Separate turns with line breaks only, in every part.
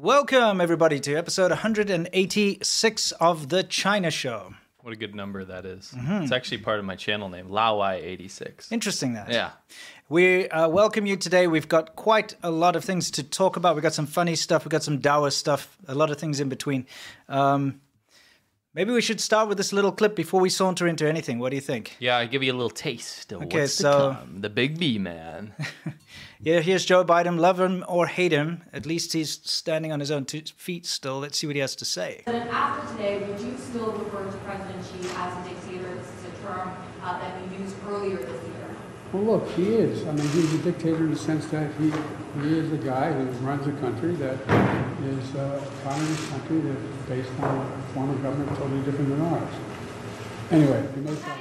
Welcome, everybody, to episode 186 of The China Show.
What a good number that is.
Mm-hmm.
It's actually part of my channel name, Lawai86.
Interesting that.
Yeah.
We uh, welcome you today. We've got quite a lot of things to talk about. We've got some funny stuff, we've got some dour stuff, a lot of things in between. Um, maybe we should start with this little clip before we saunter into anything. What do you think?
Yeah, I give you a little taste of
Okay,
what's
so-
to come. The Big B Man.
Yeah, here's Joe Biden. Love him or hate him, at least he's standing on his own two feet still. Let's see what he has to say.
President, after today, would you still refer to President Xi as a dictator? This is a term uh, that you used earlier this year.
Well, look, he is. I mean, he's a dictator in the sense that he, he is a guy who runs a country that is uh, a communist country that's based on a form of government totally different than ours. Anyway, he makes that.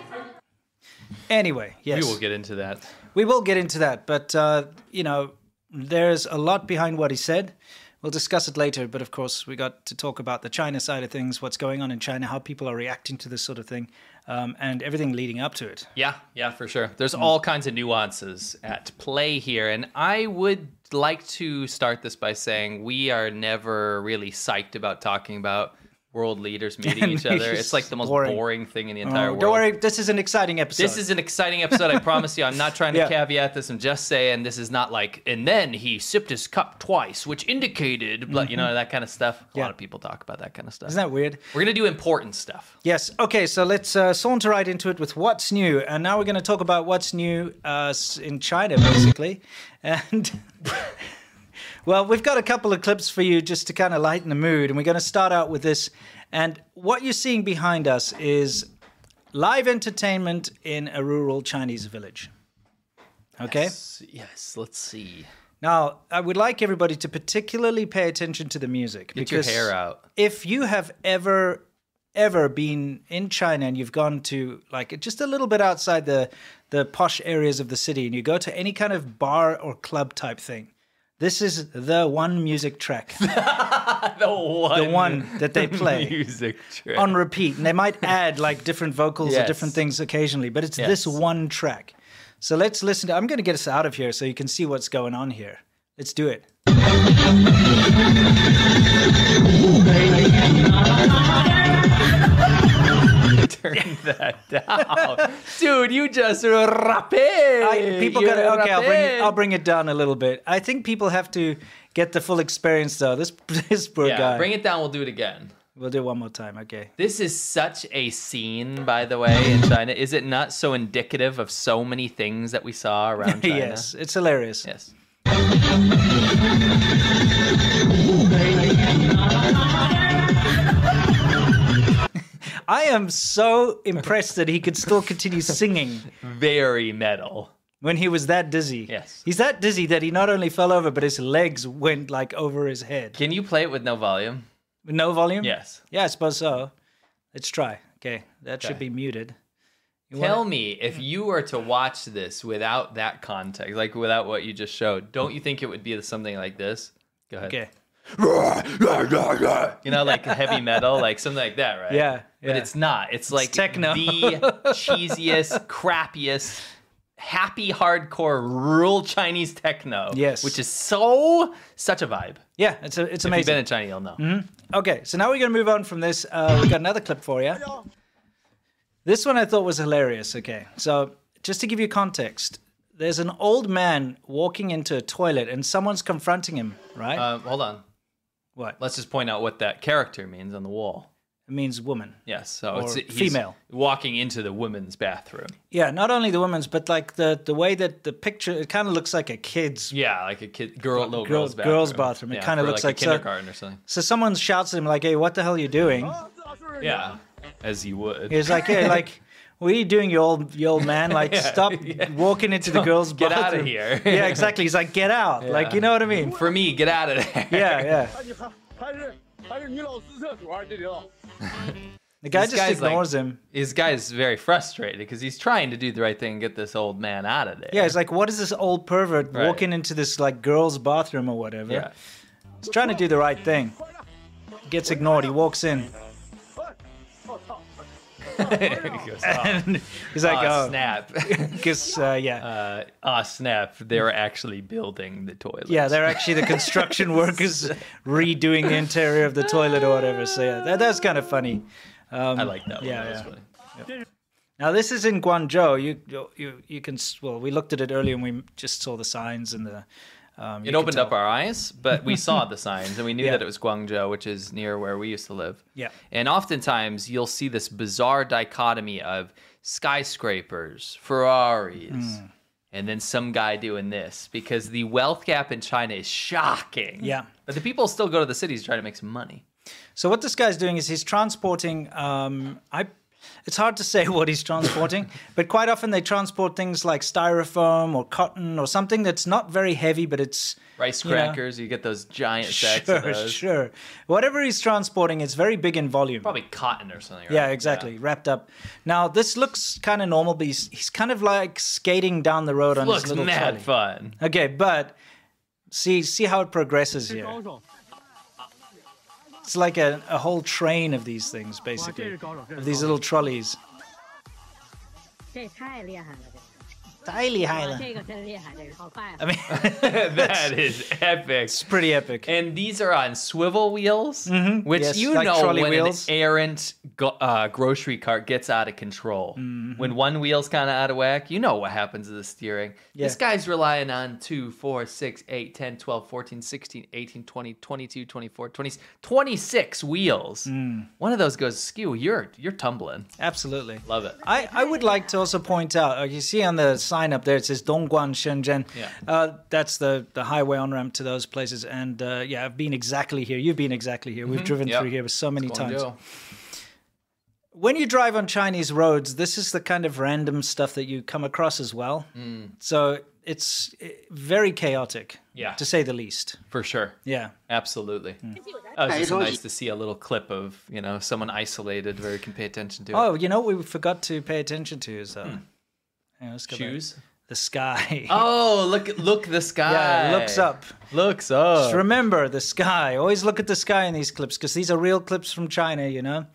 Anyway, yes.
We will get into that.
We will get into that, but uh, you know, there's a lot behind what he said. We'll discuss it later, but of course, we got to talk about the China side of things, what's going on in China, how people are reacting to this sort of thing, um, and everything leading up to it.
Yeah, yeah, for sure. There's
Mm.
all kinds of nuances at play here. And I would like to start this by saying we are never really psyched about talking about world leaders meeting each other.
It's
It's like the most
boring.
boring, thing in the entire
Oh,
world.
don't worry, this is an exciting episode.
This is an exciting episode. I promise you. I'm not trying to
Yeah.
caveat this. I'm just saying this is not like. And then he sipped his cup twice, which indicated, but you know that kind of stuff. A
Mm-hmm. Yeah.
lot of people talk about that kind of stuff.
Isn't that weird?
We're gonna do important stuff.
Yes. Okay, so let's uh, saunter right into it with what's new. And now we're going to talk about what's new uh, s- in China, basically. And well, we've got a couple of clips for you just to kind of lighten the mood. And we're going to start out with this. And what you're seeing behind us is live entertainment in a rural Chinese village. Okay?
Yes, yes, let's see.
Now, I would like everybody to particularly pay attention to the music.
Get your hair out.
If you have ever, ever been in China and you've gone to like just a little bit outside the the posh areas of the city and you go to any kind of bar or club type thing, this is the one music track,
The one,
the one that they play.
music track.
On repeat, and they might add like different vocals or
Yes.
different things occasionally, but it's this
Yes.
one track. So let's listen to. I'm going to get us out of here so you can see what's going on here. Let's do it.
Turn that down, dude. You just rapé.
I, people
You
got to okay. I'll bring it,
rapé.
I'll bring it down a little bit. I think people have to get the full experience though. This this poor
Yeah,
guy.
bring it down. We'll do it again.
We'll do it one more time. Okay.
This is such a scene, by the way, in China. Is it not so indicative of so many things that we saw around China?
Yes, it's hilarious.
Yes.
I am so impressed that he could still continue singing
Very metal.
when he was that dizzy.
Yes.
He's that dizzy that he not only fell over but his legs went like over his head.
Can you play it with no volume?
With no volume.
Yes.
Yeah, I suppose so. Let's try. Okay, that should be
Okay.
muted.
Tell me
Mm.
if you were to watch this without that context, like without what you just showed, don't you think it would be something like this? Go ahead.
Okay.
You know, like heavy metal, like something like that, right?
Yeah.
But
yeah.
it's not. It's like
techno.
the cheesiest, crappiest, happy hardcore rural Chinese techno.
Yes.
Which is so such a vibe.
yeah, it's a, it's
If you've
amazing.
been
Mm-hmm.
in China, you'll know.
Okay, so now we're going to move on from this. Uh, we got another clip for you. This one I thought was hilarious. Okay, so just to give you context, there's an old man walking into a toilet and someone's confronting him, right?
Um, hold on.
what?
Let's just point out what that character means on the wall.
It means woman.
Yes. So
Or
it's he's
female.
walking into the women's bathroom.
Yeah, not only the woman's, but like the, the way that the picture, it kind of looks like a kid's.
Yeah, like a kid, girl, little
Girl-
girl's bathroom.
girl's bathroom. It
Yeah,
kinda
for
looks
a
like so-
kindergarten or something.
So someone shouts at him, like, hey, what the hell are you doing?
Yeah, as you would.
He's like, hey, like, what are you doing, you old, you old man? Like,
Yeah,
stop
yeah.
walking into the girls'
Get outta
bathroom.
here.
yeah, exactly. He's like, get out. Like, you know what I mean?
For me, get out of there.
Yeah, yeah.
哎，你还还是还是女老师厕所这里头。
The guy
This
just
guy's like-
ignores him.
This guy's very frustrated because he's trying to do the right thing and get this old man out of there.
Yeah, it's like, what is this old pervert
Right.
walking into this like girl's bathroom or whatever?
Yeah.
He's trying to do the right thing. Gets ignored. He walks in.
哎，我操！
He goes, "Oh,
He's like,
ah,
oh,
snap.
because uh, yeah,
uh, ah, snap. They're actually building the toilet.
yeah, they're actually the construction workers redoing the interior of the toilet or whatever. So yeah, that, that's kind of funny. Um,
I like that one.
yeah,
that was
yeah.
funny.
Now this is in Guangzhou. You you you can s- well, we looked at it earlier and we just saw the signs and the. Um, you
It
could
opened up
tell.
our eyes, but we saw the signs and we knew
Yeah.
that it was Guangzhou, which is near where we used to live.
Yeah.
And oftentimes you'll see this bizarre dichotomy of skyscrapers, Ferraris,
Hmm.
and then some guy doing this because the wealth gap in China is shocking.
Yeah.
But the people still go to the cities trying to make some money.
So what this guy's doing is he's transporting. Um, I, it's hard to say what he's transporting, but quite often they transport things like styrofoam or cotton or something that's not very heavy, but it's
Rice
you know,
crackers, you get those giant sacks of
Sure,
those.
sure. Whatever he's transporting, it's very big in volume.
Probably cotton or something.
Yeah,
right?
exactly. Wrapped up. Now this looks kind of normal, but he's, he's kind of like skating down the road on his
Looks
little trolley.
mad fun.
Okay, but see see how it progresses here. It's like a, a whole train of these things, basically, of these little trolleys.
这太厉害了，这个、这个真厉害，这个好快啊
I！mean,
that is epic.
it's pretty epic.
And these are on swivel wheels, which
Mm-hmm. Yes,
you
like
know
trolley
when
wheels.
an errant go- uh, grocery cart gets out of control.
Mm-hmm.
When one wheel's kind of out of whack, you know what happens to the steering. This
Yeah.
guy's relying on 2, 4, 6, 8, 10, 12, 14, 16, 18, 20, 22, 24, 20, 26 wheels.
Mm.
One of those goes skew, you're, you're tumbling.
Absolutely.
Love it.
I, I would like to also point out, uh, you see on the sign up there, it says Dongguan Shenzhen.
Yeah.
Uh, that's the, the highway on ramp to those places. And uh, yeah, I've been exactly here. You've been exactly here. We've driven
Yep.
through here so many times.
Guangzhou.
When you drive on Chinese roads, this is the kind of random stuff that you come across as well.
Mm.
So it's eh, very chaotic,
Yeah.
to say the least.
For sure.
Yeah.
Absolutely.
Hmm.
Oh, it's just nice to see a little clip of, you know, someone isolated where you can pay attention to it.
Oh, you know what we forgot to pay attention to is uh, hang on, let's go back.
Hmm. Shoes.
the sky.
Oh, look! Look the sky.
Yeah, it looks up.
Looks up.
Just remember the sky. Always look at the sky in these clips because these are real clips from China, you know.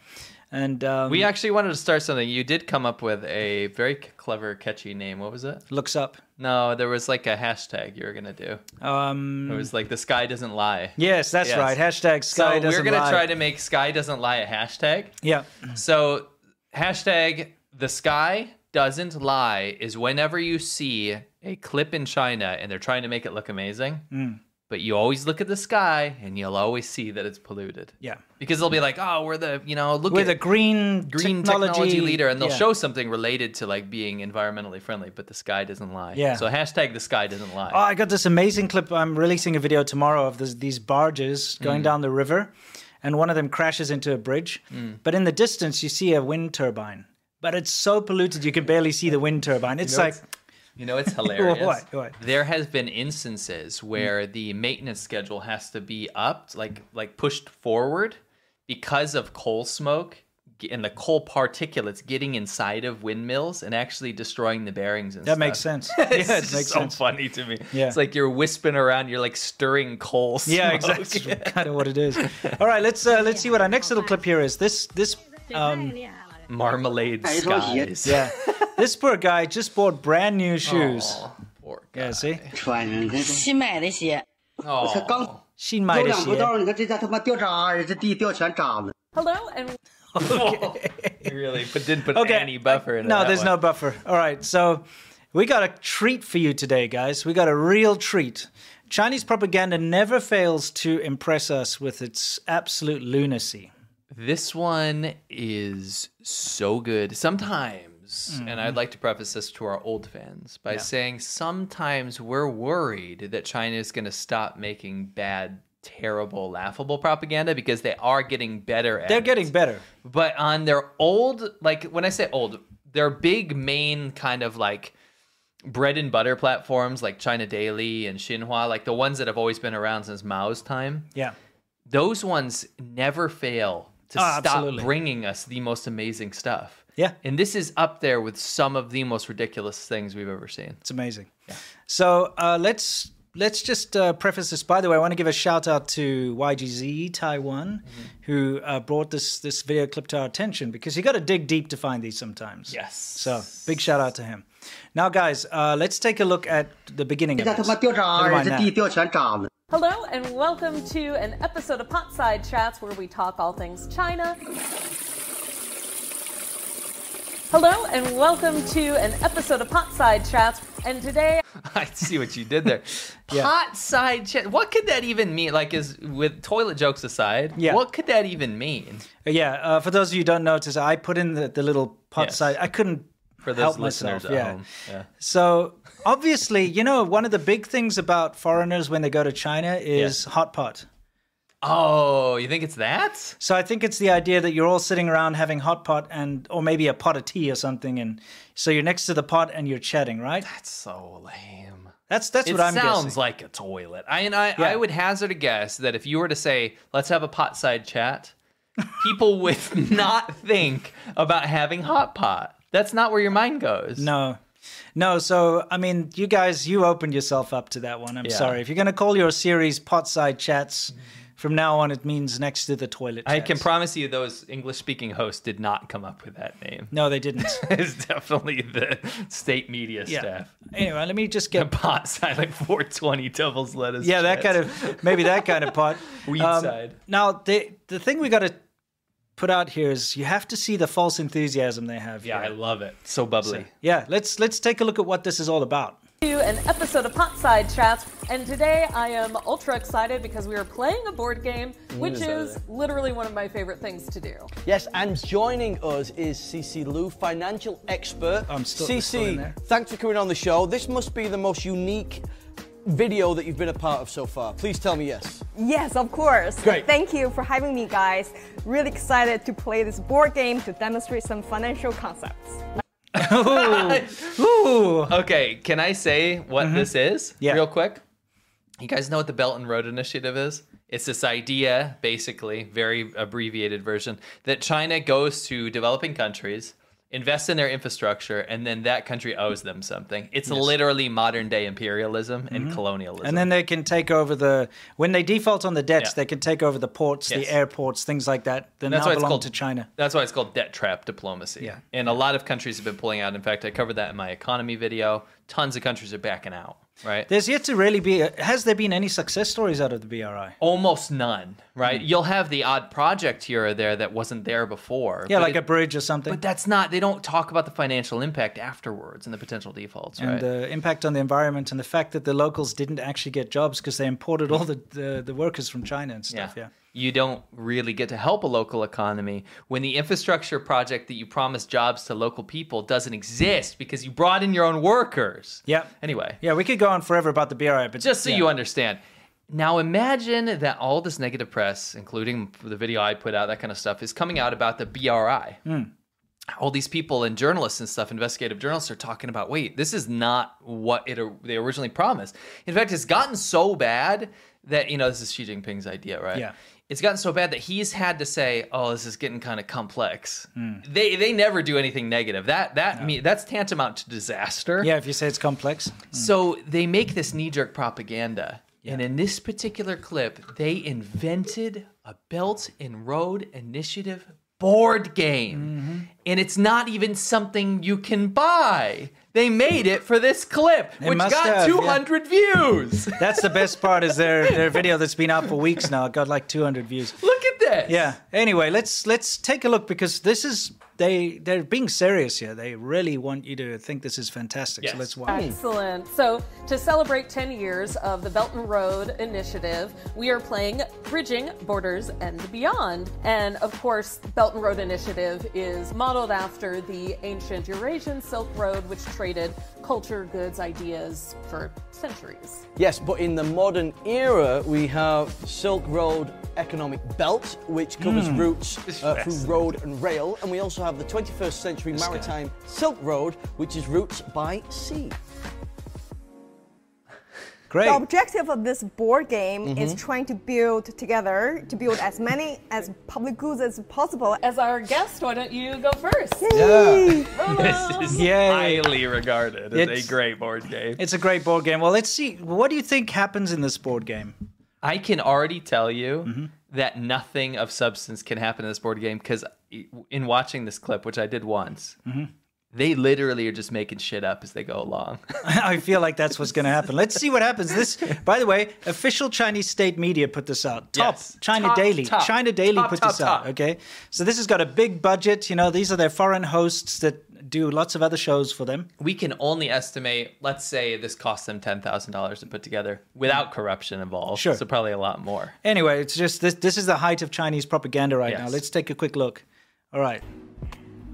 And um,
we actually wanted to start something. You did come up with a very c- clever, catchy name. What was it?
looks up.
No, there was like a hashtag you were gonna do.
Um,
It was like the sky doesn't lie.
yes, that's
Yes.
right. Hashtag sky
so we're
doesn't
gonna
lie.
try to make sky doesn't lie a hashtag.
yeah,
So hashtag the sky doesn't lie is whenever you see a clip in China and they're trying to make it look amazing,
Mm.
but you always look at the sky and you'll always see that it's polluted.
yeah.
because they'll be like, "Oh, we're the you know look
We're
at
the green
green technology, leader," and they'll
yeah.
show something related to like being environmentally friendly, but the sky doesn't lie.
Yeah.
So hashtag the sky doesn't lie.
Oh, I got this amazing clip. I'm releasing a video tomorrow of this, these barges
Mm.
going down the river, and one of them crashes into a bridge.
Mm.
But in the distance, you see a wind turbine. But it's so polluted you can barely see the wind turbine. It's
know,
like,
it's- You know it's hilarious.
What, what? Mm.
There has been instances where the maintenance schedule has to be upped, like like pushed forward, because of coal smoke g- and the coal particulates getting inside of windmills and actually destroying the bearings and
that
stuff.
makes sense. Yeah, it
It's
makes
just so
sense.
funny to me.
Yeah.
It's like you're wisping around, you're like stirring coal smoke.
Yeah, exactly. kind of what it is. All right, let's uh, let's see what our next little clip here is. This this
这太
um
厉害了，这
marmalade skies.
yeah, this poor guy just bought brand new shoes.
Aw, poor guy.
Yeah, see,
穿上，你看这
新买的鞋，
Aw.
才刚
she
走
might
两
have
步道，你看这家他妈掉渣了，这地掉全渣了。
Hello and
You really put, didn't put
Okay.
any buffer in
No, there's no buffer. All right, so we got a treat for you today, guys. We got a real treat. Chinese propaganda never fails to impress us with its absolute lunacy.
This one is so good. Sometimes, and
Mm-hmm.
I'd like to preface this to our old fans by saying sometimes we're worried that China is going to stop making bad, terrible, laughable propaganda because they are getting better at
They're
it.
getting better.
but on their old like when i say old their big main kind of like bread and butter platforms like china daily and xinhua like the ones that have always been around since mao's time
Yeah.
those ones never fail to
Ah,
stop
absolutely.
bringing us the most amazing stuff
Yeah.
and this is up there with some of the most ridiculous things we've ever seen
It's amazing. So uh, let's let's just uh, preface this. By the way, I want to give a shout out to YGZ Taiwan,
Mm-hmm.
who uh, brought this this video clip to our attention because you got to dig deep to find these sometimes.
Yes.
So big shout out to him. Now, guys, uh, let's take a look at the beginning.
这
Of
家他
this.
妈掉渣
Never
儿，
mind
这地
that.
掉全渣了。
Hello and welcome to an episode of Potside Chats where we talk all things China. Hello and welcome to an episode of Potside Chats. And today
I see what you did there. Pot side chat. What could that even mean? Like, is with toilet jokes aside,
Yeah.
what could that even mean?
Yeah. Uh, for those of you who don't notice, I put in the, the little pot
Yes.
side. I couldn't
For those
help
listeners
myself.
at
yeah.
home. Yeah.
So obviously, you know, one of the big things about foreigners when they go to China is hot pot.
Oh, you think it's that?
So I think it's the idea that you're all sitting around having hot pot and or maybe a pot of tea or something, and so you're next to the pot and you're chatting, right?
That's so lame.
That's that's
it
what I'm
sounds
guessing.
like a toilet. I and I,
Yeah.
I would hazard a guess that if you were to say, "Let's have a pot side chat," people would not think about having hot pot. That's not where your mind goes.
no. No, so I mean, you guys, you opened yourself up to that one. I'm
Yeah. Mm-hmm.
sorry. If you're going to call your series pot side chats, from now on, it means next to the toilet.
I can
chats.
promise you, those English-speaking hosts did not come up with that name.
no, they didn't.
It's definitely the state media
yeah.
staff.
Anyway, let me just
The
get.
pot side, like 420 doubles lettuce.
Yeah, that kind
chips.
of maybe that kind of pot. Um,
Weed side.
Now the the thing we got to put out here is you have to see the false enthusiasm they have.
Yeah, I
here.
love it. So bubbly.
Yeah, let's let's take a look at what this is all about.
to an episode of Potside Chats. And today I am ultra excited because we are playing a board game, which is literally one of my favorite things to do.
Yes, and joining us is CC Lou, financial expert.
I'm still-
CC,
still in there.
thanks for coming on the show. This must be the most unique video that you've been a part of so far. Please tell me yes.
Yes, of course.
Great.
Thank you for having me, guys. Really excited to play this board game to demonstrate some financial concepts.
Ooh,
Okay, can I say what this is
Mm-hmm. Yeah.
real quick? You guys know what the Belt and Road Initiative is? It's this idea, basically, very abbreviated version, that China goes to developing countries, invests in their infrastructure, and then that country owes them something. It's literally modern day imperialism and colonialism.
Mm-hmm. and then they can take over the when they default on the debts,
Yeah.
they can take over the ports,
Yes.
the airports, things like that. Then
That's
now
why it's
belong
called
to China.
That's why it's called debt trap diplomacy.
Yeah.
And a lot of countries have been pulling out. In fact, I covered that in my economy video. Tons of countries are backing out, right?
There's yet to really be. A, has there been any success stories out of the BRI?
Almost none,
Mm-hmm.
right? You'll have the odd project here or there that wasn't there before.
Yeah,
but
like
it-
a bridge or something,
But that's not. They don't talk about the financial impact afterwards and the potential defaults,
and
right?
the impact on the environment, and the fact that the locals didn't actually get jobs because they imported all the, the the workers from China and stuff. Yeah.
You don't really get to help a local economy when the infrastructure project that you promised jobs to local people doesn't exist because you brought in your own workers.
Yep.
Anyway.
Yeah, we could go on forever about the BRI, but
just so
yeah.
you understand. Now imagine that all this negative press, including the video I put out, that kind of stuff, is coming out about the BRI.
Hmm.
All these people and journalists and stuff, investigative journalists, are talking about. Wait, this is not what it they originally promised. In fact, it's gotten so bad that you know this is Xi Jinping's idea, right?
Yeah.
It's gotten so bad that he's had to say, "Oh, this is getting kind of complex."
Hmm.
They they never do anything negative. That that me that's tantamount to disaster.
Yeah, if you say it's complex.
Mm. So they make this knee jerk propaganda. And in this particular clip, they invented a Belt and Road Initiative board game. And it's not even something you can buy. They made it for this clip, which
must
got
have, yeah.
200 views.
That's the best part is their their video that's been out for weeks now. It got like 200 views.
Look at this.
Yeah. Anyway, let's let's take a look because this is they they're being serious here. They really want you to think this is fantastic. So
Yes.
let's watch.
Excellent. So, to celebrate 10 years of the Belt and Road Initiative, we are playing Bridging Borders and Beyond. And of course, the Belt and Road Initiative is modeled after the ancient Eurasian Silk Road, which traded culture, goods, ideas for centuries.
Yes, but in the modern era, we have Silk Road Economic Belt, which covers routes uh, through road and rail, and we also have the 21st century maritime Silk Road, which is routes by sea.
Great.
The objective of this board game is
Mm-hmm.
Mhm.
trying to build together, to build as many as public goods as possible.
As our guest, why don't you go first?
Yeah.
this is
Yay.
highly regarded as
It's-
a great board game.
It's a great board game. Well, let's see. What do you think happens in this board game?
I can already tell you that nothing of substance can happen in this board game because in watching this clip, which I did once, they literally are just making shit up as they go along.
I feel like that's what's going to happen. Let's see what happens. This, by the way, official Chinese state media put this out. Top China
Top,
Daily,
top,
China Daily
top,
put
top,
this out. Okay, so this has got a big budget. You know, these are their foreign hosts that do lots of other shows for them.
we can only estimate, let's say this cost them $10,000 to put together without corruption involved.
Sure.
So probably a lot more.
Anyway, it's just this. This is the height of Chinese propaganda right now.
Yes.
Let's take a quick look. All right.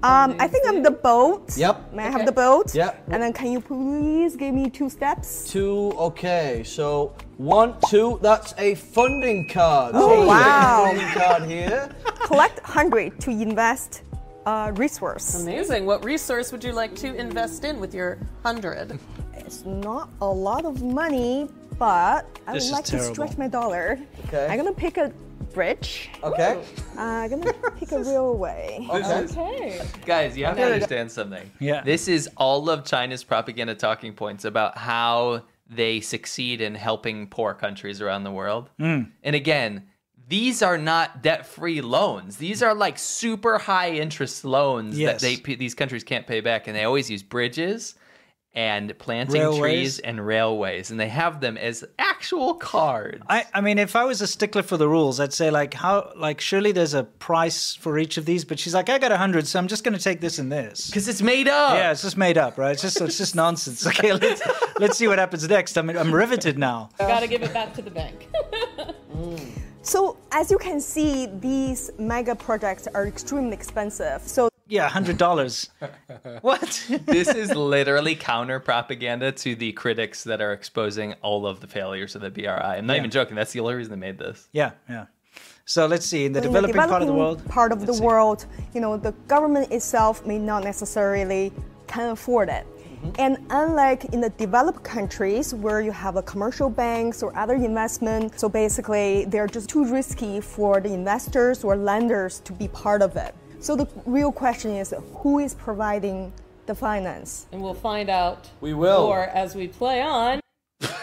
Um, I think I'm the boat.
Yep.
May I have the boat?
Yep.
And then can you please give me two steps?
Two, okay, so one, two, that's a funding card. So
Oh,
we get
wow.
a funding card here.
Collect 100 to invest uh, resource.
Amazing. What resource would you like to invest in with your hundred?
It's not a lot of money, but I
This
would
is
like to
terrible.
stretch my dollar.
Okay.
I'm gonna pick a bridge.
Okay.
Uh, I'm gonna pick a railway.
Okay. Guys, you have to
Okay.
understand something.
Yeah.
This is all of China's propaganda talking points about how they succeed in helping poor countries around the world.
Mm.
And again, these are not debt-free loans. These are like super high interest loans
Yes.
that they these countries can't pay back and they always use bridges and planting
Railways.
trees and railways and they have them as actual cards.
I, I mean, if I was a stickler for the rules, I'd say like how like surely there's a price for each of these, but she's like, I got a hundred, so I'm just gonna take this and this.
Because it's made up.
Yeah, it's just made up, right? It's just it's just nonsense. Okay, let's let's see what happens next. I'm I'm riveted now.
You gotta give it back to the bank.
So as you can see, these mega projects are extremely expensive. So
Yeah, hundred dollars. What?
this is literally counter propaganda to the critics that are exposing all of the failures of the BRI. I'm not
Yeah.
even joking. That's the only reason they made this.
Yeah, yeah. So let's see in the
in
developing, part of the world.
part of the world, you know, the government itself may not necessarily can afford it.
Mm-hmm.
And unlike in the developed countries where you have a commercial banks or other investment, so basically they're just too risky for the investors or lenders to be part of it. So the real question is who is providing the finance?
and we'll find out.
We
will.
Or as we play on.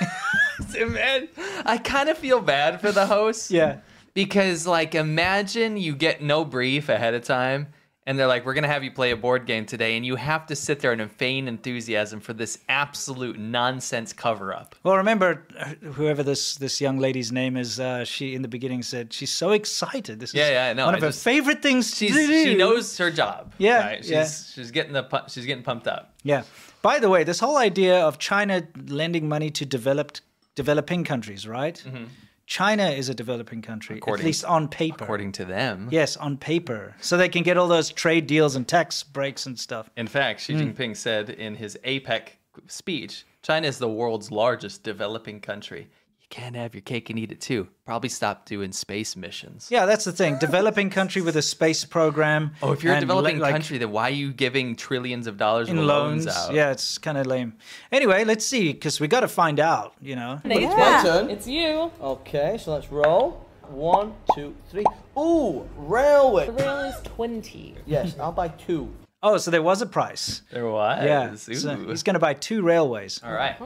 Man, I kind of feel bad for the host.
yeah.
Because, like, imagine you get no brief ahead of time and they're like, we're going to have you play a board game today. And you have to sit there and feign enthusiasm for this absolute nonsense cover up.
Well, remember, uh, whoever this this young lady's name is, uh, she in the beginning said she's so excited. This is
Yeah, yeah, I know.
one
I
of her
just-
favorite things to
She's,
do.
she knows her job.
Yeah,
right? She's, she's getting the pu- she's getting pumped up.
Yeah. By the way, this whole idea of China lending money to developed developing countries, right? China is a developing country,
Mm-hmm. According-
at least on paper.
According to them.
Yes, on paper, so they can get all those trade deals and tax breaks and stuff.
In fact, Xi
Mm.
Jinping said in his APEC speech, China is the world's largest developing country. You can't have your cake and eat it too. Probably stop doing space missions.
Yeah, that's the thing. Developing country with a space program.
Oh, if you're a
and
developing
like,
country, then why are you giving trillions of dollars
in loans,
out?
yeah, it's kind of lame. Anyway, let's see, because we got to find out. You know,
It's my turn.
It's you.
Okay, so let's roll. One, two, three. Ooh, railway.
The rail is 20.
Yes, I'll buy two.
Oh, so there was a price.
There was.
Yeah, so
Ooh.
he's going to buy two railways.
All right.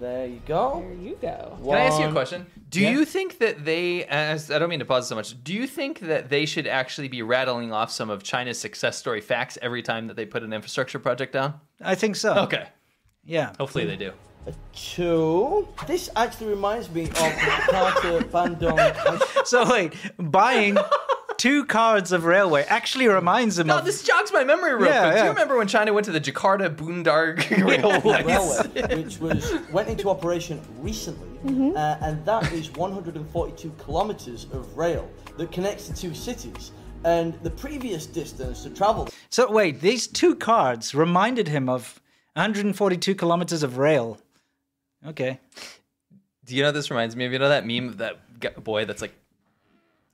There you go.
There you go.
Can I ask you a question? Do
Yeah.
you think that they, as I don't mean to pause so much, do you think that they should actually be rattling off some of China's success story facts every time that they put an infrastructure project down?
I think so.
Okay.
Yeah.
Hopefully they do.
Two. This actually reminds me of the Carter Bandung.
So wait, buying two cards of railway actually reminds him
No,
of
this jogs my memory real
Yeah,
quick. Do
yeah.
you remember when China went to the Jakarta Boondarg Railway?
Railway, which was went into operation recently,
Mm-hmm.
uh, and that is 142 kilometers of rail that connects the two cities. And the previous distance to travel
So wait, these two cards reminded him of 142 kilometers of rail. Okay.
Do you know what this reminds me of? You know that meme of that g- boy that's like,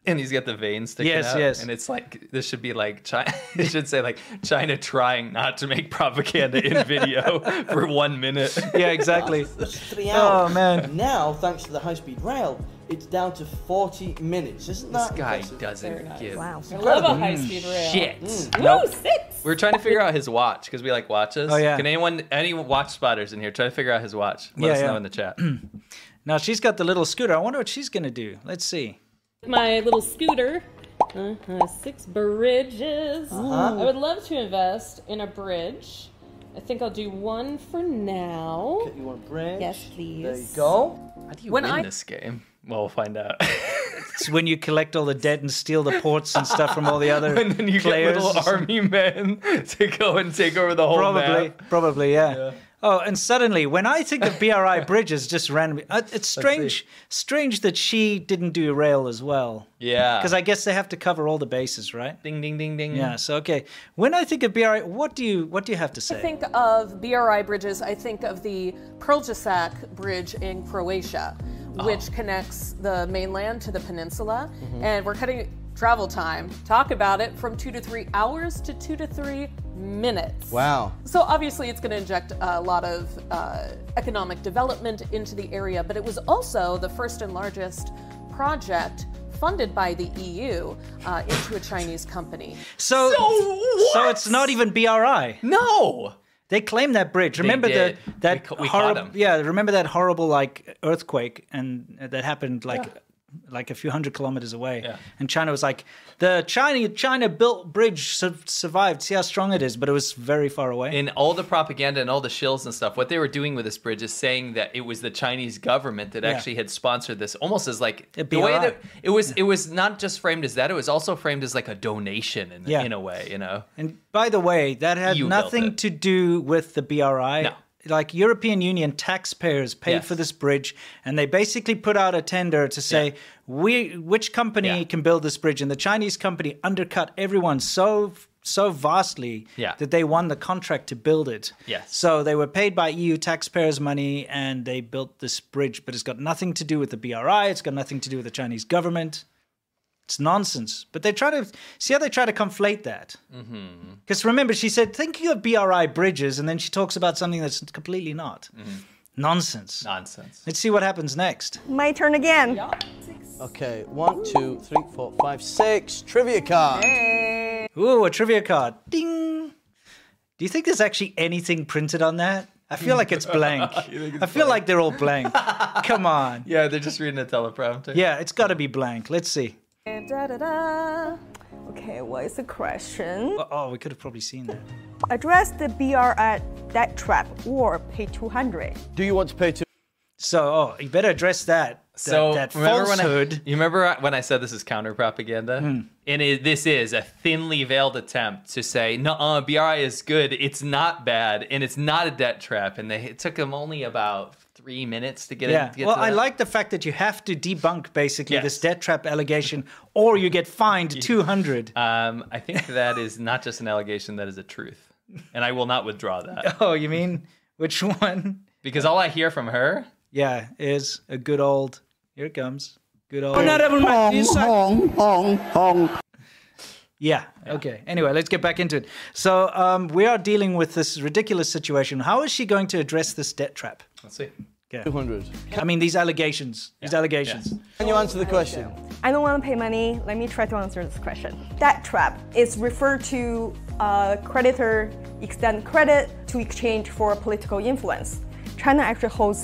and he's got the veins sticking
Yes,
out.
yes.
And it's like this should be like China. It should say like China trying not to make propaganda in video for one minute.
Yeah, exactly.
That's three
Oh,
hours.
man.
Now, thanks to the high-speed rail, it's down to 40 minutes. Isn't
This
that
guy
impressive?
doesn't give.
I love a high speed rail.
Shit.
Mm.
Nope.
Ooh, six.
We're trying to figure out his watch because we like watches.
Oh, yeah.
Can anyone, any watch spotters in here, try to figure out his watch? Let
Yeah,
us know
yeah.
in the chat.
Now she's got the little scooter. I wonder what she's gonna do. Let's see.
my little scooter. Uh-huh, six bridges.
Uh-huh.
I would love to invest in a bridge. I think I'll do one for now.
You want a bridge?
Yes, please.
There you go.
How do you
When
win
I-
this game? Well, we'll find out.
It's when you collect all the dead and steal the ports and stuff from all the other
and then you
players.
get little army men to go and take over the whole
probably,
map.
probably, yeah. Oh, and suddenly, when I think of BRI Bridges, just randomly, uh, it's strange, strange that she didn't do rail as well.
Yeah.
Because I guess they have to cover all the bases, right?
Ding, ding, ding, ding.
Yeah. So okay, when I think of BRI, what do you what do you have to
I
say?
think of BRI bridges, I think of the Preljesac Bridge in Croatia, which connects the mainland to the peninsula.
Mhm.
And we're cutting travel time, talk about it, from two to three hours to two to three minutes.
Wow.
So obviously, it's going to inject a lot of uh, economic development into the area, but it was also the first and largest project funded by the EU uh, into a Chinese company.
So,
So
so it's not even BRI.
No.
They claim that bridge. Remember the
did.
that
ca- we caught
horrible
them.
yeah, remember that horrible like earthquake and uh, that happened like like a few hundred kilometers away. And China was like the China China built bridge su- survived. See how strong it is, but it was very far away.
In all the propaganda and all the shills and stuff, what they were doing with this bridge is saying that it was the Chinese government that
Yeah.
actually had sponsored this, almost as like
It'd be
the way
alright.
that it was. It was not just framed as that; it was also framed as like a donation in,
Yeah.
in a way, you know.
And by the way, that had
You built
nothing to do with the BRI.
No.
Like European Union taxpayers paid
Yes.
for this bridge, and they basically put out a tender to say we which company can build this bridge, and the Chinese company undercut everyone so so vastly
Yeah.
that they won the contract to build it.
Yes.
So they were paid by EU taxpayers' money, and they built this bridge, but it's got nothing to do with the BRI. It's got nothing to do with the Chinese government. It's nonsense. But they try to see how they try to conflate that.
Mm-hmm.
Because remember, she said, thinking of BRI bridges, and then she talks about something that's completely not. Nonsense.
Nonsense.
Let's see what happens next.
My turn again.
Okay, one, two, three, four, five, six. Trivia card.
Ooh, a trivia card. Ding. Do you think there's actually anything printed on that? I feel like it's blank. I feel like they're all blank. Come on.
Yeah, they're just reading a teleprompter.
Yeah, it's got to be blank. Let's see.
Okay, what is the question?
Oh, we could have probably seen that.
Address the BRI debt trap or pay 200.
Do you want to pay two?
So, oh, you better address that. that-
So
that,
remember when I,
falsehood. Hmm.
you remember when I said this is counter propaganda, and it, this is a thinly veiled attempt to say, "No, BRI is good. It's not bad, and it's not a debt trap." And they it took them only about three minutes to get
yeah.
it. To get
well,
to
I
that.
like the fact that you have to debunk basically this debt trap allegation, or you get fined two hundred.
Um, I think that is not just an allegation; that is a truth, and I will not withdraw that
Oh, you mean which one?
because all I hear from her
Yeah, is a good old. Here it comes. Good old.
Hong, Hong, Hong, Hong.
Yeah. Okay. Anyway, let's get back into it. So um, we are dealing with this ridiculous situation. How is she going to address this debt trap?
Let's see.
Yeah.
200.
I mean, these allegations. These allegations.
Can you answer the question?
I don't want to pay money. Let me try to answer this question. Debt trap is referred to a creditor extend credit to exchange for political influence. China actually holds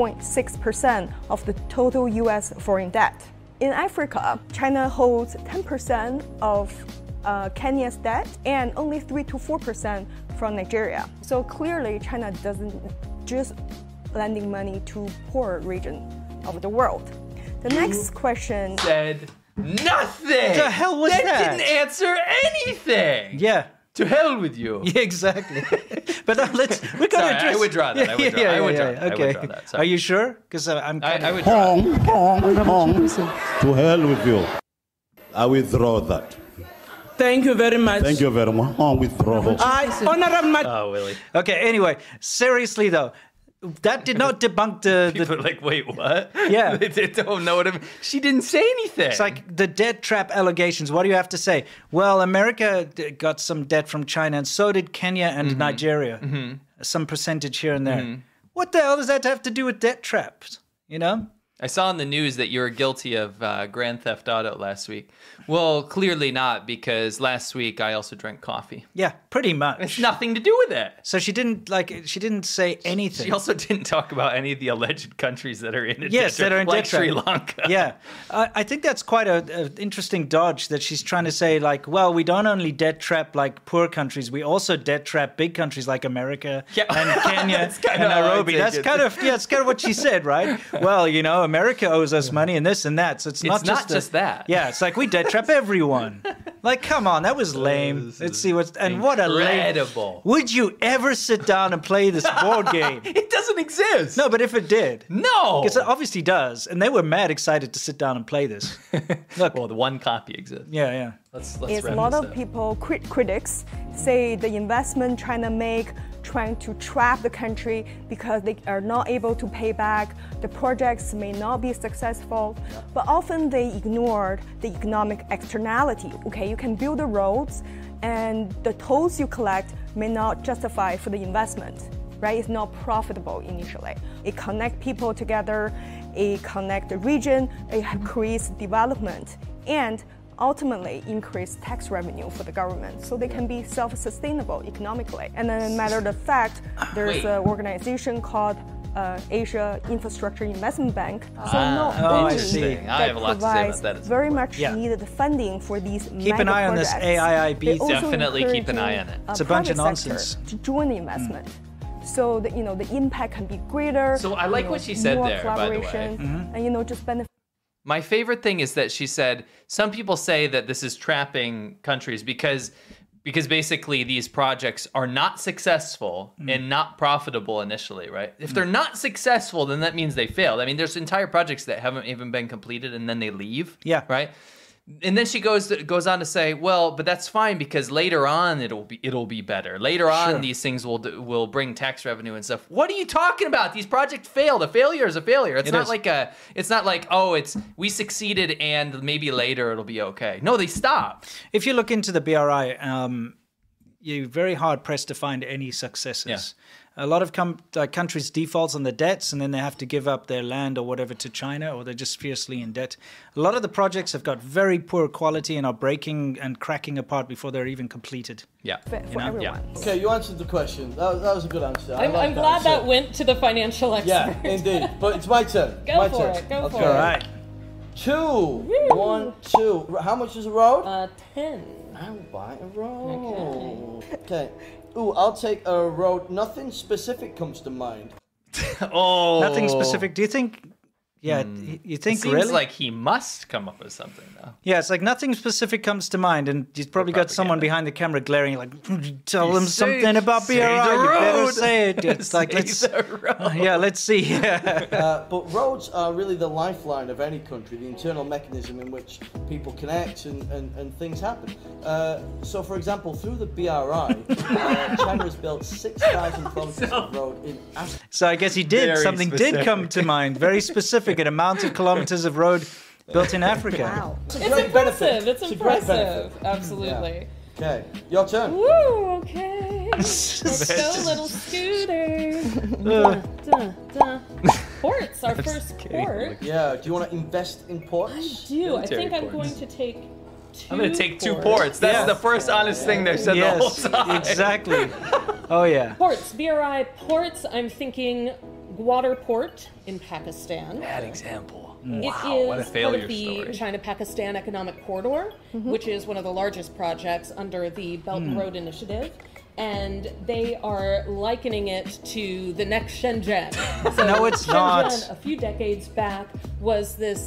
11.6% of the total US foreign debt. In Africa, China holds 10% of uh, Kenya's debt and only 3 to 4% from Nigeria. So clearly, China doesn't just lending money to poor region of the world. The next question
said nothing.
The hell was that?
didn't answer anything.
Yeah.
To hell with you.
Yeah, exactly. but now let's. We're going
Sorry,
to
I
address.
withdraw that. I withdraw- I withdraw that. I
Okay.
withdraw that.
Are you sure? Because I'm.
I, I would.
Hong, Hong, Hong. To hell with you. I withdraw that.
Thank you very much.
Thank you very much. Hong withdraw.
I, Honorable Madam.
Oh, Willie.
Okay, anyway, seriously though, That did not debunk the.
People are like, wait, what?
Yeah.
they, they don't know what I mean. She didn't say anything.
It's like the debt trap allegations. What do you have to say? Well, America d- got some debt from China, and so did Kenya and
Mm-hmm.
Nigeria. Some percentage here and there. What the hell does that have to do with debt traps? You know?
I saw in the news that you were guilty of uh, Grand Theft Auto last week. Well, clearly not, because last week I also drank coffee.
Yeah, pretty much. It's
nothing to do with it.
So she didn't like. She didn't say anything.
She also didn't talk about any of the alleged countries that are in it.
yes, that are in
like
debt
Sri
trap.
Lanka.
Yeah, I, I think that's quite a, a interesting dodge that she's trying to say. Like, well, we don't only debt trap like poor countries, we also debt trap big countries like America and Kenya and
kinda how I
Nairobi.
take
That's
it.
kind of yeah, that's kind of what she said, right? Well, you know, America owes us money and this and that, so it's not
It's
just
not just that.
Yeah, it's like we debt trap everyone. Like, come on, that was lame. Let's see what's and what a lame.
Incredible.
Would you ever sit down and play this board game?
it doesn't exist.
No, oh. but if it did,
No.
because it obviously does, and they were mad excited to sit down and play this. Look,
well, the one copy exists.
Yeah, yeah.
Let's
is a lot of people, crit- critics, say the investment China make trying to trap the country because they are not able to pay back, the projects may not be successful, but often they ignored the economic externality. Okay, you can build the roads and the tolls you collect may not justify for the investment right? It's not profitable initially. It connects people together, it connects the region, it creates development, and ultimately increase tax revenue for the government so they can be self-sustainable economically. And then matter of fact,
Ah,
there's
Wait.
an organization called uh, Asia Infrastructure Investment Bank. So
Ah,
not
oh, I
only
see. I
that
have a lot to say about
provides
that at some
very much
Yeah.
needed funding for these
Keep an
mega
eye on this
projects.
AIIB
They also
Definitely keep an eye on it.
encouraging,
It's a bunch of
private sector
nonsense.
to join
Hmm.
the investment. So that you know the impact can be greater.
So I like
you
what
know,
she said
more
there, by the way.
collaboration,
Mhm.
And you know just benefit.
My favorite thing is that she said some people say that this is trapping countries because because basically these projects are not successful and not profitable initially, right? If they're not successful, then that means they failed. I mean, there's entire projects that haven't even been completed and then they leave.
Yeah.
Right? And then she goes goes on to say, "Well, but that's fine because later on it'll be it'll be better. Later on
Sure.
these things will do- will bring tax revenue and stuff." What are you talking about? These projects failed. A failure is a failure. It's
It
not
is.
like a it's not like, "Oh, it's we succeeded and maybe later it'll be okay." No, they stopped.
If you look into the BRI, um, you're very hard pressed to find any successes. A lot of com- uh, countries defaults on the debts, and then they have to give up their land or whatever to China, or they're just fiercely in debt. A lot of the projects have got very poor quality and are breaking and cracking apart before they're even completed.
Yeah.
For
You know? everyone. Yeah.
Okay, you answered the question. That was, that was a good answer. I
I'm,
like
I'm glad that
answer.
went to the financial expert.
Yeah, indeed. But it's my turn.
Go
my
for
turn.
it, go
okay.
for it. Alright.
Two. One, two. R- How much is a road?
Uh, ten.
I'll buy a road. Okay. Ooh, I'll take a road. Nothing specific comes to mind.
oh.
Nothing specific. Do you think? Yeah, y- you think
Hmm. it seems
really?
like he must come up with something though.
yeah, it's like nothing specific comes to mind, and you've probably got someone behind the camera glaring, like, tell
You
them
say-
something about BRI.
say
You
the
better
road."
say it. It's like
Say
let's
the road.
yeah, let's see.
uh, but roads are really the lifeline of any country, the internal mechanism in which people connect and, and, and things happen. Uh, so, for example, through the BRI, uh, China has built 6,000 kilometers of road in Africa.
So I guess he did.
Very
Something did
specific.
come to mind. Very specific. An amount of kilometers of road built in Africa.
It's,
a great
impressive.
benefit.
It's,
It's a great
impressive.
benefit.
Absolutely.
Okay, your turn.
Woo, okay. Let's go, little scooter.
Uh.
Duh, duh, duh. Ports, our first port.
Yeah, do you want to invest in ports?
Do I think I'm going to take two?
I'm going to take two ports. That's
Yeah.
the first honest thing they've said
yes,
the whole time.
exactly. Oh yeah.
Ports, BRI ports. I'm thinking Gwadar Port in Pakistan.
Bad example.
It is
Wow, what a
part
failure
of the
story.
China-Pakistan Economic Corridor, which is one of the largest projects under the Belt and
Hmm.
Road Initiative, and they are likening it to the next Shenzhen.
No, it's
Shenzhen,
not.
A few decades back, was this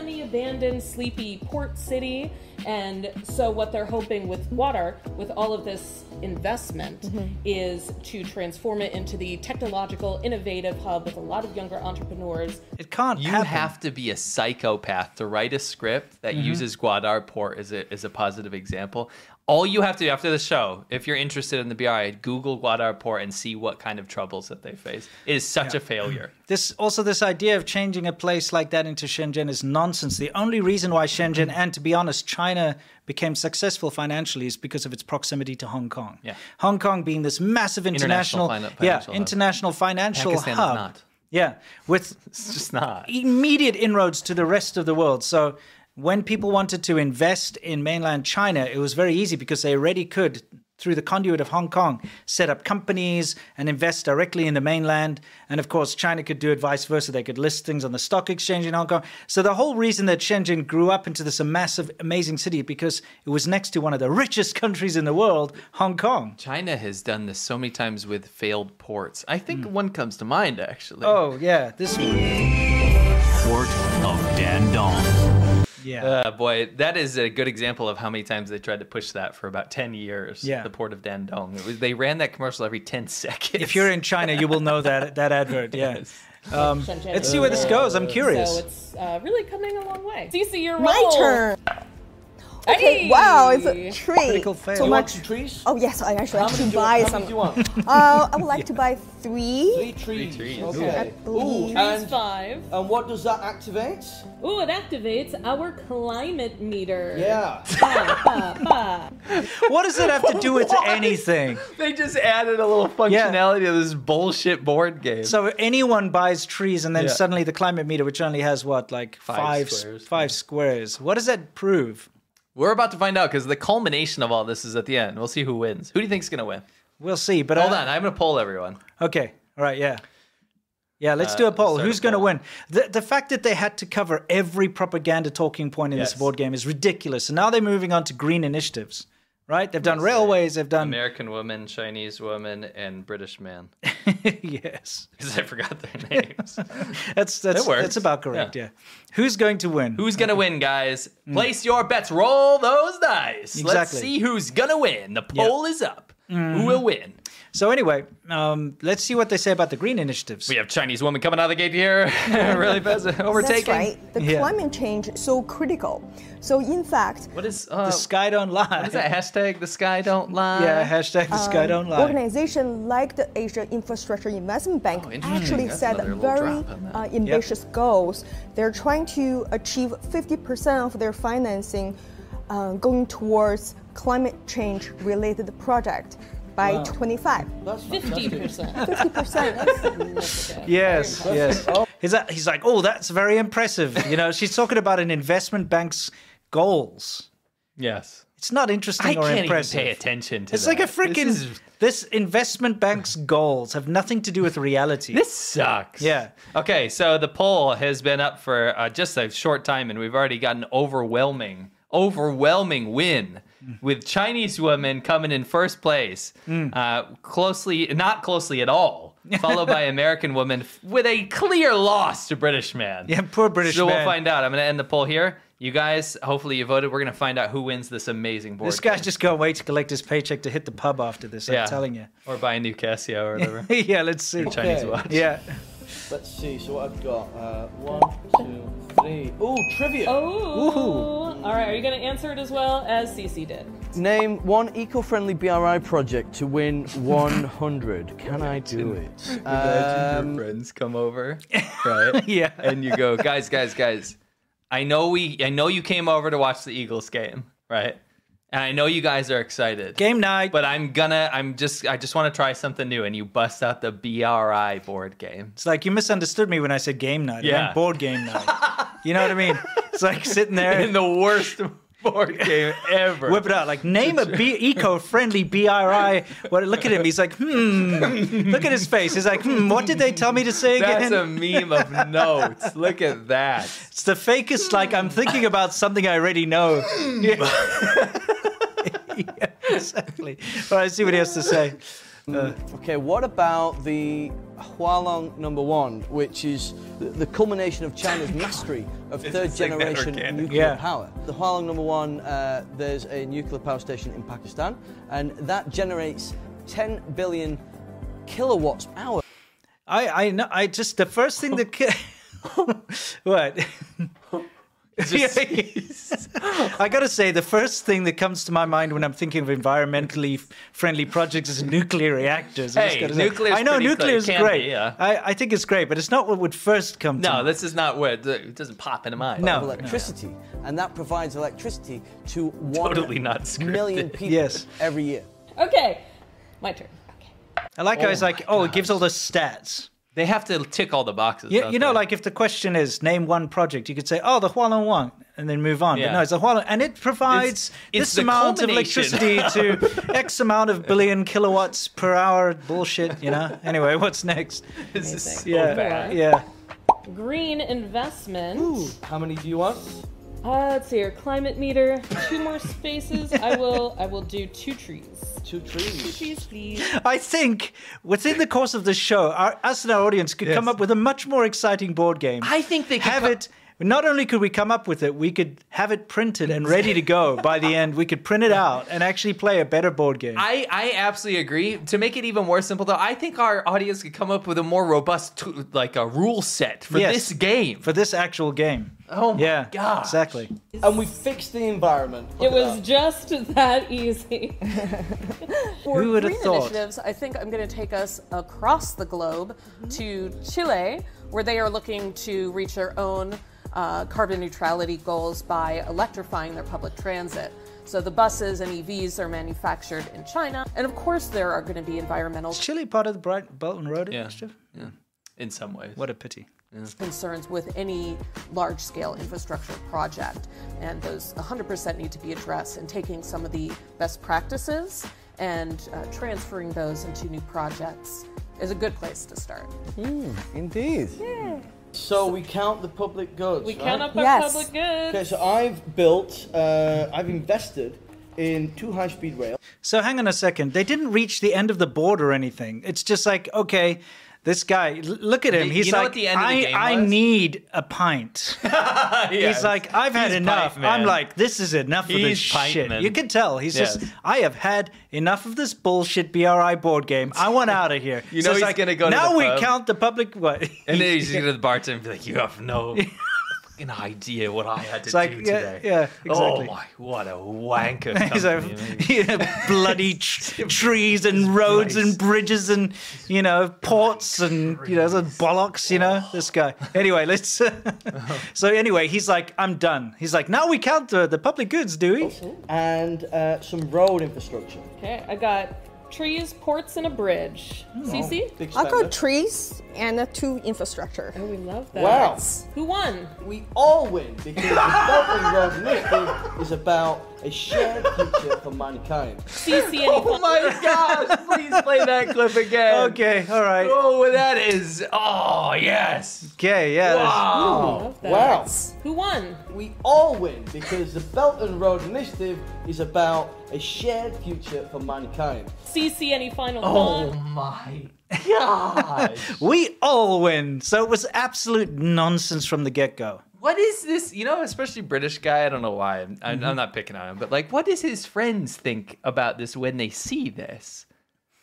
semi-abandoned, sleepy port city, and so what they're hoping with water, with all of this investment, is to transform it into the technological, innovative hub with a lot of younger entrepreneurs.
It can't.
You have to be a psychopath to write a script that
Mhm.
uses Guadar Port as a, as a positive example. all you have to do after the show, if you're interested in the BRI, Google Guadalajara Port and see what kind of troubles that they face. It is such a failure.
This also this idea of changing a place like that into Shenzhen is nonsense. The only reason why Shenzhen
Mm-hmm.
and to be honest China became successful financially is because of its proximity to Hong Kong.
Yeah.
Hong Kong being this massive international,
International fin- financial
yeah,
hub.
international financial
Pakistan is
hub.
not.
Yeah, with
it's just not
E
immediate inroads to the rest of the world. So when people wanted to invest in mainland China, it was very easy because they already could through the conduit of Hong Kong set up companies and invest directly in the mainland. And of course, China could do it vice versa. They could list things on the stock exchange in Hong Kong. So the whole reason that Shenzhen grew up into this massive, amazing city because it was next to one of the richest countries in the world, Hong Kong.
China has done this so many times with failed ports. I think
Mm.
one comes to mind actually.
Oh yeah, this one.
Port of Dandong.
Yeah.
Uh, boy, that is a good example of how many times they tried to push that for about 10 years.
Yeah.
The port of Dandong. It was, they ran that commercial every 10 seconds.
If you're in China, you will know that that advert. Yeah. Um,
Shenzhen
let's
is
see where this
big,
goes. I'm curious.
So it's uh, really coming a long way. CC, your
My
roll.
turn. Okay,
Hey.
wow, it's a tree.
Critical fail.
So
You
much.
want some
trees?
Oh yes, I actually
How
like
many
to
do-
buy
how
some.
many do you want?
Uh, I would like to buy three.
Three trees.
trees.
Okay.
Ooh. Ooh, trees
five.
And what does that activate?
Ooh, it activates our climate meter.
Yeah.
What does it have to do with anything?
They just added a little functionality to this bullshit board game.
So anyone buys trees, and then
Yeah.
suddenly the climate meter, which only has what, like
Five
five,
squares.
squares, five squares. What does that prove?
We're about to find out because the culmination of all this is at the end. We'll see who wins. Who do you think's going to win?
We'll see. But
Hold
I-
on. I'm going to poll everyone.
Okay. All right. Yeah. Yeah. Let's
Uh,
do a poll.
start
Who's
a
going to win? The the fact that they had to cover every propaganda talking point in this board game is ridiculous. And now they're moving on to green initiatives. Right? They've done railways. They've done
American woman, Chinese woman, and British man.
yes.
Because I forgot their names.
That's
That
that's
works.
that's about correct. Yeah. Who's going to win?
Who's gonna win, guys? Place your bets. Roll those dice. Let's
Exactly.
see who's gonna win. The
Yeah.
poll is up. Who will win?
So anyway, um, let's see what they say about the green initiatives.
We have Chinese woman coming out of the gate here, really fast, overtaking.
That's right. The climate change is so critical. So in fact,
What is uh,
the sky don't lie?
What is that hashtag? The sky don't lie.
Yeah, hashtag the sky
um,
don't lie.
Organization like the Asia Infrastructure Investment Bank
interesting.
actually
That's
set
another little
very
drop on that.
uh,
Yep.
ambitious goals. They're trying to achieve 50% of their financing uh, going towards climate change related project by
Wow.
25.
That's
Fifty percent.
50%.
Yes,
Very
yes.
impressive. Oh.
He's, like- he's like, oh, that's very impressive. You know, she's talking about an investment bank's goals.
Yes.
It's not interesting
I
or
can't even
impressive.
pay attention to
it's like a
that.
freaking. This,
This is-
investment bank's goals have nothing to do with reality.
This sucks.
Yeah.
Okay, so the poll has been up for uh, just a short time, and we've already got an overwhelming, overwhelming win
Mm.
with Chinese women coming in first place, uh, closely, not closely at all, followed by American woman f- with a clear loss to British man.
Yeah, poor British
so
man.
we'll find out. I'm going to end the poll here. You guys, hopefully you voted. We're going to find out who wins this amazing board.
This guy's just going away to collect his paycheck to hit the pub after this.
Yeah.
I'm telling you.
or buy a new Casio or whatever.
yeah, let's see.
Your Chinese
Okay.
watch.
Yeah.
Let's see. So what I've got uh, one, two, three. Ooh, trivia.
Oh.
Oh. All right. Are you gonna answer it as well as CC did?
Name one eco-friendly BRI project to win 100. Can I do it?
Imagine
Um,
your friends come over, right?
yeah.
And you go, guys, guys, guys. I know we, I know you came over to watch the Eagles game, right? And I know you guys are excited.
Game night.
But I'm gonna, I'm just, I just want to try something new. And you bust out the BRI board game.
It's like you misunderstood me when I said game night. I
Yeah.
meant board game night. you know what I mean? It's like sitting there
In the worst board game ever.
Whip it out. Like, name a B- eco friendly BRI. What, look at him. He's like, hmm. Look at his face. He's like, hmm, what did they tell me to say
That's
again?
a meme of notes. Look at that.
it's the fakest, like, I'm thinking about something I already know.
Hmm.
yeah. Yeah, exactly. All right, see what he has to say.
okay, what about the Hualong number one, which is the, the culmination of China's mastery of
It's
third
just like that
generation
organic.
nuclear
Yeah.
power? The Hualong number one, uh, there's a nuclear power station in Pakistan, and that generates 10 billion kilowatts per hour.
I, I, know, I just, the first thing that. Ki- what? I got to say, the first thing that comes to my mind when I'm thinking of environmentally f- friendly projects is nuclear reactors. I just
Hey,
gotta say.
nuclear's
I know
pretty
nuclear
clear.
is
Can be,
great.
yeah.
I, I think it's great, but it's not what would first come to
No, this is not where it doesn't pop into mind.
of
Oh,
electricity, and that provides electricity to one
Totally not scripted.
million people
Yes.
every year.
Okay, my turn.
I like
Oh
how it's like, oh, it gives all the stats.
They have to tick all the boxes.
You,
don't
you know, like if the question is name one project, you could say, oh, the Hualong Wang, and then move on. But
Yeah.
no, it's the Hualong, and it provides
it's
this
the
amount of electricity
culmination.
to X amount of billion kilowatts per hour. Bullshit, you know. Anyway, what's next?
This is so
yeah,
bad.
yeah.
Green investment.
How many do you want?
Uh, let's see here. Climate meter. Two more spaces. I will. I will do two trees.
Two trees.
Two trees, please.
I think within the course of the show, our, us and our audience could come up with a much more exciting board game. I
think they
could have it. Not only could we come up with it, we could have it printed and ready to go by the end. We could print it out and actually play a better board game.
I, I absolutely agree. To make it even more simple, though, I think our audience could come up with a more robust, t- like a rule set for
Yes.
this game.
For this actual game.
Oh my
yeah,
gosh.
Exactly.
And we fixed the environment.
It was just that easy. For
Who would've
green
thought?
initiatives, I think I'm going to take us across the globe to Chile, where they are looking to reach their own uh, carbon neutrality goals by electrifying their public transit. So the buses and EVs are manufactured in China, and of course there are going to be environmental
Chile part of the Bright Bolton Road initiative.
Yeah, in some ways.
What a pity.
concerns with any large scale infrastructure project. And those 100% need to be addressed and taking some of the best practices and uh, transferring those into new projects is a good place to start.
indeed. So we count the public goods.
We
right?
count up our public goods.
Okay, so I've built, uh, I've invested in two high-speed rail.
So hang on a second. They didn't reach the end of the board or anything. It's just like, okay, this guy, l- look at him.
You
He's
know
like,
what the end of the
I,
game
I
was?"
need a pint.
Yes.
He's like, I've had
He's
enough.
pipe
I'm
man.
like, this is enough of this
He's pipe
shit.
man.
You can tell. He's
Yes.
just, I have had enough of this bullshit BRI board game. I want out of here.
You know
it's
he's
like,
gonna go to
Now
the
we
pub."
count the public. What?
And then he's going to the bartender and be like, you have no fucking idea what I had to
It's like,
do
yeah,
today.
yeah,
Oh
exactly.
my, what a wanker.
He's
company,
like, yeah, bloody tr- trees and roads and bridges and you know ports and you know those bollocks. You know this guy. Anyway, let's. so anyway, he's like, I'm done. He's like, now we count the, the public goods, do we?
And uh, some road infrastructure.
Okay, I got trees, ports, and a bridge.
Hmm.
Cece?
Oh,
I got trees and uh, two infrastructure. Oh,
we love
Wow.
Who won?
We all win because the Dublin Road Initiative is about a shared future for mankind.
Cece, any
Oh my gosh, please play that clip again.
Okay, all right.
Oh, that is, oh, yes.
Okay, yeah. there's-
Wow.
Wow.
Who won?
We all win because the Belt and Road Initiative is about a shared future for mankind.
Cece, any final
Oh
thought?
my God.
We all win. So it was absolute nonsense from the get go.
What is this? You know, especially British guy. I don't know why. I'm, I'm,
Mm-hmm.
I'm not picking on him, but like, what does his friends think about this when they see this?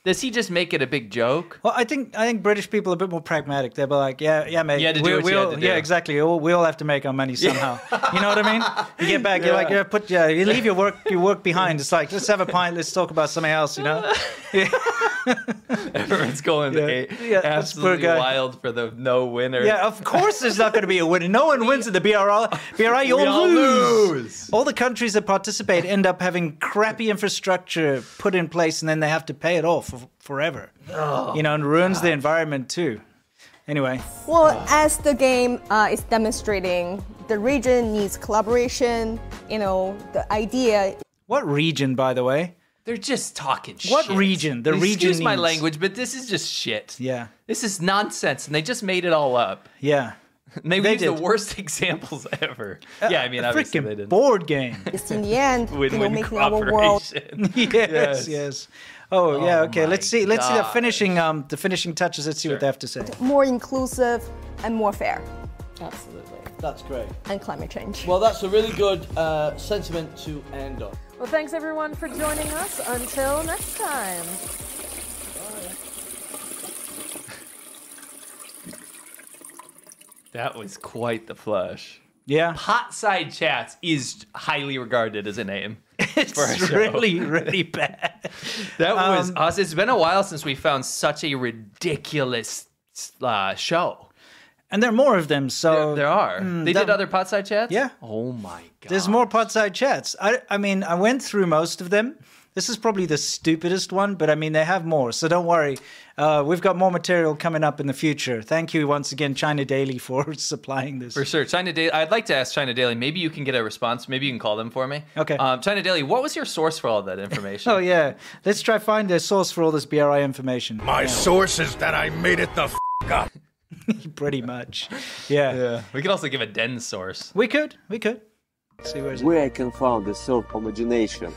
Does he just make it a big joke?
Well, I think I think British people are a bit more pragmatic. They're like, yeah, yeah, mate.
You had to do
we,
what
we
you had
all,
to do.
Yeah, exactly. We all, we all have to make our money somehow. you know what I mean? You get back, you're like,
Yeah.
yeah, put, yeah, you leave your work, your work behind. It's like, let's have a pint, let's talk about something else. You know?
Everyone's going
yeah,
a-
that's poor
absolutely
guy.
wild for the no winner.
Yeah, of course there's not going to be a winner. No one wins at the BRL. BRI, you
We
all,
all
lose.
lose.
All the countries that participate end up having crappy infrastructure put in place, and then they have to pay it off for, forever.
Oh,
you know, and ruins the environment too. Anyway,
Well, as the game uh, is demonstrating, the region needs collaboration. You know, the idea
what region, by the way?
They're just talking shit.
What region? The region
Excuse my
needs-
language, but this is just shit.
Yeah,
This is nonsense, and they just made it all up.
yeah.
And they,
They
used
did.
the worst examples ever. yeah, I mean,
a
obviously they
freaking
didn't.
board game.
is in the end, you know,
Win-win
making our world
cooperation.
yes, yes, Oh, yeah. Okay, let's see. Let's see the
gosh.
finishing um the finishing touches. Let's see what they have to say.
more inclusive and more fair
Absolutely.
That's great.
and climate change.
Well, that's a really good uh, sentiment to end on.
Well, thanks everyone for joining us. Until next time.
That was quite the flush.
Yeah.
Hot Side Chats is highly regarded as a name.
It's
for a show.
really, really bad. Um,
That was us. It's been a while since we found such a ridiculous uh, show.
And there are more of them, so
there, are.
Mm,
they
that-
did other pot side chats.
Yeah.
Oh my god.
There's more podside chats. I, I mean, I went through most of them. This is probably the stupidest one, but I mean, they have more, so don't worry. Uh, we've got more material coming up in the future. Thank you once again, China Daily, for supplying this.
For sure, China Daily. I'd like to ask China Daily. Maybe you can get a response. Maybe you can call them for me.
Okay.
Um, China Daily, what was your source for all that information?
Oh, yeah. Let's try find their source for all this BRI information.
My
Yeah.
source is that I made it the f up.
Pretty much. Yeah.
yeah. We could also give a den source.
We could. We could. See where's it.
Where I can find the self-imagination.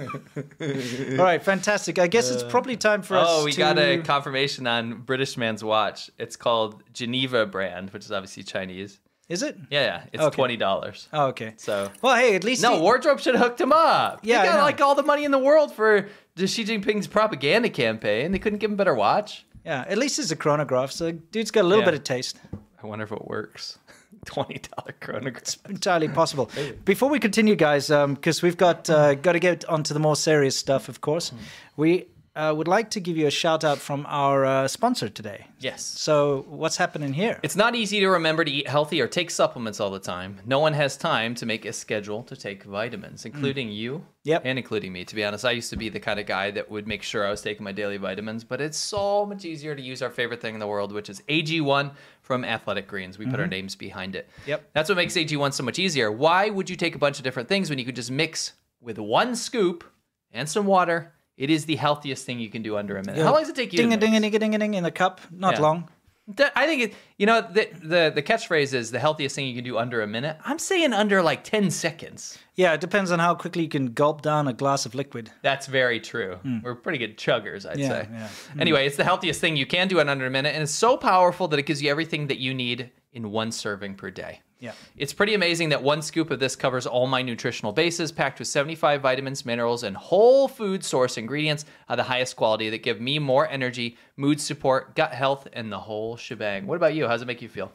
All right, fantastic. I guess it's probably time for us
oh, we
to...
got a confirmation on British Man's Watch. It's called Geneva brand, which is obviously Chinese.
Is it?
Yeah, yeah. It's
Okay.
twenty dollars.
Oh, okay.
So
Well, hey, at least
no
he-
wardrobe should have hooked him up.
Yeah, I
they got
know.
like all the money in the world for the Xi Jinping's propaganda campaign. They couldn't give him a better watch.
Yeah, at least it's a chronograph, so dude's got a little
Yeah.
bit of taste.
I wonder if it works. Twenty dollar chronograph.
entirely possible. Before we continue, guys, because we've got uh, got to get onto the more serious stuff, of course.
Hmm.
We uh, would like to give you a shout out from our uh, sponsor today.
Yes.
So, what's happening here?
It's not easy to remember to eat healthy or take supplements all the time. No one has time to make a schedule to take vitamins, including you
Mm. Yep.
and including me. To be honest, I used to be the kind of guy that would make sure I was taking my daily vitamins, but it's so much easier to use our favorite thing in the world, which is AG1 from Athletic Greens. We put our
Mhm.
names behind it.
Yep.
That's what makes AG1 so much easier. Why would you take a bunch of different things when you could just mix with one scoop and some water? It is the healthiest thing you can do under a minute. How long does it take you? to
Ding a
make?
ding a ding a ding a ding in the cup. Not
Yeah.
long.
That- I think it, you know the, the the catchphrase is the healthiest thing you can do under a minute. I'm saying under like ten seconds.
Yeah, it depends on how quickly you can gulp down a glass of liquid.
That's very true. We're pretty good chuggers, I'd
Hmm. Yeah,
say.
yeah. Hmm.
Anyway, it's the healthiest thing you can do in under a minute, and it's so powerful that it gives you everything that you need in one serving per day.
Yeah.
It's pretty amazing that one scoop of this covers all my nutritional bases, packed with 75 vitamins, minerals, and whole food source ingredients of the highest quality that give me more energy, mood support, gut health, and the whole shebang. What about you? How does it make you feel?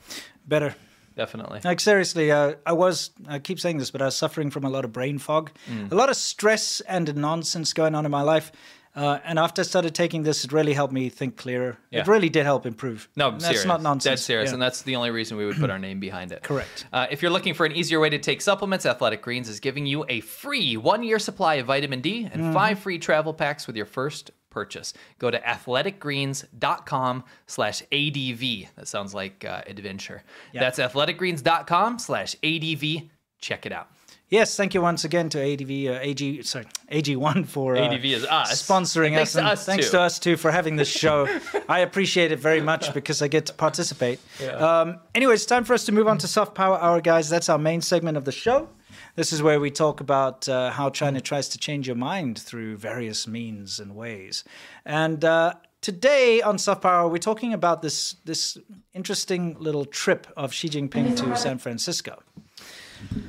Better.
Definitely.
Like seriously, uh, I was I keep saying this, but I was suffering from a lot of brain fog,
Mm.
a lot of stress and nonsense going on in my life. Uh, and after I started taking this, it really helped me think clearer. It
Yeah.
really did help improve.
No,
And
serious.
that's not nonsense.
Dead serious,
Yeah.
and that's the only reason we would put our name behind it.
Correct.
Uh, if you're looking for an easier way to take supplements, Athletic Greens is giving you a free one-year supply of vitamin D and
Mhm.
five free travel packs with your first purchase. Go to athleticgreens.com slash ADV. That sounds like uh, adventure.
Yeah.
That's athleticgreens.com slash ADV. Check it out.
Yes, thank you once again to ADV, uh, AG, sorry, AG1 for uh,
ADV is us.
sponsoring
And thanks
us.
to
and
us,
thanks
too.
to us too for having this show. I appreciate it very much because I get to participate.
Yeah.
Um, anyway, it's time for us to move on to Soft Power Hour, guys. That's our main segment of the show. This is where we talk about uh, how China tries to change your mind through various means and ways. And uh, today on Soft Power, we're talking about this this interesting little trip of Xi Jinping to San Francisco.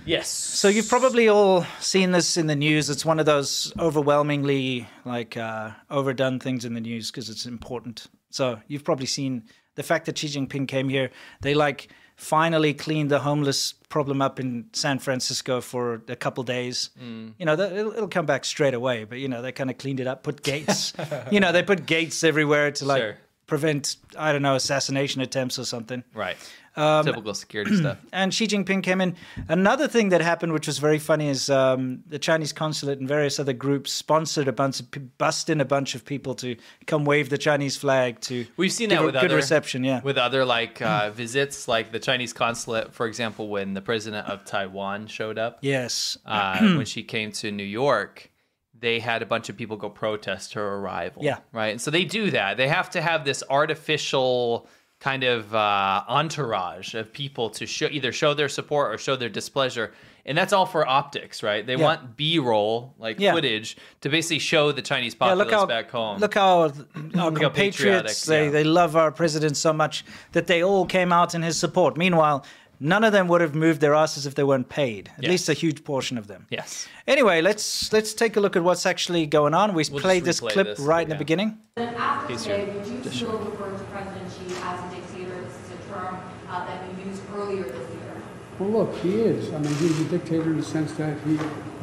Yes.
So you've probably all seen this in the news. It's one of those overwhelmingly like uh, overdone things in the news because it's important. So you've probably seen the fact that Xi Jinping came here. They like finally cleaned the homeless problem up in San Francisco for a couple days. You know, that, it'll, it'll come back straight away. But you know, they kind of cleaned it up, put gates. you know, they put gates everywhere to like
Sure.
prevent I don't know assassination attempts or something.
Right.
Um,
Typical security stuff.
and Xi Jinping came in. Another thing that happened, which was very funny, is um, the Chinese consulate and various other groups sponsored a bunch of pe- bussed in a bunch of people to come wave the Chinese flag to.
We've seen
give
that
a
with
good
other
reception. Yeah,
with other like uh, visits, like the Chinese consulate, for example, when the president of Taiwan showed up.
Yes.
uh, when she came to New York, they had a bunch of people go protest her arrival.
Yeah.
right. And so they do that. They have to have this artificial kind of uh, entourage of people to show either show their support or show their displeasure. And that's all for optics, right? They
Yeah.
want B-roll, like
Yeah.
footage, to basically show the Chinese
Yeah,
populace back home.
Look how our
Look how patriotic,
compatriots they, they love our president so much that they all came out in his support. Meanwhile, none of them would have moved their asses if they weren't paid. At
Yes.
least a huge portion of them.
Yes.
Anyway, let's let's take a look at what's actually going on. We
We'll just
played this
replay
clip
this,
right in the
yeah.
beginning.
Then after
He's
today,
here.
would you
Just
still refer to President Xi as a dictator? This is a term uh, that you used earlier this year.
Well, look, he is. I mean, he's a dictator in the sense that he,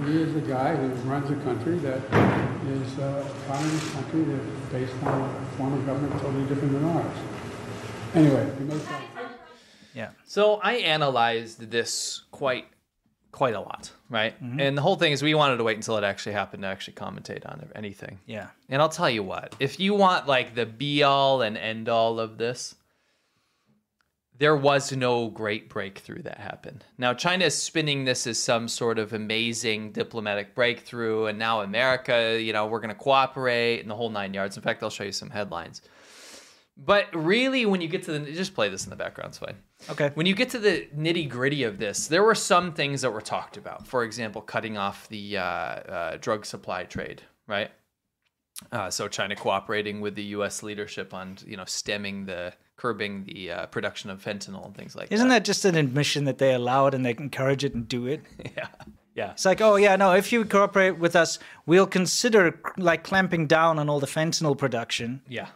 he is a guy who runs a country that is uh, a communist country that's based on a form of government totally different than ours. Anyway, it makes sense.
Yeah.
So I analyzed this quite quite a lot, right?
Mhm.
And the whole thing is we wanted to wait until it actually happened to actually commentate on anything.
Yeah.
And I'll tell you what, if you want like the be all and end all of this, there was no great breakthrough that happened. Now, China is spinning this as some sort of amazing diplomatic breakthrough, and now America, you know, we're going to cooperate and the whole nine yards. In fact, I'll show you some headlines. But really, when you get to the, just play this in the background, it's fine.
Okay.
When you get to the nitty gritty of this, there were some things that were talked about. For example, cutting off the uh, uh, drug supply trade, right? Uh, so China cooperating with the U.S. leadership on, you know, stemming the curbing the uh, production of fentanyl and things like
Isn't that just an admission that they allow it and they encourage it and do it?
Yeah. Yeah.
It's like, oh yeah, no, if you cooperate with us, we'll consider like clamping down on all the fentanyl production
Yeah.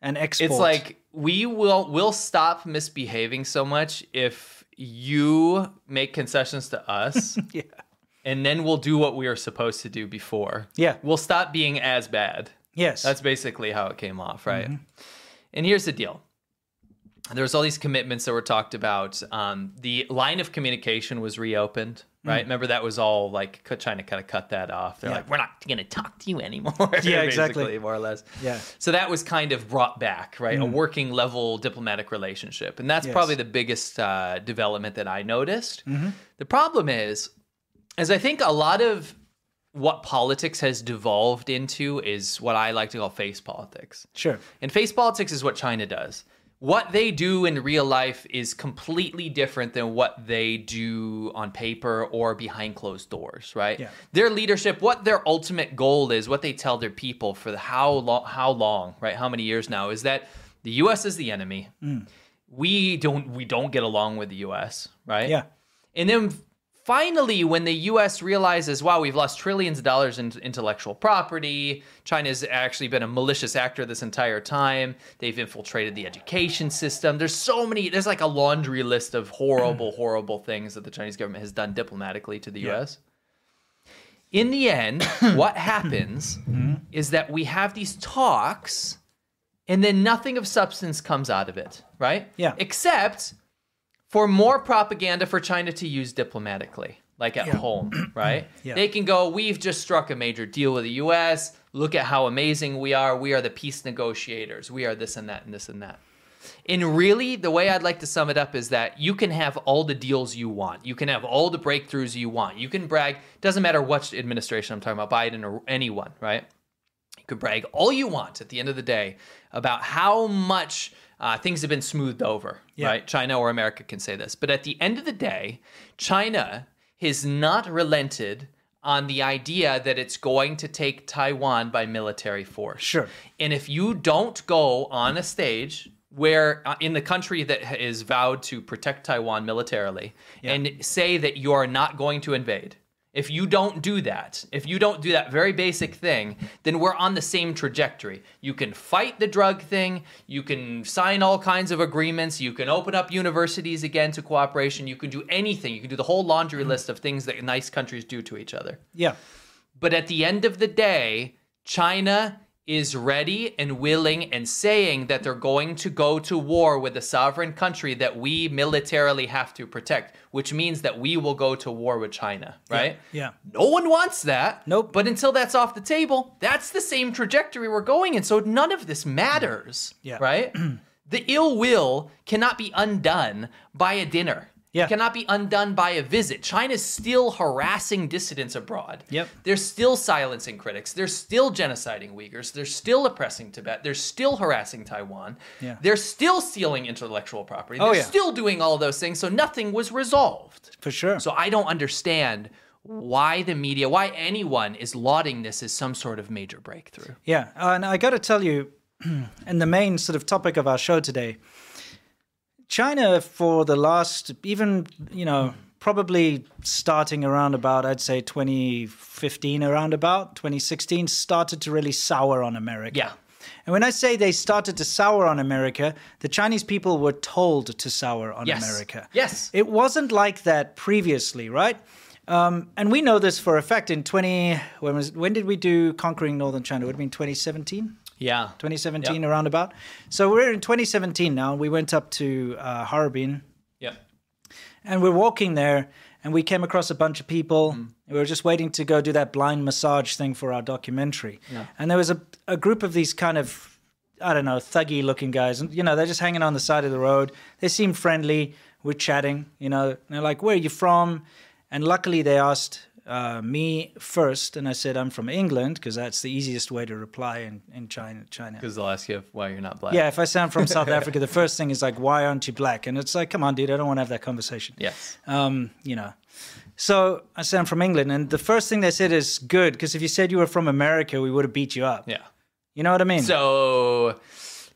and export.
It's like we will will stop misbehaving so much if you make concessions to us.
yeah.
And then we'll do what we are supposed to do before.
Yeah.
We'll stop being as bad.
Yes.
That's basically how it came off, right?
Mhm.
And here's the deal. There's all these commitments that were talked about. Um, the line of communication was reopened, right?
Mm.
Remember that was all like cut- China kind of cut that off. They're
Yeah.
like, we're not going to talk to you anymore.
Yeah, exactly.
basically, More or less.
Yeah.
So that was kind of brought back, right? A
Mm.
working level diplomatic relationship. And that's
Yes.
probably the biggest uh, development that I noticed.
Mhm.
The problem is, is I think a lot of what politics has devolved into is what I like to call face politics.
Sure.
And face politics is what China does. What they do in real life is completely different than what they do on paper or behind closed doors, right?
Yeah.
Their leadership, what their ultimate goal is, what they tell their people for the how long, how long, right? How many years now is that the U.S. is the enemy.
Mm.
We don't we don't get along with the U.S. Right?
Yeah.
And then finally, when the U.S. realizes, wow, we've lost trillions of dollars in intellectual property, China's actually been a malicious actor this entire time. They've infiltrated the education system. There's so many. There's like a laundry list of horrible, horrible things that the Chinese government has done diplomatically to the
Yeah.
U.S. In the end, what happens
Mm-hmm.
is that we have these talks and then nothing of substance comes out of it, right?
Yeah.
Except for more propaganda for China to use diplomatically, like at home, right?
Yeah.
They can go, we've just struck a major deal with the US. Look at how amazing we are. We are the peace negotiators. We are this and that and this and that. And really, the way I'd like to sum it up is that you can have all the deals you want. You can have all the breakthroughs you want. You can brag. Doesn't matter which administration I'm talking about, Biden or anyone, right? You can brag all you want at the end of the day about how much uh, things have been smoothed over,
Yeah.
right? China or America can say this. But at the end of the day, China has not relented on the idea that it's going to take Taiwan by military force.
Sure.
And if you don't go on a stage where uh, in the country that is vowed to protect Taiwan militarily and say that you are not going to invade, if you don't do that, if you don't do that very basic thing, then we're on the same trajectory. You can fight the drug thing, you can sign all kinds of agreements, you can open up universities again to cooperation, you can do anything, you can do the whole laundry list of things that nice countries do to each other.
yeah.
But at the end of the day, China is ready and willing and saying that they're going to go to war with a sovereign country that we militarily have to protect, which means that we will go to war with China, right?
Yeah.
No one wants that. Nope. But until that's off the table, that's the same trajectory we're going in. So none of this matters.
Yeah.
Right? the ill will cannot be undone by a dinner.
Yeah.
It cannot be undone by a visit. China's still harassing dissidents abroad.
Yep.
They're still silencing critics. They're still genociding Uyghurs. They're still oppressing Tibet. They're still harassing Taiwan.
Yeah.
They're still stealing intellectual property. They're
Oh, yeah.
still doing all those things. So nothing was resolved.
For sure.
So I don't understand why the media, why anyone is lauding this as some sort of major breakthrough.
Yeah, and I got to tell you, and the main sort of topic of our show today, China for the last even you know probably starting around about I'd say 2015 around about 2016 started to really sour on America.
Yeah.
And when I say they started to sour on America, the Chinese people were told to sour on
Yes.
America.
Yes.
It wasn't like that previously, right? Um, and we know this for a fact. In 20, when, was, when did we do Conquering Northern China? It would have been 2017?
Yeah.
2017 around about. So we're in 2017 now. We went up to uh, Harbin
Yep.
and we're walking there and we came across a bunch of people. We were just waiting to go do that blind massage thing for our documentary.
Yeah.
And there was a, a group of these kind of, I don't know, thuggy looking guys. And, you know, they're just hanging on the side of the road. They seem friendly. We're chatting, you know. And they're like, where are you from? And luckily they asked uh, me first. And I said, I'm from England because that's the easiest way to reply in, in China. China.
Because they'll ask you why you're not black.
Yeah, if I sound from South Africa, the first thing is like, why aren't you black? And it's like, come on, dude, I don't want to have that conversation.
Yes.
Um, you know. So I said I'm from England, and the first thing they said is good, because if you said you were from America, we would have beat you up.
Yeah.
You know what I mean?
So,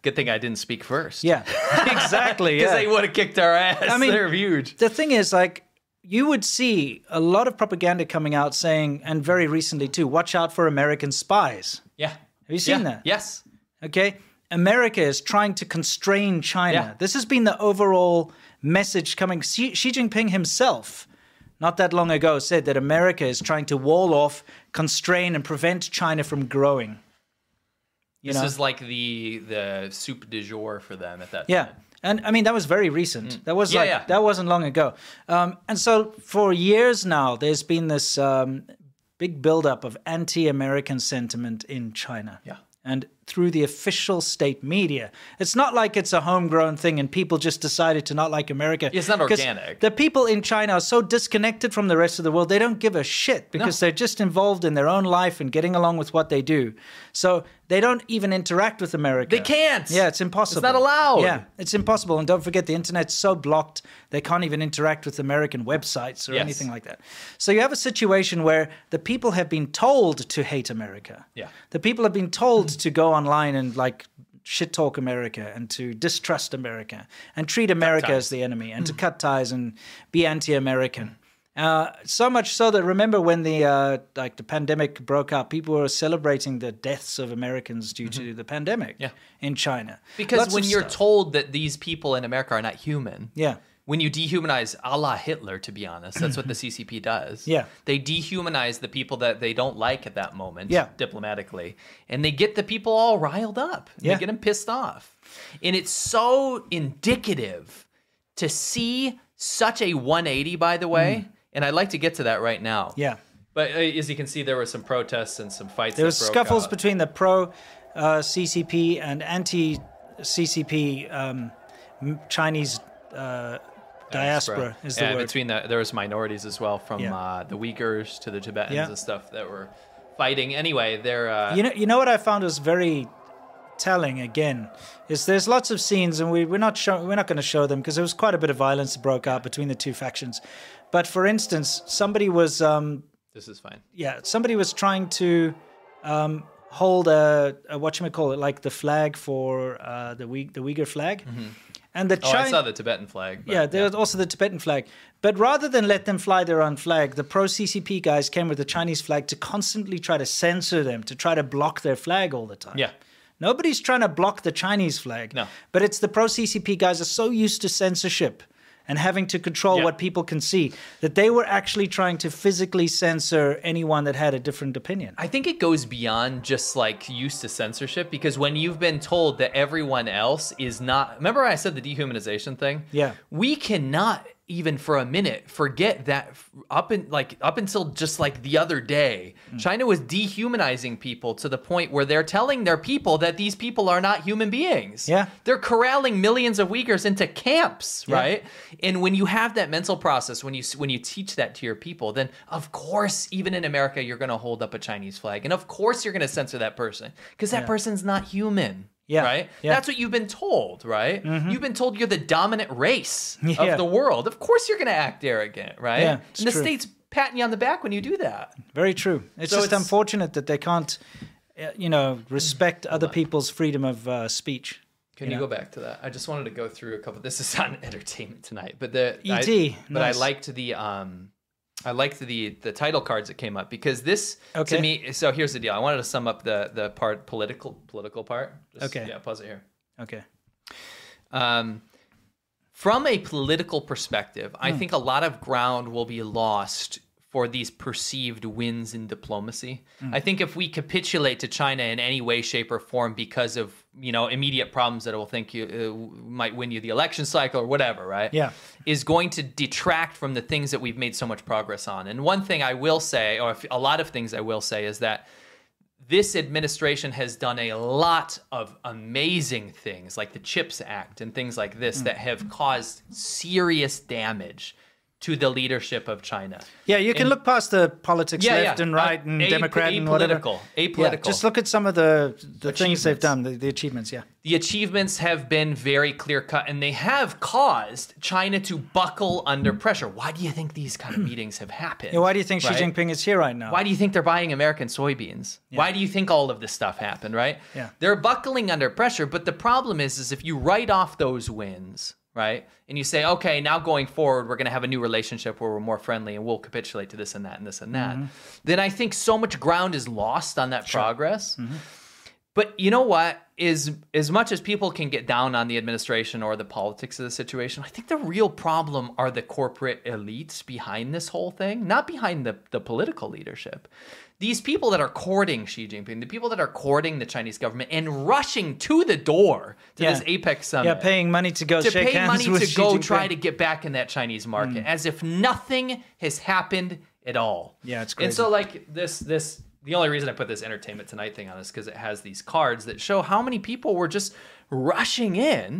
good thing I didn't speak first.
yeah. exactly.
Because
yeah.
they would have kicked our ass.
I mean,
they're huge.
The thing is, like, you would see a lot of propaganda coming out saying, and very recently too, watch out for American spies.
Yeah.
Have you seen
Yeah.
that?
Yes.
Okay. America is trying to constrain China.
Yeah.
This has been the overall message coming. Xi, Xi Jinping himself, not that long ago, said that America is trying to wall off, constrain, and prevent China from growing. You
this
know?
is like the the soup du jour for them at that.
Yeah. And I mean that was very recent. That was
Mm. Yeah,
like
yeah.
that wasn't long ago. Um, and so for years now, there's been this um, big buildup of anti-American sentiment in China.
Yeah.
And through the official state media, it's not like it's a homegrown thing and people just decided to not like America.
It's not
'Cause
organic.
The people in China are so disconnected from the rest of the world; they don't give a shit because they're just involved in their own life and getting along with what they do. So they don't even interact with America.
They can't.
Yeah, it's impossible.
not allowed.
Yeah, it's impossible. And don't forget, the internet's so blocked they can't even interact with American websites or
Yes.
anything like that. So you have a situation where the people have been told to hate America.
Yeah.
The people have been told
Hmm.
to go online and like shit talk America and to distrust America and treat America as the enemy and to
Hmm.
cut ties and be anti-American. Uh, so much so that remember when the uh, like the pandemic broke out, people were celebrating the deaths of Americans due to the pandemic in China.
Mm-hmm. Because
Lots
when
of
you're
stuff.
told that these people in America are not human,
yeah,
when you dehumanize a la Hitler, to be honest, that's what the CCP does.
Yeah.
They dehumanize the people that they don't like at that moment,
Yeah.
diplomatically, and they get the people all riled up. and
Yeah.
They get them pissed off. And it's so indicative to see such a 180, by the way. And I'd like to get to that right now.
Mm. yeah.
But uh, as you can see, there were some protests and some fights.
There
that
was
broke
scuffles
out.
between the pro uh, CCP and anti CCP um, m- Chinese uh, diaspora. Is the
yeah,
word.
between the there was minorities as well from
Yeah.
uh, the Uyghurs to the Tibetans
Yeah.
and stuff that were fighting. Anyway, they're uh,
you know, you know what I found was very telling. Again, is there's lots of scenes, and we we're not show, we're not going to show them because there was quite a bit of violence that broke out between the two factions. But for instance, somebody was um,
this is fine.
yeah, somebody was trying to um, hold a, a what call it, like the flag for uh, the Uy- the Uyghur flag, and the
Oh, I
Chinese.
saw the Tibetan flag. but-
yeah, there was also the Tibetan flag. But rather than let them fly their own flag, the pro CCP guys came with the Chinese flag to constantly try to censor them, to try to block their flag all the time.
Yeah.
Nobody's trying to block the Chinese flag. No. But it's the pro CCP guys are so used to censorship and having to control what people can see that they were actually trying to physically censor anyone that had a different opinion.
I think it goes beyond just like used to censorship because when you've been told that everyone else is not. Remember, I said the dehumanization thing.
Yeah.
we cannot even for a minute forget that f- up in like up until just like the other day
Mm.
china was dehumanizing people to the point where they're telling their people that these people are not human beings
Yeah.
they're corralling millions of uyghurs into camps
Yeah.
right and when you have that mental process when you s- when you teach that to your people then of course even in america you're going to hold up a chinese flag and of course you're going to censor that person because that
Yeah.
person's not human
Yeah.
right
Yeah.
that's what you've been told right
Mhm.
you've been told you're the dominant race
Yeah.
of the world. Of course, you're going to act arrogant, right?
Yeah, it's
and the
true.
state's patting you on the back when you do that.
Very true. It's
So
just
it's-
unfortunate that they can't, uh, you know, respect other people's freedom of uh, speech.
Can you,
know?
go back to that? I just wanted to go through a couple. This is on entertainment tonight, but the
ET,
I- but
E nice.
I liked the um, I liked the the title cards that came up because this
Okay.
to me. So here's the deal. I wanted to sum up the the part political political part.
Okay.
Yeah. Pause it here.
Okay.
Um, from a political perspective, I
Hmm.
think a lot of ground will be lost for these perceived wins in diplomacy.
Hmm.
I think if we capitulate to China in any way, shape, or form because of you know immediate problems that it will think you uh, might win you the election cycle or whatever, right?
Yeah.
is going to detract from the things that we've made so much progress on. And one thing I will say, or a lot of things I will say, is that this administration has done a lot of amazing things, like the CHIPS Act and things like
Mm.
this, that have caused serious damage to the leadership of China.
Yeah, you can
And-
look past the politics
Yeah,
left
yeah. Uh,
and right and
A-
Democrat and whatever.
apolitical,
Yeah,
apolitical.
just look at some of the the things they've done, the, the achievements. Yeah.
the achievements have been very clear cut and they have caused China to buckle under pressure. Why do you think these kind of meetings have happened?
Hmm. Yeah, why do you think
right?
Xi Jinping is here right now?
Why do you think they're buying American soybeans? Why do you think all of this stuff happened, right?
Yeah.
They're buckling under pressure, but the problem is is if you write off those wins, right? And you say, "Okay, now going forward, we're going to have a new relationship where we're more friendly and we'll capitulate to this and that and this and that."
Mhm.
Then I think so much ground is lost on that progress. But you know what? Is as much as people can get down on the administration or the politics of the situation, I think the real problem are the corporate elites behind this whole thing, not behind the, the political leadership. These people that are courting Xi Jinping, the people that are courting the Chinese government and rushing to the door to
Yeah.
this apex summit
Yeah, paying money to go
to
shake
pay
hands
money
with
to
Xi
go
Jinping.
try to get back in that Chinese market,
Mm.
as if nothing has happened at all.
Yeah, it's
And so, like this, this the only reason I put this Entertainment Tonight thing on is because it has these cards that show how many people were just rushing in.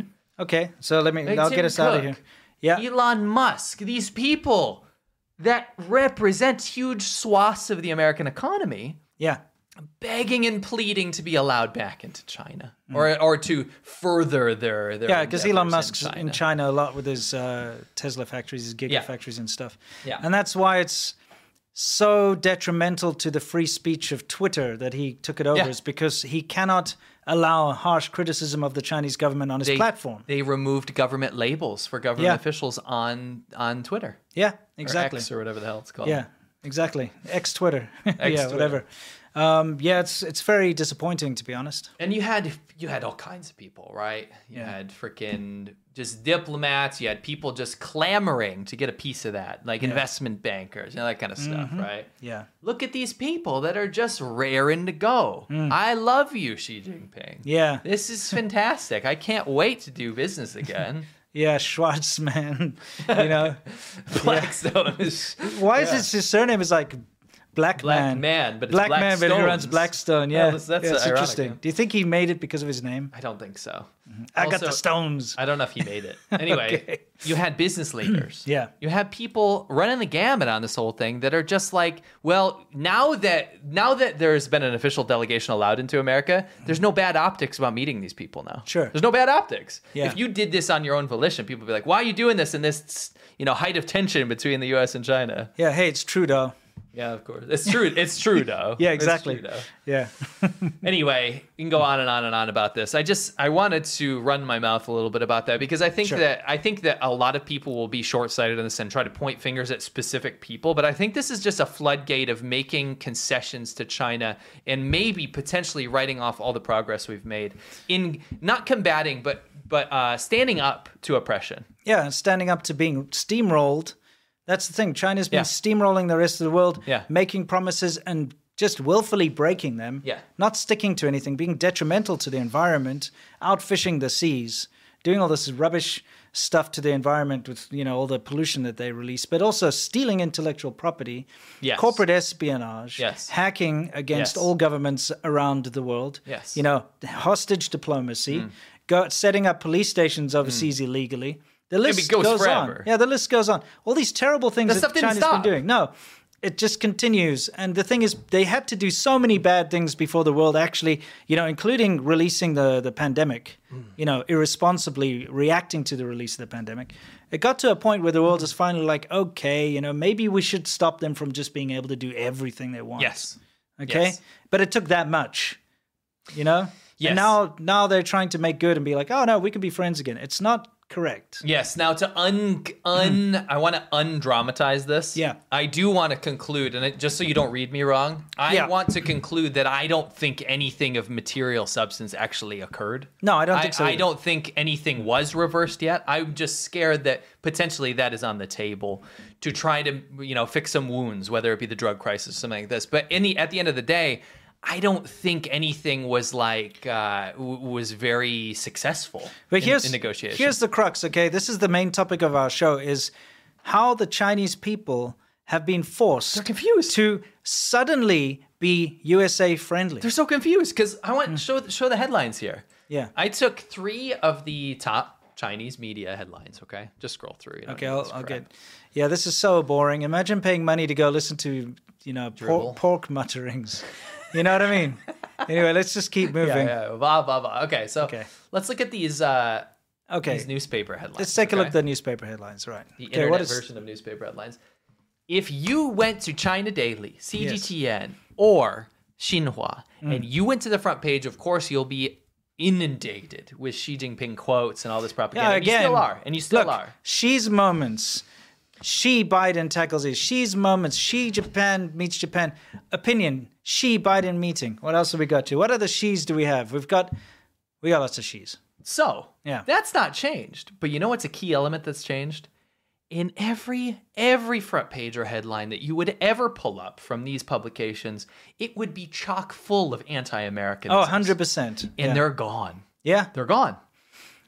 Okay, so let me.
Like
I'll
Tim
get us out of
Cook,
here. Yeah.
Elon Musk, these people that represent huge swaths of the American economy,
Yeah.
begging and pleading to be allowed back into China or or to further their, their
Mm. yeah, because Elon
endeavors in
Musk's in China a lot with his uh, Tesla factories, his gigafactories and stuff.
Yeah.
And that's why it's so detrimental to the free speech of Twitter that he took it over,
Yeah.
is because he cannot allow harsh criticism of the Chinese government on his
they,
platform.
They removed government labels for government
Yeah.
officials on on Twitter.
Yeah,
Or
exactly.
X Or, whatever the hell it's called.
Yeah, exactly. Ex Twitter. yeah,
Ex-Twitter.
whatever. Um, yeah, it's it's very disappointing to be honest.
And you had you had all kinds of people, right? You had freaking just diplomats. You had people just clamoring to get a piece of that, like
Yeah.
investment bankers, you know, that kind of stuff,
Mhm.
right?
Yeah.
Look at these people that are just raring to go. I love you, Xi Jinping.
Mm. Yeah.
This is fantastic. I can't wait to do business again.
Yeah, Schwartz, man. You know,
Blackstone is.
Why is
Yeah.
his, his surname is like Black,
Black
Man?
Man, but it's
Black Man, but he runs
Blackstones.
Blackstone.
Yeah,
Yeah,
that's- that's
Yeah, it's
ironic,
interesting.
yeah.
Do you think he made it because of his name?
I don't think so.
I got the
Also-
stones.
I don't know if he made it. Anyway,
Okay.
you had business leaders.
Yeah.
You had people running the gamut on this whole thing that are just like, well, now that now that there's been an official delegation allowed into America, there's no bad optics about meeting these people now.
Sure.
There's no bad optics.
Yeah.
If you did this on your own volition, people would be like, why are you doing this in this, you know, height of tension between the US and China?
Yeah, hey, it's Trudeau.
Yeah, of course. It's true. It's true though.
Yeah,
It's
exactly.
Trudeau
Yeah,
anyway, you can go on and on and on about this. I just I wanted to run my mouth a little bit about that because I think
Sure.
that I think that a lot of people will be short-sighted on this and try to point fingers at specific people, but I think this is just a floodgate of making concessions to China and maybe potentially writing off all the progress we've made in not combating but but uh, standing up to oppression.
yeah, and standing up to being steamrolled. That's the thing. China's been
Yeah.
steamrolling the rest of the world,
Yeah.
making promises and just willfully breaking them.
Yeah.
not sticking to anything, being detrimental to the environment, outfishing the seas, doing all this rubbish stuff to the environment with you know all the pollution that they release, but also stealing intellectual property,
Yes.
corporate espionage,
Yes.
hacking against
Yes.
all governments around the world.
Yes. Mm.
you know hostage diplomacy, go, setting up police stations overseas illegally. The
Maybe
list
goes
goes on.
forever.
Yeah, the list goes on. All these terrible things
That
that
stuff didn't
China's
stop.
been doing. No, it just continues. And the thing is, they had to do so many bad things before the world actually, you know, including releasing the the pandemic,
Mm.
you know, irresponsibly reacting to the release of the pandemic. It got to a point where the world
Mm.
is finally like, okay, you know, maybe we should stop them from just being able to do everything they want.
Yes.
Okay.
Yes.
But it took that much, you know.
Yes.
And now, now they're trying to make good and be like, oh no, we can be friends again. It's not Correct.
Yes. Now to un un, I want to undramatize this.
Mm-hmm. Yeah.
I do want to conclude, and it, just so you don't read me wrong, I
Yeah.
want to conclude that I don't think anything of material substance actually occurred.
No, I don't think so
I
either.
don't think anything was reversed yet. I'm just scared that potentially that is on the table to try to you know fix some wounds, whether it be the drug crisis, something like this. But any at the end of the day. I don't think anything was like uh, w- was very successful
But
in,
here's
in negotiation.
here's the crux. Okay, this is the main topic of our show: is how the Chinese people have been forced to suddenly be USA friendly.
They're so confused because I want show show the headlines here.
Hmm. Yeah.
I took three of the top Chinese media headlines. Okay, just scroll through. you don't
Okay,
need
I'll,
to
I'll
scroll.
get. Yeah, this is so boring. Imagine paying money to go listen to you know
Dribble.
por- pork mutterings. You know what I mean? anyway, let's just keep moving.
Yeah, yeah, blah blah blah. Okay, so let's look at these. Uh,
Okay.
these newspaper headlines.
Let's take a look at
okay?
the newspaper headlines. Right. okay,
The internet
what is
version of newspaper headlines. If you went to China Daily, CGTN,
Yes.
or Xinhua,
Mm.
and you went to the front page, of course you'll be inundated with Xi Jinping quotes and all this propaganda.
Yeah,
And you
again.
still are, and you still
look,
are.
She's moments. She Biden tackles it. She's moments. She Japan meets Japan. Opinion. She Biden meeting. What else have we got to? What other she's do we have? We've got we got lots of she's.
So
yeah,
that's not changed. But you know what's a key element that's changed? In every every front page or headline that you would ever pull up from these publications, it would be chock full of anti-American.
Oh, 100 percent. And
they're gone.
Yeah,
they're gone.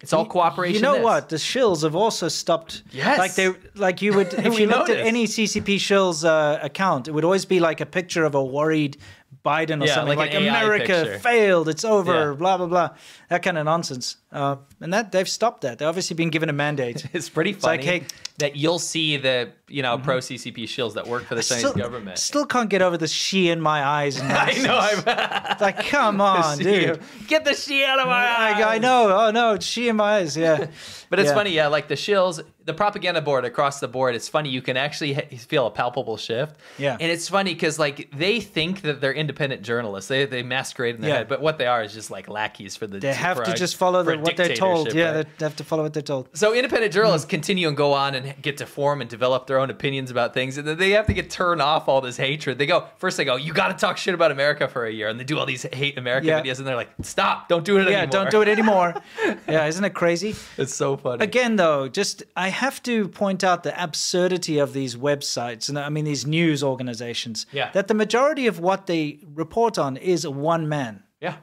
It's all cooperation.
You know
this.
what? The shills have also stopped.
Yes.
Like they, like you would, if
We
you looked at
noticed.
any CCP shills uh, account, it would always be like a picture of a worried Biden or
Yeah,
something
like
like,
an AI
America
picture.
failed, it's over,
Yeah.
blah blah blah, that kind of nonsense. Uh, and that they've stopped that. They've obviously been given a mandate.
It's pretty
It's like, hey,
funny
Mm-hmm.
that you'll see the you know pro CCP shills that work for the Chinese
still,
government.
still can't get over the she in my eyes.
I know.
nonsense.
I'm,
It's like, come on,
she-
dude.
Get the she out of my
I, I know. Oh no, it's she in my eyes. Yeah.
But it's
Yeah.
funny, yeah. Like the shills, the propaganda board across the board. It's funny you can actually he- feel a palpable shift.
Yeah.
and it's funny because like they think that they're independent journalists. They they masquerade in their
Yeah.
head, but what they are is just like lackeys for the.
They have
for
to
a-
just follow
for
the,
a
what they're told.
dictatorship,
Yeah, Hmm.
right?
they they have to follow what they're told.
So independent journalists continue and go on and get to form and develop their own opinions about things, and then they have to get turned off all this hatred. They go first, they go, "You got to talk shit about America for a year," and they do all these hate America
Yeah.
videos, and they're like, "Stop! Don't do it
yeah,
anymore."
don't do it anymore. yeah, isn't it crazy?
It's so funny.
Again, though, just I have to point out the absurdity of these websites and I mean these news organizations.
Yeah.
That the majority of what they report on is one man.
Yeah.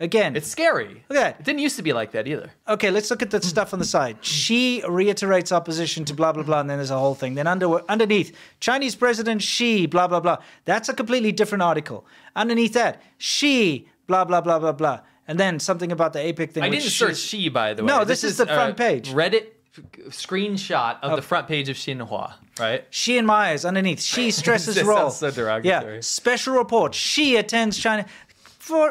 Again,
it's scary.
Look at that. Oh,
It didn't used to be like that either.
Okay, let's look at the stuff on the side.
Mm.
She reiterates opposition to blah blah blah, and then there's a whole thing. Then under underneath, Chinese President Xi blah blah blah. That's a completely different article. Underneath that, she blah blah blah blah blah, and then something about the APIC thing.
I
which
didn't
she-
search she, by the way.
No, this is the
uh,
front page.
Reddit f- screenshot of the front page of Xinhua, right?
She and my eyes underneath. She stresses
This
role.
sounds so derogatory.
Yeah. Special report. She attends China. For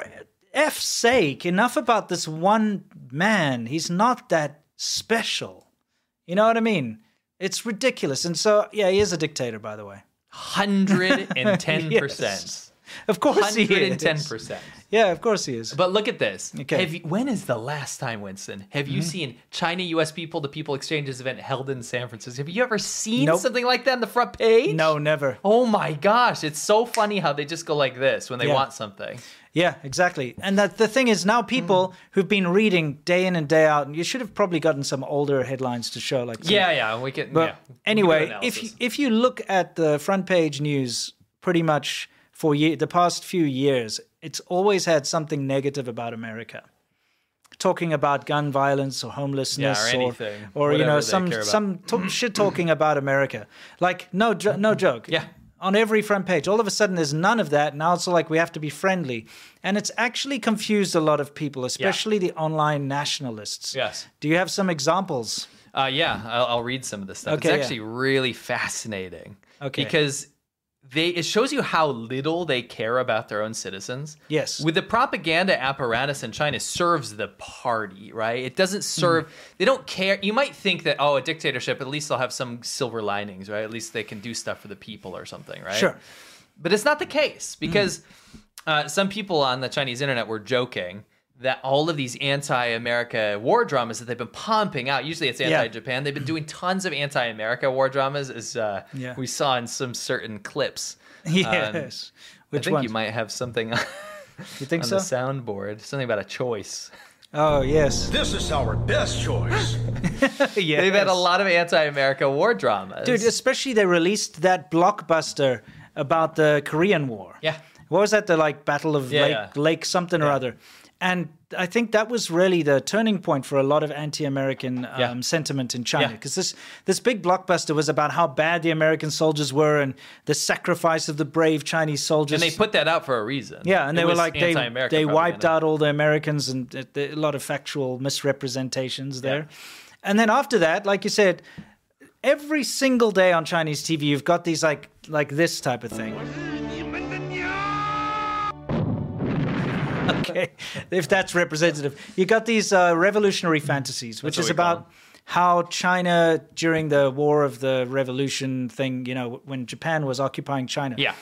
F's sake, enough about this one man. He's not that special. You know what I mean? It's ridiculous. And so, yeah, he is a dictator, by the way.
110%.
Yes. Of course he is.
110%.
Yeah, of course he is.
But look at this.
Okay.
Have you, when is the last time, Winston? Have you
Mhm.
seen China US People to People Exchanges event held in San Francisco? Have you ever seen
Nope.
something like that on the front page?
No, never.
Oh my gosh, it's so funny how they just go like this when they
Yeah.
want something.
Yeah, exactly. And that the thing is now
Mm.
people who've been reading day in and day out, and you should have probably gotten some older headlines to show like
Yeah, yeah, we can.
But
yeah. We can do
anyway,
analysis.
if you, if you look at the front page news, pretty much for ye- the past few years, it's always had something negative about America, talking about gun violence or homelessness or
anything,
or, you
whatever
know
they
some
care about.
some talk, shit talking about America. Like no jo- no joke. Yeah. On every front page, all of a sudden there's none of that. Now it's all like we have to be friendly, and it's actually confused a lot of people, especially the online nationalists.
Yes.
Do you have some examples?
Uh, yeah, I'll, I'll read some of this stuff.
Okay, yeah.
it's actually really fascinating.
Okay.
Because they it shows you how little they care about their own citizens.
Yes.
With the propaganda apparatus in China serves the party, right? It doesn't serve
Mm-hmm.
they don't care. You might think that oh, a dictatorship at least they'll have some silver linings, right? At least they can do stuff for the people or something, right?
Sure. Mm.
But it's not the case because uh, some people on the Chinese internet were joking that all of these anti-America war dramas that they've been pumping out. Usually it's anti-Japan. They've been doing tons of anti-America war dramas, as uh,
Yeah.
we saw in some certain clips. Um,
Yes. Which
I think you
ones?
might have something. On,
You think
on
so?
the soundboard? Something about a choice.
Oh yes.
This is our best choice.
yes.
They've had a lot of anti-America war dramas.
Dude, especially they released that blockbuster about the Korean War.
Yeah.
What was that? The like Battle of
Yeah,
Lake,
yeah.
Lake something or other. And I think that was really the turning point for a lot of anti-American um, sentiment in China,
Yeah.
because this this big blockbuster was about how bad the American soldiers were and the sacrifice of the brave Chinese soldiers.
and they put that out for a reason.
Yeah, and
It
they were
was
like they
anti-America
they
propaganda.
wiped out all the Americans and uh, there- a lot of factual misrepresentations there. And then after that, like you said, every single day on Chinese TV, you've got these like like this type of thing. Okay, if that's representative, you got these uh, revolutionary fantasies, which
what
is
we call
about how China during the War of the Revolution thing, you know, when Japan was occupying China
Yeah.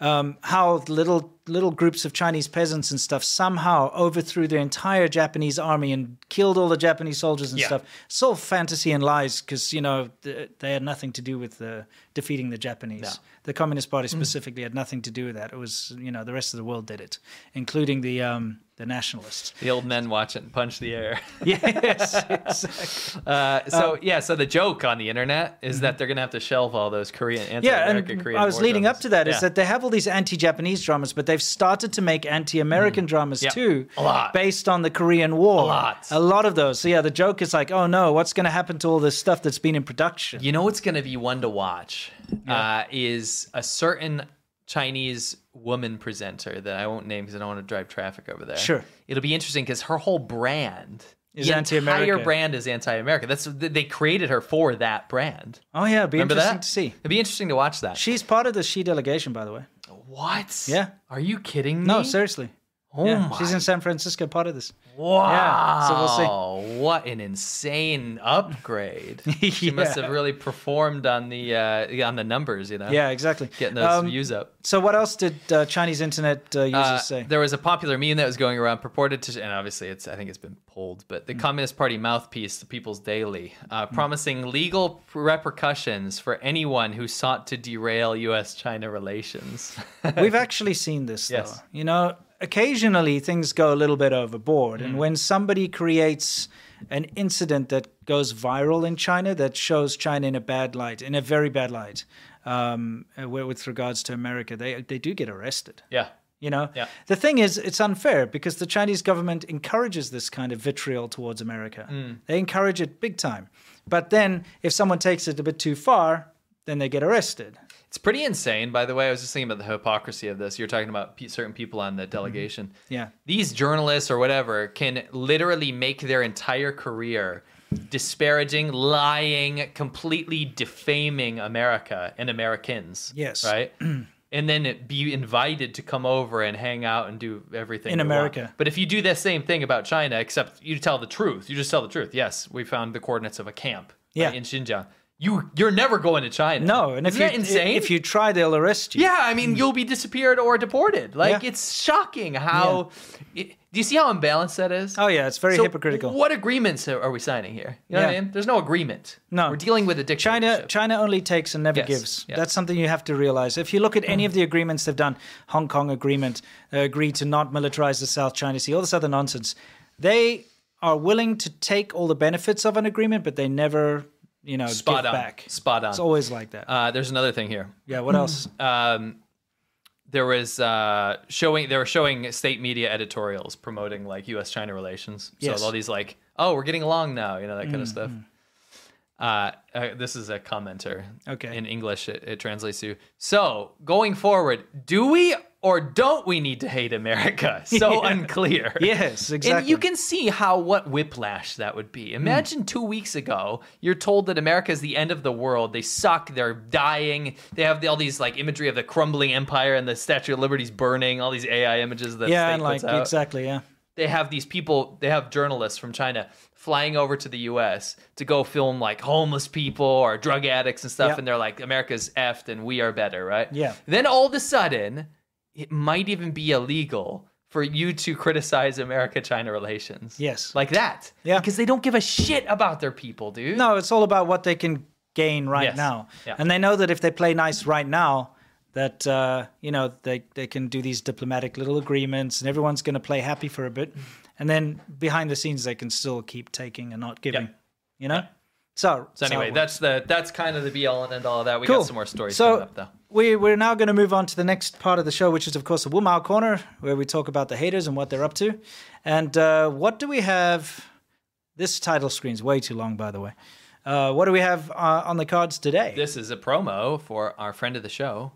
um, how little little groups of Chinese peasants and stuff somehow overthrew the entire Japanese army and killed all the Japanese soldiers and
Yeah.
stuff. It's all fantasy and lies because you know th- they had nothing to do with the defeating the Japanese.
No.
The Communist Party specifically had nothing to do with that. It was you know the rest of the world did it, including the um, the nationalists.
The old men watch it and punch the air.
Yes, exactly.
Uh,
Um,
so yeah, so the joke on the internet is that they're gonna have to shelve all those Korean
mm-hmm. yeah,
anti-America
and
Korean.
I was
war
leading
dramas.
up to that is
Yeah.
that they have all these anti-Japanese dramas, but they've started to make anti-American dramas
Mm. Yeah.
too,
A lot.
based on the Korean War. A
lot.
a lot of those. So yeah, the joke is like, oh no, what's going to happen to all this stuff that's been in production?
You know what's going to be one to watch uh, is a certain Chinese woman presenter that I won't name because I don't want to drive traffic over there.
Sure.
It'll be interesting because her whole brand
Is
the
anti-America.
Entire brand is anti-America. That's they created her for that brand.
Oh yeah, it'd be
Remember
interesting
that?
to see.
It'd be interesting to watch that.
She's part of the Xi delegation, by the way.
What?
Yeah.
Are you kidding me?
No, seriously.
Oh
yeah,
my
she's in San Francisco, part of this.
Wow.
Yeah, so we'll see.
Oh, What an insane upgrade. She must
Yeah.
have really performed on the uh, on the numbers, you know.
Yeah, exactly.
Getting those
Um,
views up.
So what else did uh, Chinese internet uh, users
Uh,
say?
There was a popular meme that was going around purported to, and obviously it's I think it's been pulled, but
Mm.
the Communist Party mouthpiece, the People's Daily, uh, promising legal repercussions for anyone who sought to derail U.S.-China relations.
We've actually seen this, though.
Yes.
You know, occasionally things go a little bit overboard.
Mm.
And when somebody creates an incident that goes viral in China that shows China in a bad light, in a very bad light, um, uh, where- with regards to America, they, they do get arrested.
yeah.
You know,
Yeah.
the thing is, it's unfair because the Chinese government encourages this kind of vitriol towards America.
Mm.
They encourage it big time. But then if someone takes it a bit too far, then they get arrested.
It's pretty insane, by the way. I was just thinking about the hypocrisy of this. You're talking about pe- certain people on the delegation.
Mm-hmm. Yeah.
These journalists or whatever can literally make their entire career disparaging, lying, completely defaming America and Americans.
Yes.
Right? and then it be invited to come over and hang out and do everything
In
they want.
America.
But if you do that same thing about China, except you tell the truth, you just tell the truth. Yes, we found the coordinates of a camp uh,
Yeah.
in Xinjiang. You you're never going to China.
No, and
Isn't
if
that
you
insane?
if you try, they'll arrest you.
Yeah, I mean, you'll be disappeared or deported. Like,
Yeah.
it's shocking how. it- do you see how imbalanced that is?
Oh yeah, it's very
So
hypocritical.
What agreements are are we signing here? You know what
Yeah.
I mean? There's no agreement.
No,
We're dealing with a dictatorship.
China China only takes and never
Yes,
gives.
yeah.
That's something you have to realize. If you look at any of the agreements they've done, Hong Kong agreement, uh, agreed to not militarize the South China Sea, all this other nonsense, they are willing to take all the benefits of an agreement, but they never, you know,
Spot
give
on.
back.
Spot on.
It's always like that.
Uh, hmm. there's another thing here.
Yeah, what else?
Um, there was uh, showing. They were showing state media editorials promoting like U.S.-China relations.
Yes.
So all these like, oh, we're getting along now. You know that kind of stuff. Uh, uh, this is a commenter.
Mm-hmm. Okay.
In English, it, it translates to so going forward, do we or don't we need to hate America? So
Yeah.
unclear.
Yes,
And you
exactly.
can see how what whiplash that would be. Imagine
Hmm.
two weeks ago, you're told that America is the end of the world. They suck. They're dying. They have all these like imagery of the crumbling empire and the Statue of Liberty's burning. All these AI images that
yeah,
they
and like
puts out.
exactly, yeah.
They have these people. They have journalists from China flying over to the U.S. to go film like homeless people or drug addicts and stuff.
Yeah.
And they're like, America's effed and we are better, right?
Yeah.
Then all of a sudden, it might even be illegal for you to criticize America China relations.
Yes.
Like that.
Yeah.
Because they don't give a shit about their people, dude.
No, it's all about what they can gain right
Yes.
now.
Yeah.
And they know that if they play nice right now, that uh, you know they they can do these diplomatic little agreements, and everyone's going to play happy for a bit, and then behind the scenes they can still keep taking and not giving. You know. So
So anyway,
that's.
that's the that's kind of the be all and end all of that. We got some more stories
so
coming up though.
We, we're now going to move on to the next part of the show, which is, of course, the Wumau Corner, where we talk about the haters and what they're up to. And uh, what do we have? This title screen's way too long, by the way. Uh, what do we have uh, on the cards today?
This is a promo for our friend of the show.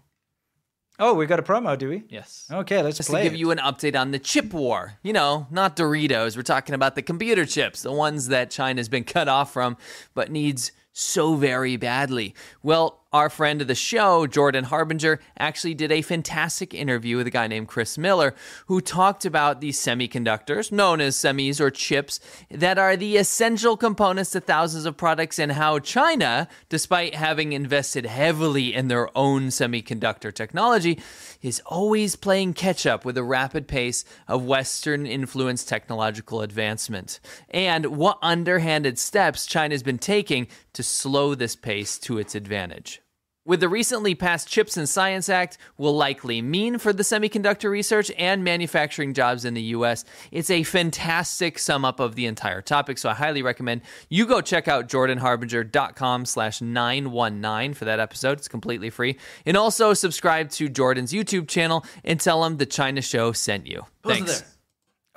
Oh, we got a promo, do we?
Yes.
Okay, let's
Just to
play.
give
it.
you an update on the chip war. You know, not Doritos. We're talking about the computer chips, the ones that China's been cut off from, but needs so very badly. Well, our friend of the show, Jordan Harbinger, actually did a fantastic interview with a guy named Chris Miller, who talked about these semiconductors, known as semis or chips, that are the essential components to thousands of products, and how China, despite having invested heavily in their own semiconductor technology, is always playing catch up with the rapid pace of Western influenced technological advancement. And what underhanded steps China's been taking to slow this pace to its advantage. With the recently passed Chips and Science Act will likely mean for the semiconductor research and manufacturing jobs in the US. It's a fantastic sum up of the entire topic, so I highly recommend you go check out jordanharbinger.com slash 919 for that episode. It's completely free. And also subscribe to Jordan's YouTube channel and tell him the China show sent you.
Those are
Thanks.
there.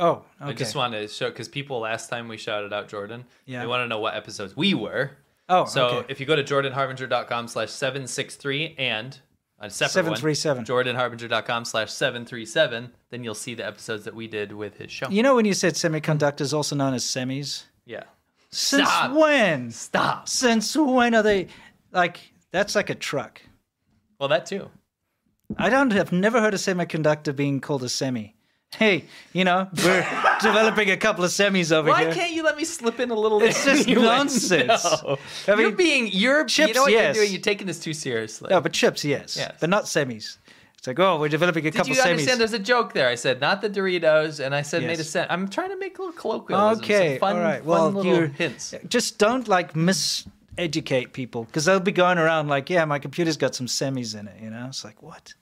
Oh,
I just wanted to show because people last time we shouted out Jordan.
Yeah.
They want to know what episodes we were.
Oh,
So
okay.
if you go to jordanharbinger.com slash 763 and a separate
737.
one, jordanharbinger.com slash 737, then you'll see the episodes that we did with his show.
You know when you said semiconductors, also known as semis?
Yeah.
Since
Stop.
when?
Stop.
Since when are they like? That's like a truck.
Well, that too.
I don't have never heard a semiconductor being called a semi. Hey, you know, we're developing a couple of semis over
Why
here.
can't you let me slip in a little?
It's just
innuendo?
nonsense. I
you're
mean,
being you're you
chips,
know what
yes.
you're doing. You're taking this too seriously.
no, but chips, yes.
Yes.
But not semis. It's like, oh, we're developing a
Did
couple
you
semis.
understand? There's a joke there. I said not the Doritos, and I said made a
Yes.
sense. I'm trying to make a little colloquialism.
okay,
fun,
all right.
fun
Well,
little
you
hints.
just don't like miseducate people because they'll be going around like, yeah, my computer's got some semis in it. You know, it's like what?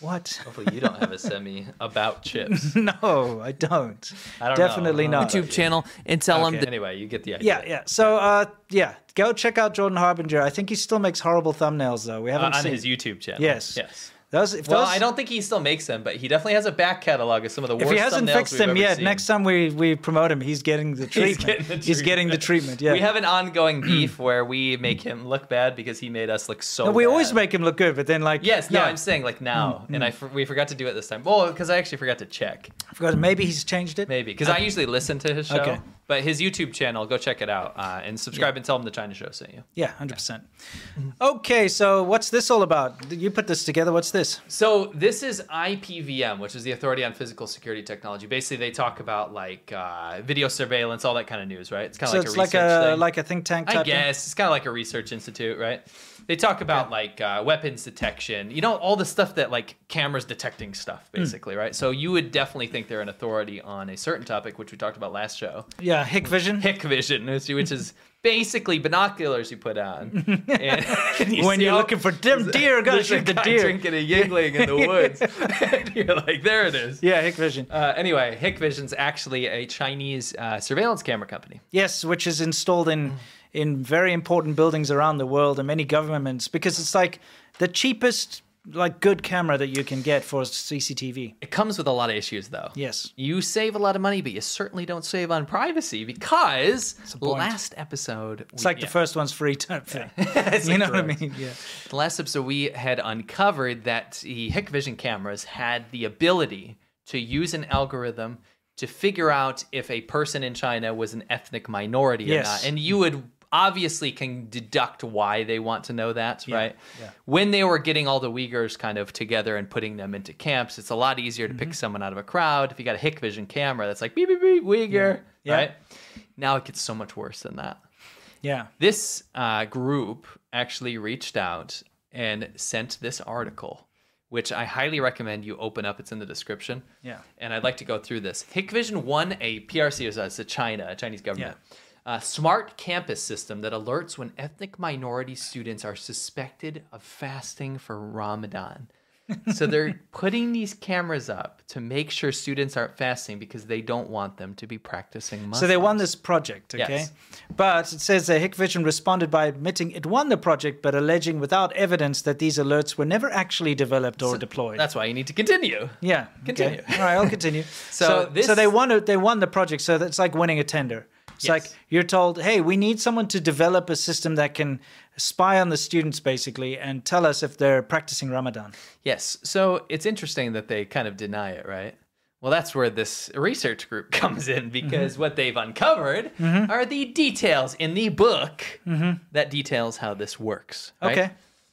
What?
Hopefully, you don't have a semi about chips.
no, I don't.
I don't
Definitely
know. I
not.
don't know about you.
and
tell him
Okay,
that-
anyway, you get the idea.
Yeah, yeah. So, uh, yeah, go check out Jordan Harbinger. I think he still makes horrible thumbnails, though. We
Uh,
haven't
on
seen
his YouTube channel.
Yes,
Yes.
Those, if
well,
those,
I don't think he still makes them, but he definitely has a back catalog of some of the
If
worst.
he hasn't
thumbnails
fixed
we've
them
ever
yet,
seen.
next time we, we promote him, he's getting the treatment.
He's getting the treatment.
He's getting the treatment, Yeah,
We have an ongoing beef where we make him look bad because he made us look so.
No, we
bad.
always make him look good, but then like
Yes, no,
yeah,
I'm saying like now,
Mm,
and I for- we forgot to do it this time. Well, because I actually forgot to check.
I forgot. Maybe he's changed it. Uh,
Maybe because I usually listen to his show,
Okay.
but his YouTube channel, go check it out uh, and subscribe and tell him the China show sent you.
Yeah, hundred percent. Okay, so what's this all about? You put this together. What's this?
So this is IPVM, which is the Authority on Physical Security Technology. Basically, they talk about like uh, video surveillance, all that kind of news, right? It's kind of
so
like
it's
a research
like a
thing.
like a think tank. Type
I guess it's kind of like a research institute, right? They talk about like uh, weapons detection, you know, all the stuff that like cameras detecting stuff,
Mm.
basically, right? So you would definitely think they're an authority on a certain topic, which we talked about last show.
Thing. Yeah, Hick Vision.
Hick vision, which which is basically binoculars you put on. And, and
When
see
you're
all-
looking for dim deer, gotta
there's a
shoot the
guy
deer.
Drinking a Yingling in the woods. and you're like, there it is.
Yeah, Hick Vision.
Uh, anyway, Hick Vision's actually a Chinese uh, surveillance camera company.
Yes, which is installed in in very important buildings around the world and many governments because it's like the cheapest like good camera that you can get for CCTV.
It comes with a lot of issues, though.
Yes.
You save a lot of money, but you certainly don't save on privacy because last episode,
It's like the first one's free type thing. you know what I mean? Yeah.
the last episode, we had uncovered that the Hikvision cameras had the ability to use an algorithm to figure out if a person in China was an ethnic minority
Yes.
or not, and you would obviously can deduct why they want to know that, right?
yeah.
When they were getting all the Uyghurs kind of together and putting them into camps, it's a lot easier to
Mm-hmm.
pick someone out of a crowd. If you got a Hikvision camera, that's like beep beep beep Uyghur,
Yeah.
right? Now it gets so much worse than that.
Yeah.
This uh, group actually reached out and sent this article, which I highly recommend you open up. It's in the description.
Yeah.
And I'd like to go through this. Hikvision won a PRC, so it's a China, a Chinese government. Yeah. A smart campus system that alerts when ethnic minority students are suspected of fasting for Ramadan. so they're putting these cameras up to make sure students aren't fasting because they don't want them to be practicing Muslims.
So they won this project, okay? Yes. But it says that Hikvision responded by admitting it won the project, but alleging without evidence that these alerts were never actually developed or so deployed.
That's why you need to continue.
Yeah,
continue.
Okay. All right, I'll continue.
so, so, this...
so they won. They won the project. So that's like winning a tender. It's yes. like you're told, hey, we need someone to develop a system that can spy on the students basically and tell us if they're practicing Ramadan.
Yes. So it's interesting that they kind of deny it, right? Well, that's where this research group comes in because mm-hmm. what they've uncovered mm-hmm. are the details in the book mm-hmm. that details how this works. Right?
Okay.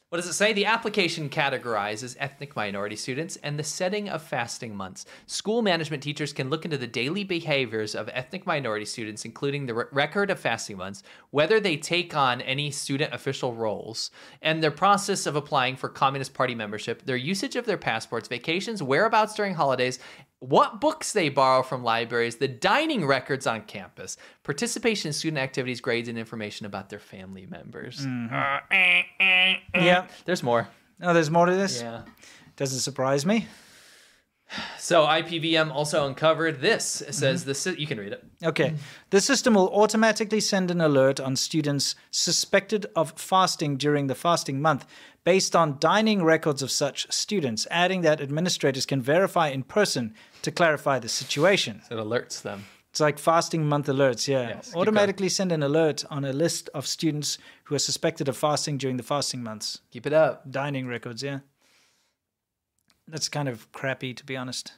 What does it say? The application categorizes ethnic minority students and the setting of fasting months. School management teachers can look into the daily behaviors of ethnic minority students, including the re- record of fasting months, whether they take on any student official roles, and their process of applying for Communist Party membership, their usage of their passports, vacations, whereabouts during holidays, what books they borrow from libraries, the dining records on campus, participation in student activities, grades, and information about their family members. Mm-hmm. Uh, eh, eh, eh.
Yeah.
There's more.
Oh, there's more to this?
Yeah.
Doesn't surprise me.
So IPVM also uncovered this. It says mm-hmm. this you can read it.
Okay.
Mm.
The system will automatically send an alert on students suspected of fasting during the fasting month based on dining records of such students, adding that administrators can verify in person to clarify the situation.
So it alerts them.
It's like fasting month alerts, yeah. Yes, automatically send an alert on a list of students who are suspected of fasting during the fasting months.
Keep it up.
Dining records, yeah that's kind of crappy to be honest.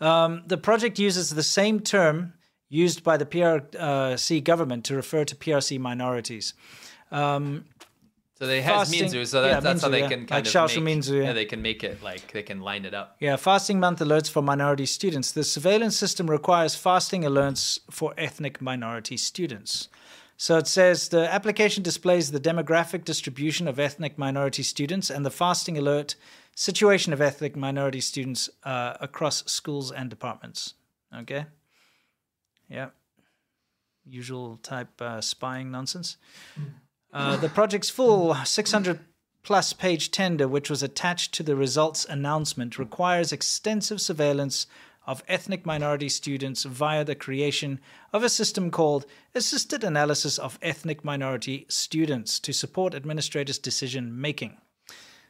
Um, the project uses the same term used by the PRC government to refer to PRC minorities. Um,
so they has minzu, so that, yeah, that's minzu, how they
yeah.
can kind
like
of
make, minzu, yeah.
yeah. they can make it like they can line it up.
Yeah, fasting month alerts for minority students. The surveillance system requires fasting alerts for ethnic minority students. So it says the application displays the demographic distribution of ethnic minority students and the fasting alert situation of ethnic minority students uh, across schools and departments. Okay. Yeah. Usual type uh, spying nonsense. Uh, the project's full 600 plus page tender, which was attached to the results announcement, requires extensive surveillance of ethnic minority students via the creation of a system called Assisted Analysis of Ethnic Minority Students to support administrators' decision making.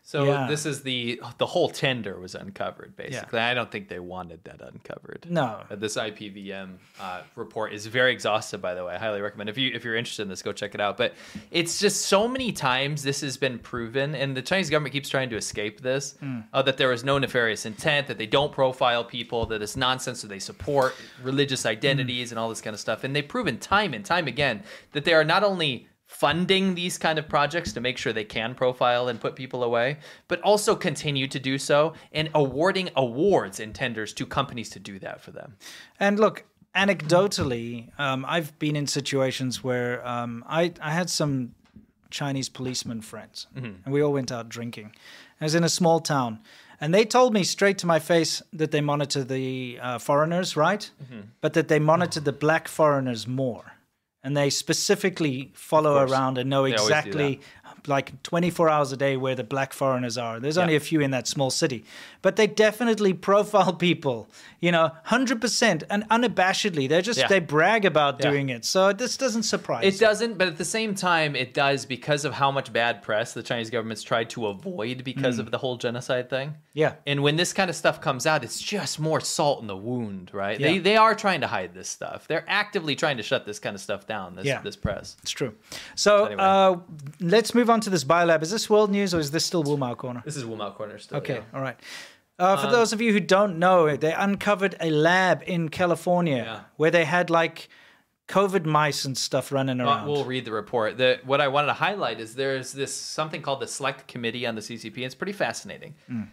So yeah. this is the the whole tender was uncovered basically. Yeah. I don't think they wanted that uncovered.
No.
Uh, This IPVM uh, report is very exhaustive, by the way. I highly recommend if you if you're interested in this, go check it out. But it's just so many times this has been proven, and the Chinese government keeps trying to escape this mm. uh, that there was no nefarious intent, that they don't profile people, that it's nonsense, that they support religious identities mm. and all this kind of stuff. And they've proven time and time again that they are not only funding these kind of projects to make sure they can profile and put people away, but also continue to do so and awarding awards and tenders to companies to do that for them.
And look, anecdotally, um, I've been in situations where um, I, I had some Chinese policeman friends mm-hmm. and we all went out drinking. I was in a small town and they told me straight to my face that they monitor the uh, foreigners, right? Mm-hmm. But that they monitor the black foreigners more and they specifically follow around and know they exactly like 24 hours a day where the black foreigners are. There's yeah. only a few in that small city, but they definitely profile people, you know, 100% and unabashedly. They just yeah. they brag about yeah. doing it. So this doesn't surprise.
It doesn't, but at the same time it does because of how much bad press the Chinese government's tried to avoid because mm. of the whole genocide thing.
Yeah.
And when this kind of stuff comes out, it's just more salt in the wound, right? They they are trying to hide this stuff. They're actively trying to shut this kind of stuff down down this, yeah. this press.
It's true. So anyway. uh, let's move on to this biolab. Is this world news or is this still Wumao Corner?
This is Wumao Corner still.
Okay,
yeah.
all right. Uh, for um, those of you who don't know, they uncovered a lab in California
yeah.
where they had like COVID mice and stuff running around.
We'll read the report. The, what I wanted to
Hmm.
highlight is there's this something called the Select Committee on the CCP. It's pretty fascinating. Mm.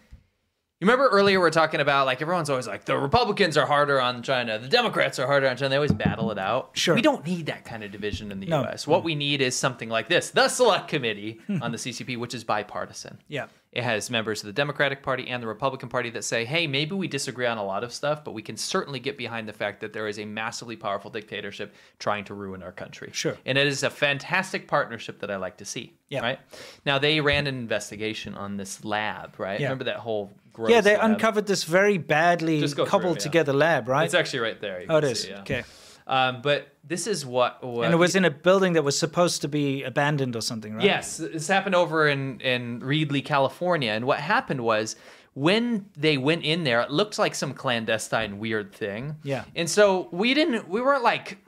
You remember earlier we are talking about like everyone's always like the Republicans are harder on China, the Democrats are harder on China. They always battle it out.
Sure.
We don't need that kind of division in the
No. Hmm.
U.S. What we need is something like this: the Select Committee on the CCP, which is bipartisan.
Yeah.
It has members of the Democratic Party and the Republican Party that say, hey, maybe we disagree on a lot of stuff, but we can certainly get behind the fact that there is a massively powerful dictatorship trying to ruin our country.
Sure.
And it is a fantastic partnership that I like to see.
Yeah.
Right. Now, they ran an investigation on this lab, right?
Yeah.
Remember that whole gross
yeah, they
lab?
uncovered this very badly
Just go through it,
cobbled
yeah.
together lab, right?
It's actually right there. You
Oh, it
can
is.
see yeah.
Okay.
Um, but this is what, what
and it was in a building that was supposed to be abandoned or something, right?
Yes, this happened over in in Reedley, California, and what happened was when they went in there, it looked like some clandestine weird thing.
Yeah.
And so we didn't we weren't like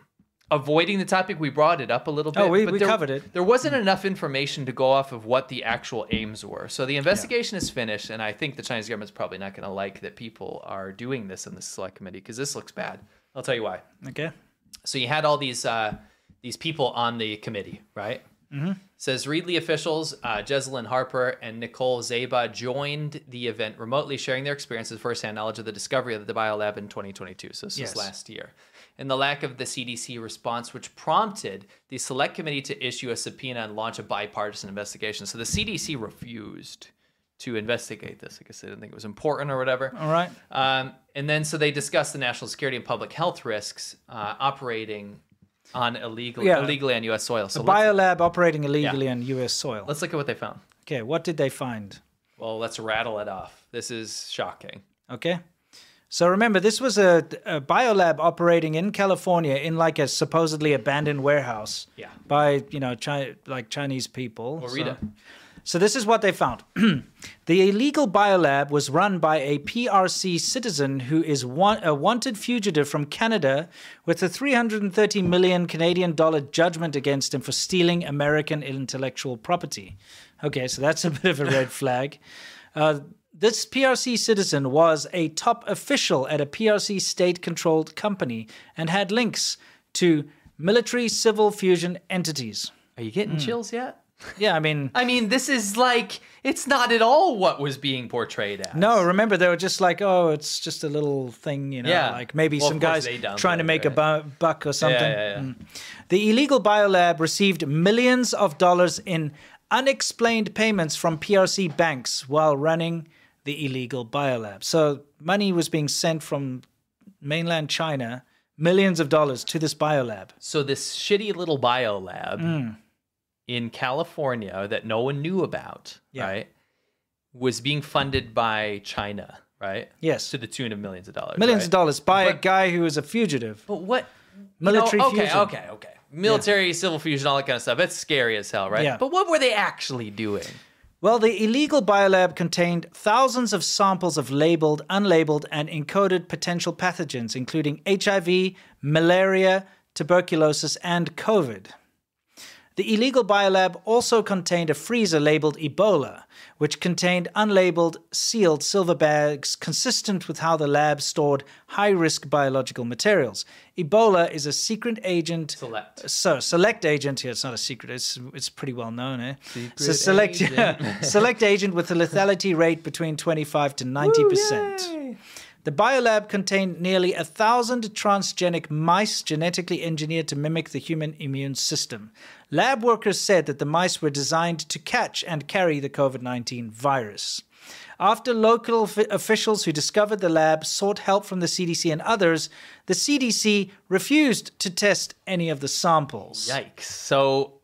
avoiding the topic. We brought it up a little bit.
Oh, we-
but
we
there-
covered it.
There wasn't enough information to go off of what the actual aims were. So the investigation is finished, and I think the Chinese government's probably not going to like that people are doing this in the select committee because this looks bad. I'll tell you why.
Okay.
So you had all these uh, these people on the committee, right?
Mhm.
Says Reedley officials uh, Jeslyn Harper and Nicole Zaba joined the event remotely, sharing their experiences, firsthand knowledge of the discovery of the biolab in 2022. So this
Yes.
was last year. And the lack of the CDC response, which prompted the select committee to issue a subpoena and launch a bipartisan investigation. So the CDC refused to investigate this. I guess they didn't think it was important or whatever.
All right.
Um, and then so they discussed the national security and public health risks uh, operating on illegal,
Yeah.
illegally on U.S. soil.
a
So let's-
biolab operating illegally on U.S. soil.
let's look at what they found.
Okay, what did they find?
Well, let's rattle it off. This is shocking.
Okay. So remember, this was a, a biolab operating in California in like a supposedly abandoned warehouse.
Yeah.
By you know Chi- like Chinese people.
Well, read
so.
it.
So this is what they found. the illegal biolab was run by a PRC citizen who is wa- a wanted fugitive from Canada with a 330 million Canadian dollar judgment against him for stealing American intellectual property. Okay, so that's a bit of a red flag. Uh, this PRC citizen was a top official at a PRC state controlled company and had links to military civil fusion entities.
Are you
Hmm.
getting chills yet?
Yeah, I mean,
I mean, this is like it's not at all what was being portrayed as.
No, remember they were just like, oh, it's just a little thing, you know,
Yeah.
like maybe
Well,
some
of course
guys
they downplay
trying to
it,
make a bu- buck or something. Mm.
yeah, yeah.
The illegal biolab received millions of dollars in unexplained payments from PRC banks while running the illegal biolab. So money was being sent from mainland China, millions of dollars to this biolab.
So this shitty little bio lab
Mm.
in California that no one knew about,
Yeah.
right, was being funded by China, right?
Yes.
To the tune of millions of dollars.
Millions
right?
of dollars by a guy who was a fugitive.
But what You know,
military
okay,
fusion?
okay, okay. Military, civil fusion, all that kind of stuff. That's scary as hell, right?
Yeah.
But what were they actually doing?
Well, the illegal biolab contained thousands of samples of labeled, unlabeled, and encoded potential pathogens, including HIV, malaria, tuberculosis, and COVID. The illegal biolab also contained a freezer labeled Ebola, which contained unlabeled, sealed silver bags consistent with how the lab stored high risk biological materials. Ebola is a secret agent.
Select.
So, select agent here. It's not a secret, it's, it's pretty well known, eh? It's a
Secret
select,
agent.
select agent with a lethality rate between 25 to 90%. The biolab contained nearly a thousand transgenic mice genetically engineered to mimic the human immune system. Lab workers said that the mice were designed to catch and carry the COVID 19 virus. After local f- officials who discovered the lab sought help from the CDC and others, the CDC refused to test any of the samples.
Yikes. So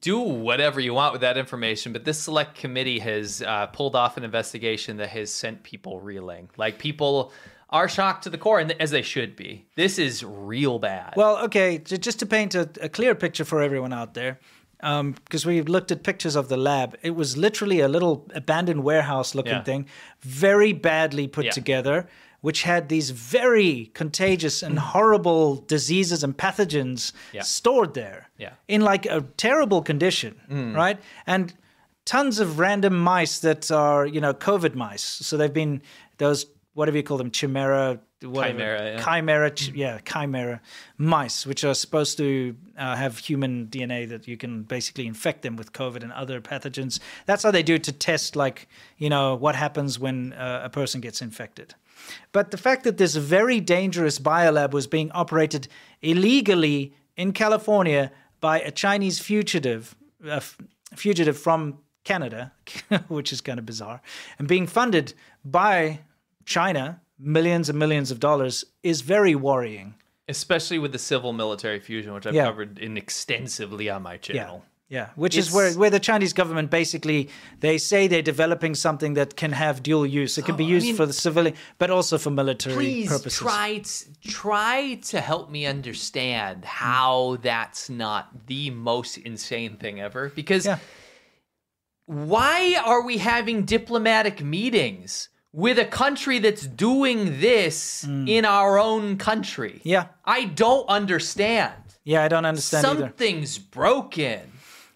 do whatever you want with that information, but this select committee has uh, pulled off an investigation that has sent people reeling. Like people are shocked to the core, and as they should be. This is real bad.
Well, okay, j- just to paint a, a clear picture for everyone out there, because we looked at pictures of the lab, it was literally a little abandoned warehouse looking
Yeah.
thing, very badly put
Yeah.
together, which had these very contagious and horrible diseases and pathogens
Mm. Yeah.
stored there
Yeah. Mm.
in like a terrible condition, right? And tons of random mice that are, you know, COVID mice. So they've been those whatever you call them, chimera, whatever.
Chimera, yeah.
chimera, ch- yeah, chimera mice, which are supposed to uh, have human DNA that you can basically infect them with COVID and other pathogens. That's how they do to test, like you know, what happens when uh, a person gets infected. But the fact that this very dangerous biolab was being operated illegally in California by a Chinese fugitive, a f- fugitive from Canada, which is kind of bizarre, and being funded by China millions and millions of dollars is very worrying.
Especially with the civil military fusion, which I've
Yeah.
covered in extensively on my channel.
Yeah, which is
It's-
where where the Chinese government basically they say they're developing something that can have dual use. It can be
Oh, I
used
mean-
for the civilian, but also for military
Please
purposes.
try t- try to help me understand how that's not the most insane thing ever. Because why are we having diplomatic meetings with a country that's doing this in our own country?
Mm. Yeah.
I don't understand.
Yeah, I don't understand either.
Something's broken.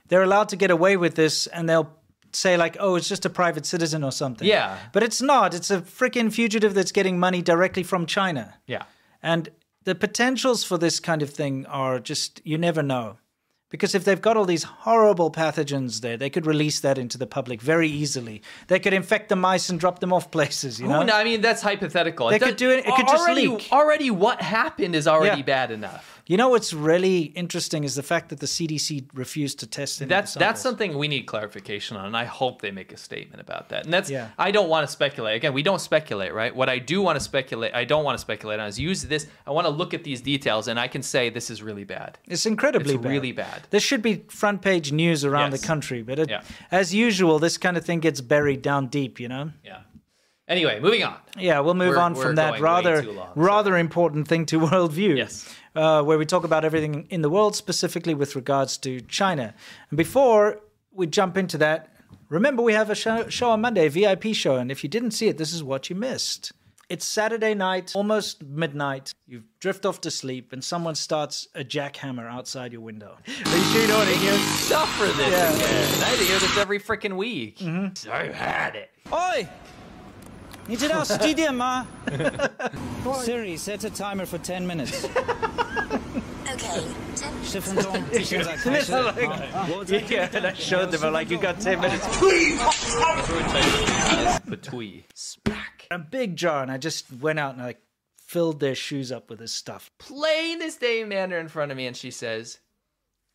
They're allowed to get away with this, and they'll say like, "Oh, it's just a private citizen or something."
Yeah.
but it's not. It's a freaking fugitive that's getting money directly from China.
Yeah.
And the potentials for this kind of thing are just, you never know. Because if they've got all these horrible pathogens there, they could release that into the public very easily. They could infect the mice and drop them off places, you know?
Who kn- I mean, that's hypothetical.
They could
does-
do it- it could just
already,
leak.
Already, what happened is already
Yeah.
bad enough.
You know what's really interesting is the fact that the CDC refused to test any of the
That's that's
samples.
something we need clarification on, and I hope they make a statement about that. And that's
Yeah.
I don't want to speculate. Again, we don't speculate, right? What I do want to speculate, I don't want to speculate on is use this. I want to look at these details, and I can say this is really bad.
It's incredibly
It's
bad.
really bad.
This should be front page news around
Yes.
the country, but it,
Yeah.
as usual, this kind of thing gets buried down deep, you know?
Yeah. Anyway, moving on.
Yeah, we'll move
We're-
on
we're
from
going
that
way
rather
too long, so-
rather important thing to worldview. Yes, uh, where we talk about everything in the world, specifically with regards to China. And before we jump into that, remember we have a show, show on Monday, VIP show, and if you didn't see it, this is what you missed. It's Saturday night, almost midnight. You drift off to sleep, and someone starts a jackhammer outside your window. Are you sure you don't want to hear?
Suffer this
Yeah. Mm-hmm.
again. I hear this every freaking week. I've had it.
Oi! 你知道十几点吗？Siri, set a timer for 10 minutes.
Okay.
十分钟，
开始。
Oh, Yeah, and I showed them. I'm like, you got 10 minutes.
Between.
A big jar, and I just went out and I filled their shoes up with this stuff.
Plain as day manner in front of me, and she says,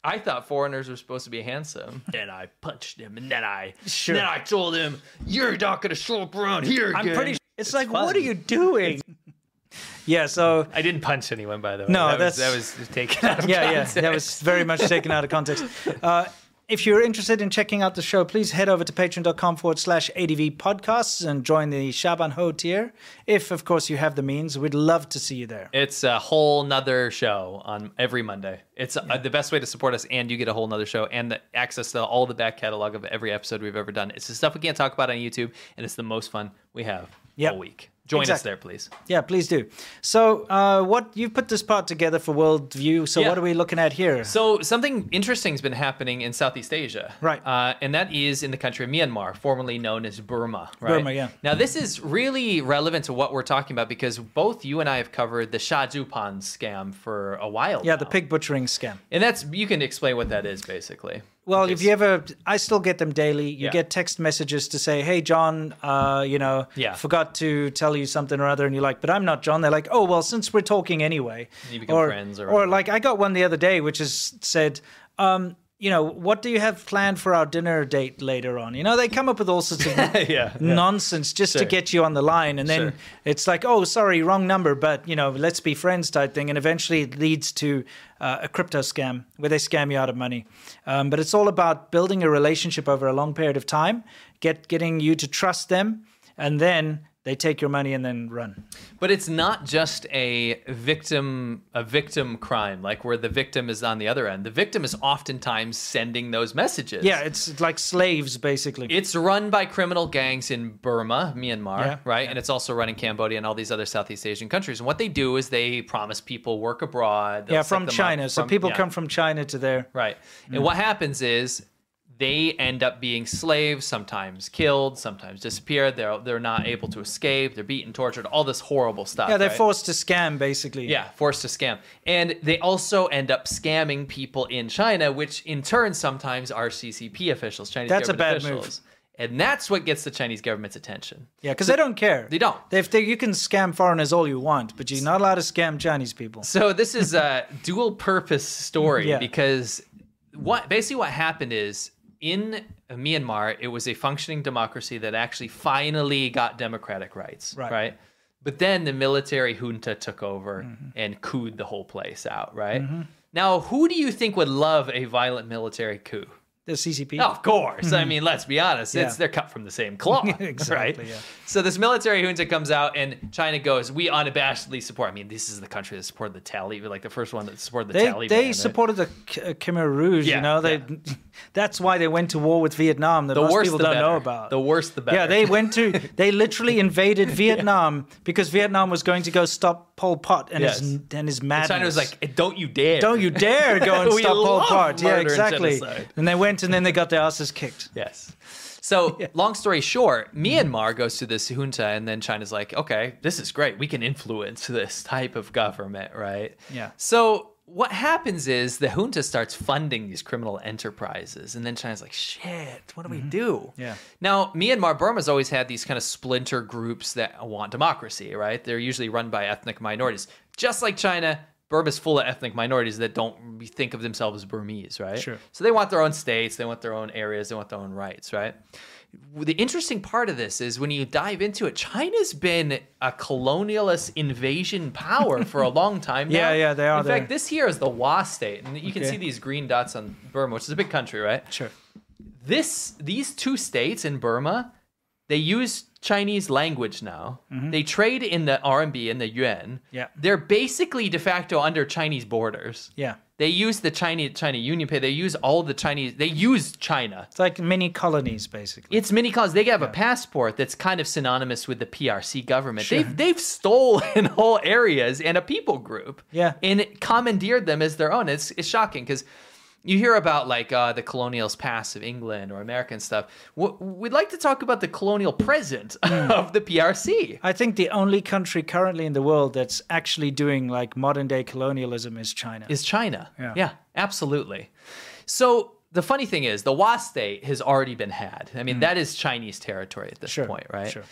I thought foreigners were supposed to be handsome. And I punched him, and then I
Sure.
then I told him, You're not gonna show up around here again.
I'm pretty. It's, it's like,
fun.
what are you doing? Yeah, so
I didn't punch anyone by the way.
No,
that was, that
that's-
was just taken out of
yeah, yeah, that
context.
was very much taken out of context. Uh, if you're interested in checking out the show, please head over to patreon.com forward slash ADV podcasts and join the Shaban Ho tier. If, of course, you have the means, we'd love to see you there.
It's a whole nother show on every Monday. It's uh, the best way to support us, and you get a whole nother show and the access to all the back catalog of every episode we've ever done. It's the stuff we can't talk about on YouTube, and it's the most fun we have
Yep.
all week. Join us
Exactly.
there, please.
Yeah, please do. So, uh, what you've put this part together for World View. So,
Yeah.
what are we looking at here?
So something interesting has been happening in Southeast Asia, right? Uh, and that is in the country of Myanmar, formerly known as Burma. Right?
Burma, yeah.
Now this is really relevant to what we're talking about because both you and I have covered the Shah Zupan scam for a while,
yeah, the pig butchering scam.
and that's you can explain what that is basically.
Well, if you ever, I still get them daily. You
Yeah.
get text messages to say, "Hey, John, uh, you know,
Yeah.
forgot to tell you something or other," and you're like, "But I'm not John." They're like, "Oh, well, since we're talking anyway,"
And you become
or
friends or
or like I got one the other day, which is said. Um, you know, what do you have planned for our dinner date later on? You know, they come up with all sorts of
yeah.
nonsense just to
Sure.
get you on the line. And then
Sure.
it's like, oh, sorry, wrong number, but, you know, let's be friends type thing. And eventually it leads to uh, a crypto scam where they scam you out of money. Um, but it's all about building a relationship over a long period of time, get getting you to trust them, and then they take your money and then run.
But it's not just a victim a victim crime, like where the victim is on the other end. The victim is oftentimes sending those messages.
Yeah, it's like slaves, basically.
It's run by criminal gangs in Burma, Myanmar,
Yeah,
right? And it's also run in Cambodia and all these other Southeast Asian countries. And what they do is they promise people work abroad. they'll
yeah,
set
from
them up
China. so people
yeah.
come from China to there.
Right.
Mm.
And what happens is they end up being slaves, sometimes killed, sometimes disappeared. They're they're not able to escape. They're beaten, tortured, all this horrible stuff.
Yeah, they're
right?
forced to scam basically.
Yeah, forced to scam, and they also end up scamming people in China, which in turn sometimes are CCP officials, Chinese
That's a
government
bad move.
officials. And that's what gets the Chinese government's attention.
Yeah, because
So-
they don't care.
They don't.
They, if they, you can scam foreigners all you want, but you're not allowed to scam Chinese people.
So this is a dual purpose story
Yeah.
because what basically what happened is in Myanmar it was a functioning democracy that actually finally got democratic rights,
Right.
right? But then the military junta took over
Mm-hmm.
and cooed the whole place out, right?
Mhm.
Now, who do you think would love a violent military coup?
The CCP.
Of course. I mean, let's be honest. It's
Mm-hmm. Yeah.
they're cut from the same cloth,
Exactly,
right?
yeah.
So this military junta comes out, and China goes, "We unabashedly support." I mean, this is the country that supported the Taliban, like the first one that supported the
they
Taliban.
they
right?
supported the K- uh, Khmer Rouge. you
eh? Yeah,
know, they that's why they went to war with Vietnam. That
The
most
worse
people
the
don't know
better.
about.
The worse the better.
Yeah, they went to they literally invaded Vietnam because Vietnam was going to go stop Pol Pot and
Yes.
his and his
And
madness.
China was like, "Don't you dare!
Don't you dare go and
We
stop Pol
love
Pot. Yeah,
murder and
exactly.
genocide.
And they went and then they got their asses kicked.
Yes. So, long story short, Myanmar goes to this junta, and then China's like, okay, this is great. We can influence this type of government, right?
Yeah.
So, what happens is the junta starts funding these criminal enterprises, and then China's like, shit, what do we do?
Yeah.
Now, Myanmar, Burma's always had these kind of splinter groups that want democracy, right? They're usually run by ethnic minorities. Just like China, Burma's full of ethnic minorities that don't think of themselves as Burmese, right?
Sure.
So they want their own states, they want their own areas, they want their own rights, right? The interesting part of this is when you dive into it, China's been a colonialist invasion power for a long time now.
Yeah, yeah, they are
In fact,
there.
this here is the Wa state, and you can
Okay.
see these green dots on Burma, which is a big country, right?
Sure.
This these two states in Burma, they use Chinese language now.
Mhm.
They trade in the RMB and the yuan.
Yeah.
They're basically de facto under Chinese borders.
Yeah.
They use the China China Union Pay. They use all the Chinese. They use China.
It's like mini colonies, basically.
It's mini colonies. They have a passport that's kind of synonymous with the PRC government.
Sure.
They've they've stolen whole areas and a people group.
Yeah.
and commandeered them as their own. It's it's shocking because. You hear about like uh, the colonial's past of England or American stuff. W- we'd like to talk about the colonial present
Hmm.
of the PRC.
I think the only country currently in the world that's actually doing like modern day colonialism is China.
Is China.
Yeah.
absolutely. So the funny thing is, the Wa state has already been had. I mean, that is Chinese territory at this point, right?
Hmm. sure.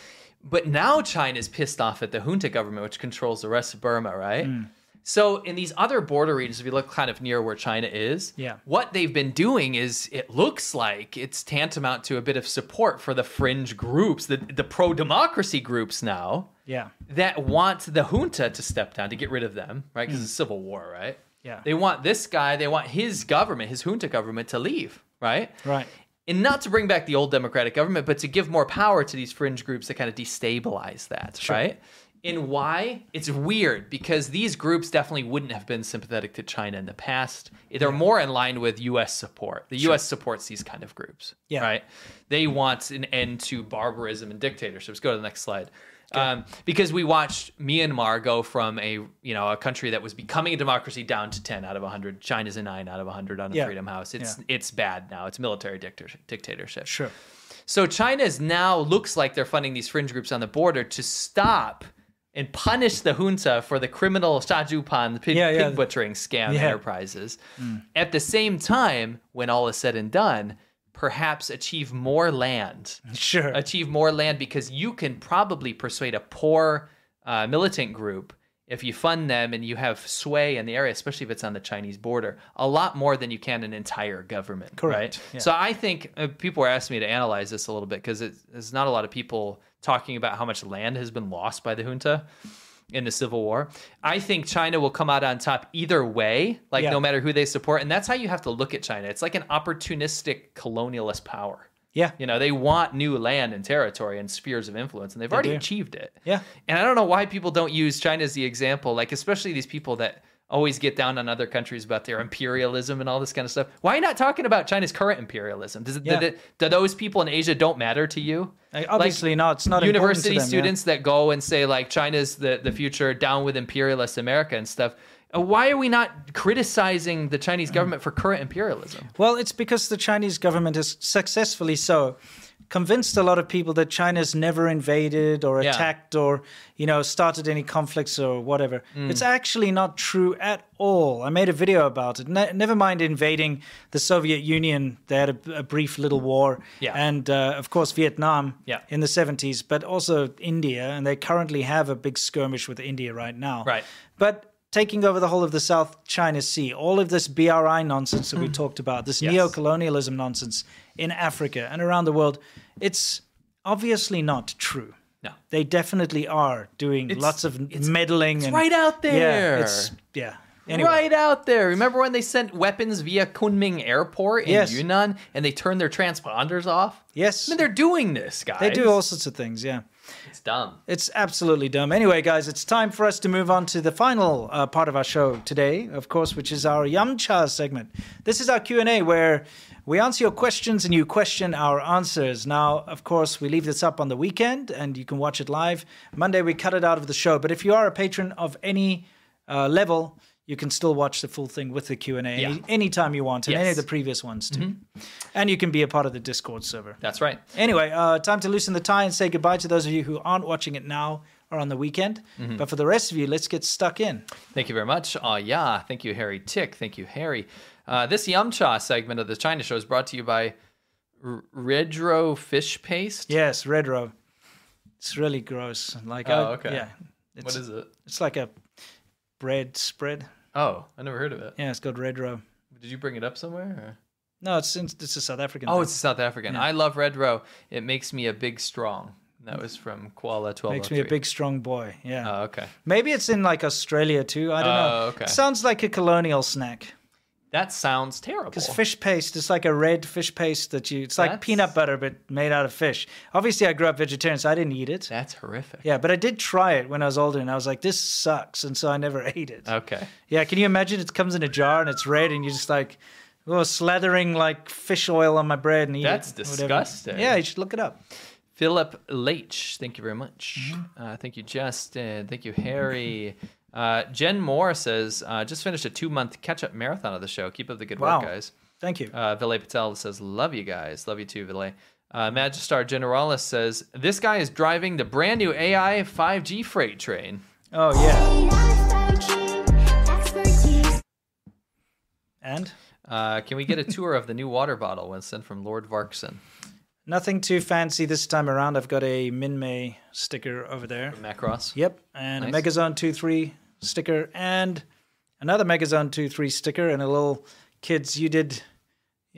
But now China's pissed off at the junta government, which controls the rest of Burma, right?
Mm.
So in these other border regions, if you look kind of near where China is,
Yeah.
what they've been doing is it looks like it's tantamount to a bit of support for the fringe groups, the, the pro-democracy groups now
Yeah.
that want the junta to step down to get rid of them, right? Because it's a civil war, right?
Mm. Yeah.
They want this guy, they want his government, his junta government to leave, right?
Right.
And not to bring back the old democratic government, but to give more power to these fringe groups that kind of destabilize that, right? And why? It's weird because these groups definitely wouldn't have been sympathetic to China in the past. They're more in line with US support. The US supports these kind of groups,
Yeah.
right? They want an end to barbarism and dictatorships. Go to the next slide. Um, because we watched Myanmar go from a you know a country that was becoming a democracy down to ten out of hundred. China's a nine out of hundred on the
Yeah.
Freedom House. It's
Yeah.
it's bad now. It's military dictator- dictatorship.
Sure.
So China is now looks like they're funding these fringe groups on the border to stop and punish the junta for the criminal Shajupan the pig,
Yeah, yeah.
pig butchering scam
Yeah. Mm.
enterprises. At the same time, when all is said and done, perhaps achieve more land.
Sure.
Achieve more land because you can probably persuade a poor uh, militant group if you fund them and you have sway in the area, especially if it's on the Chinese border, a lot more than you can an entire government.
Correct.
Right?
Yeah.
So I think uh, people were asking me to analyze this a little bit because there's not a lot of people talking about how much land has been lost by the junta in the civil war. I think China will come out on top either way, like
Yeah.
no matter who they support. And that's how you have to look at China. It's like an opportunistic colonialist power.
Yeah.
You know, they want new land and territory and spheres of influence, and they've
They
already
do.
achieved it.
Yeah.
And I don't know why people don't use China as the example, like, especially these people that always get down on other countries about their imperialism and all this kind of stuff. Why are you not talking about China's current imperialism? Does,
Yeah.
do, do those people in Asia don't matter to you?
Like, obviously not. It's not important to
university
them, yeah.
students that go and say like China's the, the future down with imperialist America and stuff. Uh, Why are we not criticizing the
Mm.
Chinese government for current imperialism?
Well, it's because the Chinese government has successfully so convinced a lot of people that China's never invaded or
Yeah.
attacked or you know started any conflicts or whatever.
Mm.
It's actually not true at all. I made a video about it. Ne- never mind invading the Soviet Union. They had a, a brief little war,
Yeah.
and uh, of course Vietnam
Yeah.
in the 70s, but also India, and they currently have a big skirmish with India right now.
Right.
But taking over the whole of the South China Sea, all of this BRI nonsense that we talked about, this
Mm. Yes.
neo-colonialism nonsense in Africa and around the world, it's obviously not true.
No.
They definitely are doing
It's-
lots of meddling.
It's
and,
right out there.
Yeah. It's, yeah. Anyway.
Right out there. Remember when they sent weapons via Kunming Airport in
Yes.
Yunnan and they turned their transponders off?
Yes.
I mean, they're doing this, guys.
They do all sorts of things. Yeah.
It's dumb.
It's absolutely dumb. Anyway, guys, it's time for us to move on to the final uh, part of our show today, of course, which is our Yamcha segment. This is our Q&A where we answer your questions and you question our answers. Now, of course, we leave this up on the weekend and you can watch it live. Monday, we cut it out of the show. But if you are a patron of any uh, level, you can still watch the full thing with the Q&A any anytime you want and any of
Yes.
the previous ones too. And you can be a part of the Discord server.
That's right.
Anyway, uh, time to loosen the tie and say goodbye to those of you who aren't watching it now or on the weekend.
Mhm.
But for the rest of you, let's get stuck in.
Thank you very much. Ah, yeah. Thank you, Harry Tick. Thank you, Harry. Uh, this Yamcha segment of the China Show is brought to you by R- Redro Fish Paste.
Yes, Red Row. It's really gross. Like,
Oh,
I-
okay.
Yeah.
What is it?
It's like a bread spread.
Oh, I never heard of it.
Yeah, it's called Red Row.
Did you bring it up somewhere? or-
No, it's in, it's a South African.
Oh,
thing.
it's South African.
Yeah.
I love Red Row. It makes me a big strong. That was from Kuala 1203.
Makes me a big strong boy. Yeah.
Oh, okay.
Maybe it's in like Australia too. I don't know.
Oh, okay.
It sounds like a colonial snack.
That sounds terrible.
Because fish paste is like a red fish paste that you, it's like peanut butter, but made out of fish. Obviously, I grew up vegetarian, so I didn't eat it.
That's horrific.
Yeah, but I did try it when I was older, and I was like, this sucks. And so I never ate it.
Okay.
Yeah, can you imagine it comes in a jar and it's red, and you're just like, oh, slathering like fish oil on my bread and eat
That's
it. whatever.
disgusting.
Yeah, you should look it up.
Philip Leach, thank you very much.
Mm-hmm.
Uh, thank you, Justin. Thank you, Harry. Uh, Jen Moore says, uh, just finished a two month catch up marathon of the show. Keep up the good
Wow.
work, guys.
Thank you.
Uh, Vilay Patel says, love you guys. Love you too, Vilay. Uh, Magistar Generalis says, this guy is driving the brand new AI 5G freight train.
Oh, yeah. And?
Uh, can we get a tour of the new water bottle when sent from Lord Varkson?
Nothing too fancy this time around. I've got a Minmay sticker over there.
Macross.
Yep. And
Nice.
a Megazone 2 3 sticker and another Megazone 2 3 sticker and a little kids, you did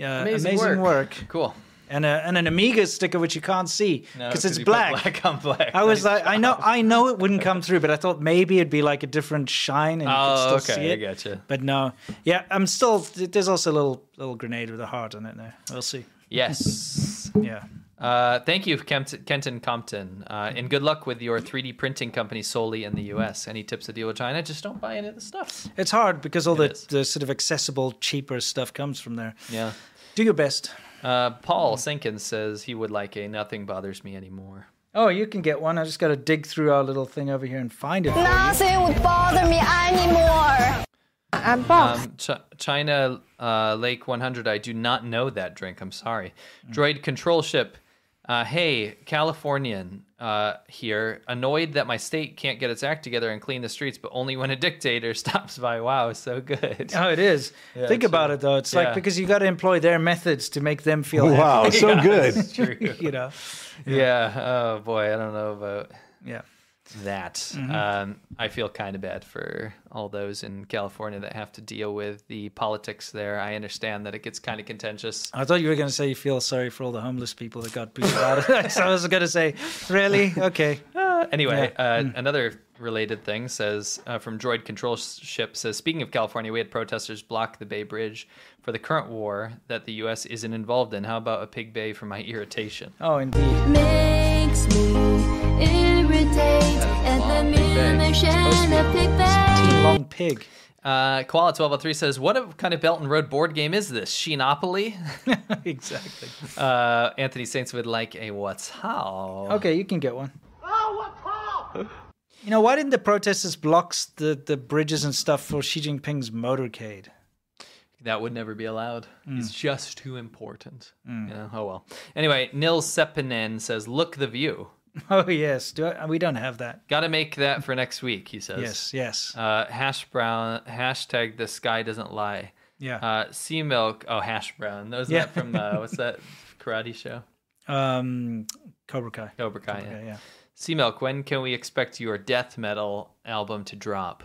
uh, amazing,
Amazing
work.
work. Cool.
And, a, and an Amiga sticker, which you can't see
No,
because
'cause
it's
you put
black.
black on black.
I was like, I know, I know it wouldn't come through, but I thought maybe it'd be like a different shine and you
Oh,
could still
okay.
see
I
it.
gotcha.
But no, yeah, I'm still. There's also a little little grenade with a heart on it there. We'll see.
Yes.
yeah.
Uh, thank you, Kempt- Kenton Compton. Uh, and good luck with your 3D printing company solely in the US. Any tips to deal with China? Just don't buy any of the stuff.
It's hard because all the, the sort of accessible, cheaper stuff comes from there.
Yeah.
Do your best.
Uh, Paul Sinkins says he would like a Nothing Bothers Me Anymore.
Oh, you can get one. I just got to dig through our little thing over here and find it. for you.
Nothing would bother me anymore. I'm boxed.
Um, Ch- China uh, Lake 100, I do not know that drink. I'm sorry. Droid Control Ship. Uh, hey, Californian uh, here. Annoyed that my state can't get its act together and clean the streets, but only when a dictator stops by. Wow, so good.
Oh, it is.
Yeah,
Think
it's,
about
uh,
it though. It's
yeah.
like because you got to employ their methods to make them feel.
Wow,
happy.
so Yeah, good. that's
true.
you know.
Yeah. Oh boy, I don't know about
Yeah.
that.
Mhm.
Um, I feel kind of bad for all those in California that have to deal with the politics there. I understand that it gets kind of contentious.
I thought you were going to say you feel sorry for all the homeless people that got booted out. of so I was going to say, really? Okay.
Anyway,
Yeah.
uh, another related thing says uh, from Droid Control Ship says speaking of California, we had protesters block the Bay Bridge for the current war that the U.S. isn't involved in. How about a pig bay for my irritation?
Oh, indeed.
Makes me irritate at the mission of Big Bang.
Long pig.
Uh, Koala 1203 says, What a- kind of Belt and Road board game is this? Sheenopoly?
exactly.
Uh, Anthony Saints would like a What's How.
Okay, you can get one. You know, why didn't the protesters block the, the bridges and stuff for Xi Jinping's motorcade?
That would never be allowed. Mm. It's just too important. Mm. You know? Oh, well. Anyway, Nils Sepinen says, look the view.
Oh, yes. Do I, we don't have that.
Got to make that for next week, he says.
yes, yes.
Uh, hash brown, hashtag the sky doesn't lie.
Yeah.
Uh, sea milk. Oh, hash brown. Those yeah. that from the, what's that karate show?
Um, Cobra Kai.
uh, Cobra Kai. Cobra Kai yeah. yeah. Sea milk. When can we expect your death metal album to drop?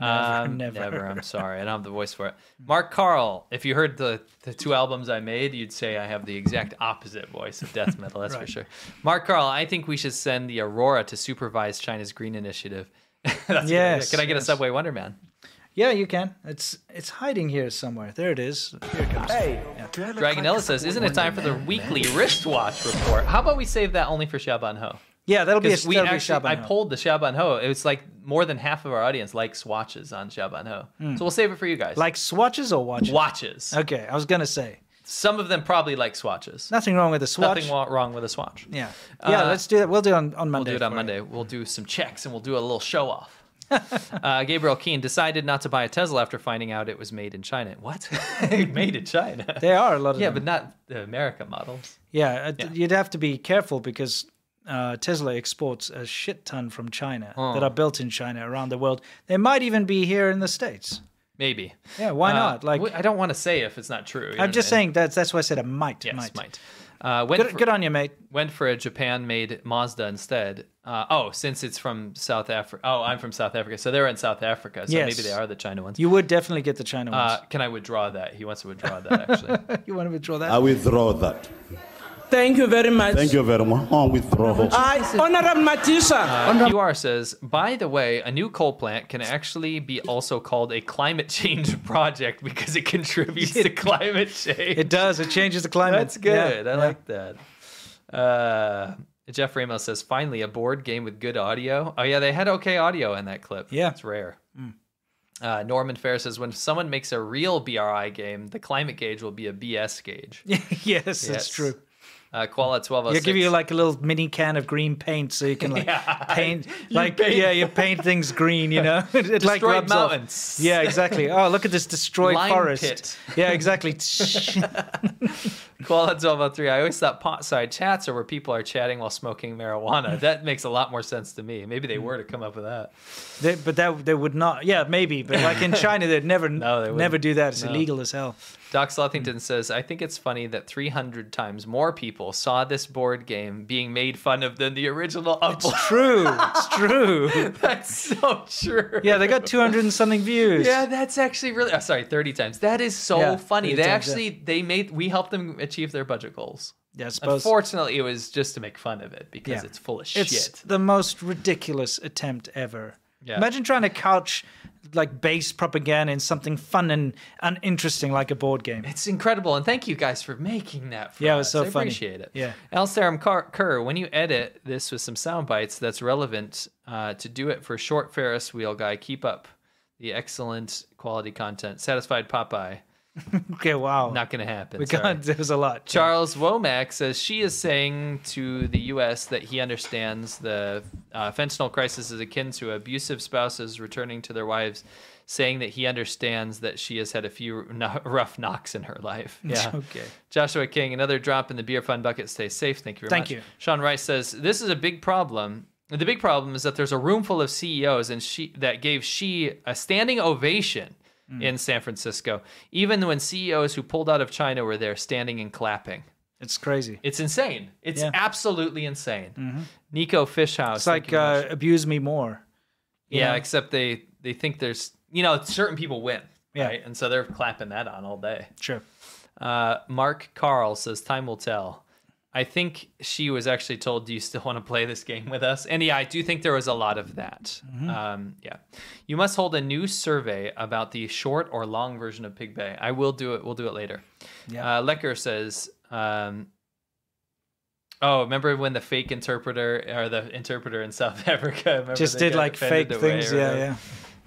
Never, um, never.
never. I'm sorry. I don't have the voice for it. Mark Carl, if you heard the, the two albums I made, you'd say I have the exact opposite voice of death metal, that's right. for sure. Mark Carl, I think we should send the Aurora to supervise China's Green Initiative.
that's yes.
Can I get yes. a Subway Wonder Man?
Yeah, you can. It's it's hiding here somewhere. There it is. Here it comes.
Hey, yeah. Dragonella like says, "Isn't it time for the man, weekly man. wristwatch report? How about we save that only for Shaban Ho?"
Yeah, that'll be a,
we
that'll
actually,
be I
pulled the Shaban Ho. It was like more than half of our audience likes watches on Shaban Ho. Mm. So we'll save it for you guys.
Hmm. Like swatches or watches?
Watches.
Okay, I was going to say.
Some of them probably like swatches.
Nothing wrong with a swatch.
Nothing wrong with a swatch.
Yeah. Yeah, uh, let's do that. We'll do it on, on Monday.
We'll do it on Monday. You. We'll do some checks and we'll do a little show off. Uh, Gabriel Keane decided not to buy a Tesla after finding out it was made in China. What? made in China?
They are a lot
of Yeah, them. but not the America models.
Yeah, yeah, you'd have to be careful because uh, Tesla exports a shit ton from China oh. that are built in China around the world. They might even be here in the states.
Maybe.
Yeah. Why uh, not? Like,
I don't want to say if it's not true.
I'm just saying that's that's why I said a might.
Yes,
might.
might.
Uh, went
good,
for, good on you, mate.
Went for a Japan-made Mazda instead. Uh, oh, since it's from South Africa. Oh, I'm from South Africa, so they're in South Africa. So yes. maybe they are the China ones. Uh,
You would definitely get the China ones.
can I withdraw that? He wants to withdraw that. Actually,
you want to withdraw that?
I withdraw that.
Thank you very much.
Thank you very much. Oh, withdrawal.
I, Honorable Matisa.
Uh, QR says, by the way, a new coal plant can actually be also called a climate change project because it contributes to climate change.
It does. It changes the climate.
That's good. Yeah. I yeah. like that. Uh, Jeff Ramos says, finally, a board game with good audio. Oh, yeah, they had okay audio in that clip.
Yeah. Hmm.
It's rare. Mm. Uh, Norman Fair says, when someone makes a real BRI game, the climate gauge will be a BS gauge.
yes, yes, that's true.
Uh, Koala twelve oh
six. They'll give you like a little mini can of green paint, so you can like yeah, paint, like paint. yeah, you paint things green. You know,
it, it like rubs mountains.
Off. Yeah, exactly. Oh, look at this destroyed
Lime
forest.
Pit.
Yeah, exactly.
Koala twelve oh three. I always thought pot side chats are where people are chatting while smoking marijuana. That makes a lot more sense to me. Maybe they were to come up with that.
They, but that they would not. Yeah, maybe. But like in China, they'd never no, they never do that. It's no. illegal as hell.
Doc
Hmm.
Slothington mm. says, I think it's funny that 300 times more people saw this board game being made fun of than the original upload.
It's true. It's true.
that's so true.
Yeah, they got 200 and something views.
Yeah, that's actually really, oh, sorry, 30 times. That is so yeah, funny. They times, actually, yeah. they made, we helped them achieve their budget goals.
Yeah, I suppose.
Unfortunately, it was just to make fun of it because yeah. it's full of shit.
It's the most ridiculous attempt ever. Yeah. Imagine trying to couch like base propaganda in something fun and uninteresting like a board game.
It's incredible, and thank you guys for making that. For
yeah,
us.
it was so
I
funny.
Appreciate it.
Yeah,
El Sarum Kerr, when you edit this with some sound bites that's relevant uh, to do it for short Ferris wheel guy, keep up the excellent quality content. Satisfied Popeye.
okay, wow.
Not going to happen.
We can't, there's a lot.
Charles Womack says she is saying to the U.S. that he understands the uh, fentanyl crisis is akin to abusive spouses returning to their wives, saying that he understands that she has had a few no- rough knocks in her life. Yeah.
okay.
Joshua King, another drop in the beer fund bucket. Stay safe. Thank you very
Thank
much.
Thank you.
Sean Rice says this is a big problem. The big problem is that there's a room full of CEOs and she that gave she a standing ovation
Hmm.
in San Francisco, even when CEOs who pulled out of China were there standing and clapping.
It's crazy.
It's insane. It's yeah. absolutely insane. Mm-hmm. Nico Fishhouse.
It's like uh, abuse me more.
Yeah, know? except they they think there's you know certain people win, yeah. right? And so they're clapping that on all day.
Sure.
Uh, Mark Carl says, "Time will tell." I think she was actually told, "Do you still want to play this game with us?" And yeah, I do think there was a lot of that. Mm-hmm. Um, yeah, you must hold a new survey about the short or long version of Pig Bay. I will do it. We'll do it later. Yeah. Uh, Lecker says, um, "Oh, remember when the fake interpreter or the interpreter in South Africa
just did like fake things? Yeah, yeah."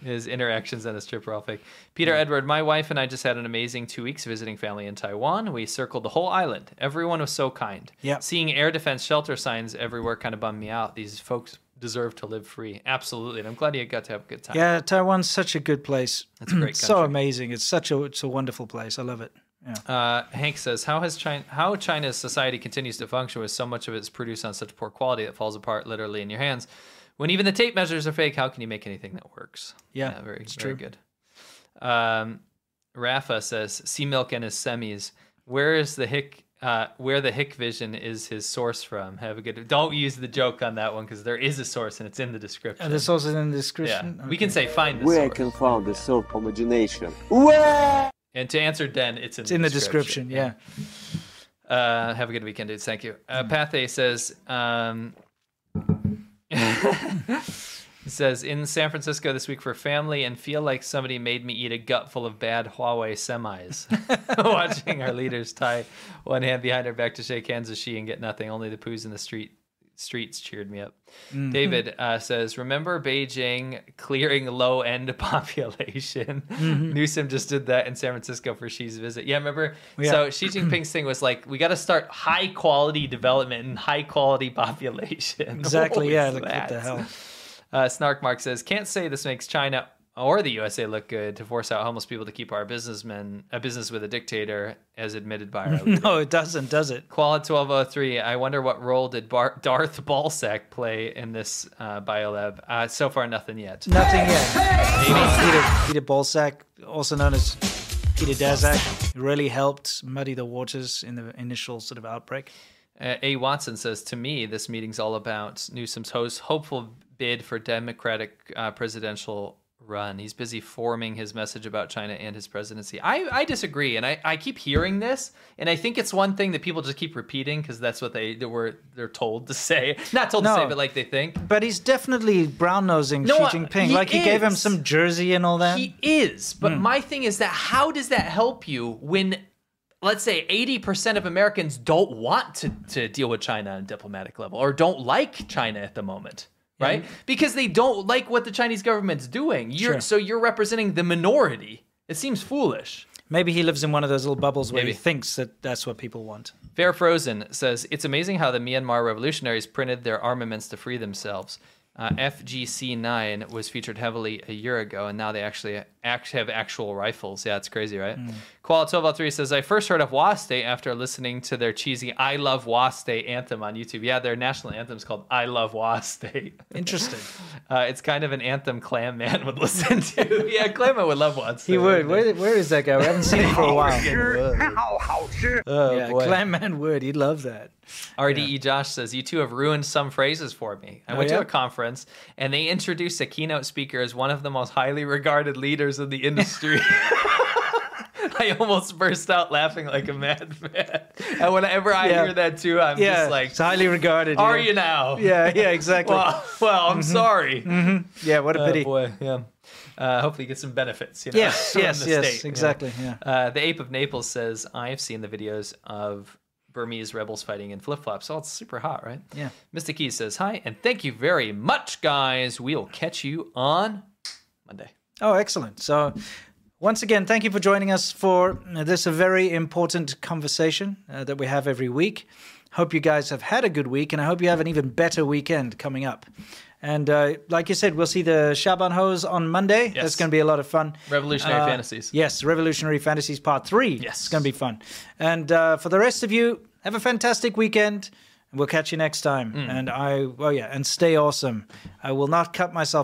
his interactions and his trip were all fake. Peter yeah. Edward, my wife and I just had an amazing two weeks visiting family in Taiwan. We circled the whole island. Everyone was so kind.
Yeah.
Seeing air defense shelter signs everywhere kind of bummed me out. These folks deserve to live free. Absolutely. And I'm glad you got to have a good time.
Yeah, Taiwan's such a good place.
It's a great
so amazing. It's such a it's a wonderful place. I love it. Yeah.
Uh, Hank says, "How has China, how China's society continues to function with so much of its produced on such poor quality that falls apart literally in your hands? When even the tape measures are fake, how can you make anything that works?"
Yeah,
yeah very, very good. Um, Rafa says, "Sea Milk and his semis. Where is the hick? Uh, where the hick vision is his source from? Have a good. Don't use the joke on that one because there is a source and it's in the description.
And the source is in the description.
Yeah. Okay. we can say find the
Where
source.
I can find the source of imagination.
Where?"
And to answer Den, it's in,
it's the, in description. the description.
Yeah. Uh, have a good weekend, dudes. Thank you. Uh, Pathé says, um, says in San Francisco this week for family and feel like somebody made me eat a gut full of bad Huawei semis. Watching our leaders tie one hand behind her back to shake hands with she and get nothing. Only the poos in the street streets cheered me up. Mm-hmm. David uh, says, "Remember Beijing clearing low-end population? Mm-hmm. Newsom just did that in San Francisco for Xi's visit. Yeah, remember? Yeah. So Xi Jinping's thing was like, we got to start high-quality development and high-quality population.
Exactly. yeah. Look, what the hell?
Uh, Snark Mark says, "Can't say this makes China." Or the USA look good to force out homeless people to keep our businessmen a business with a dictator, as admitted by our leader.
no, it doesn't, does it?
Qualid twelve oh three. I wonder what role did Bar- Darth Balsack play in this uh, biolab? Uh, so far, nothing yet.
Nothing yet. Hey! Hey! Peter, Peter Balsack, also known as Peter Daszak, really helped muddy the waters in the initial sort of outbreak.
Uh, a Watson says to me, this meeting's all about Newsom's host hopeful bid for Democratic uh, presidential run. He's busy forming his message about China and his presidency. I, I disagree, and I, I keep hearing this, and I think it's one thing that people just keep repeating because that's what they, they were they're told to say, not told no, to say, but like they think.
But he's definitely brown nosing no, Xi Jinping. He like he is. gave him some jersey and all that. Hmm.
He is, but mm. my thing is that how does that help you when? Let's say 80% of Americans don't want to, to deal with China on a diplomatic level or don't like China at the moment right? Mm-hmm. Because they don't like what the Chinese government's doing. You're, sure. So you're representing the minority. It seems foolish.
Maybe he lives in one of those little bubbles where Maybe. he thinks that that's what people want.
Fair Frozen says it's amazing how the Myanmar revolutionaries printed their armaments to free themselves. Uh, FGC9 was featured heavily a year ago, and now they actually act- have actual rifles. Yeah, it's crazy, right?
Hmm.
Mm. Qual1203 says, I first heard of Waste after listening to their cheesy I Love Waste anthem on YouTube. Yeah, their national anthem is called I Love Waste.
Interesting.
uh, it's kind of an anthem Clam Man would listen to. yeah, Clam Man would love Waste.
He would. Where, where is that guy? We haven't seen him for a while. oh, yeah, boy. Clam Man would. He'd love that.
RDE yeah. E Josh says, You two have ruined some phrases for me. I oh, went yeah? to a conference and they introduced a keynote speaker as one of the most highly regarded leaders in the industry. I almost burst out laughing like a madman. And whenever I yeah. hear that too, I'm just like,
it's highly regarded.
Are you now?
Yeah, yeah, exactly.
well, well, I'm mm-hmm. sorry.
Mm-hmm. Yeah, what a pity.
Oh, boy, yeah. Uh, hopefully get some benefits. You know,
yes, yes, yes, state, exactly. You know?
Yeah. Uh, the Ape of Naples says, I've seen the videos of Burmese rebels fighting in flip flops. So it's super hot, right?
Yeah.
Mr. Key says hi and thank you very much, guys. We'll catch you on Monday.
Oh, excellent. So, once again, thank you for joining us for uh, this very important conversation uh, that we have every week. Hope you guys have had a good week, and I hope you have an even better weekend coming up. And uh, like you said, we'll see the Shaban Hose on Monday. Yes. That's going to be a lot of fun.
Revolutionary uh, Fantasies.
Yes, Revolutionary Fantasies Part 3.
Yes.
It's going to be fun. And uh, for the rest of you, have a fantastic weekend. We'll catch you next time. Mm. And I, oh yeah, and stay awesome. I will not cut myself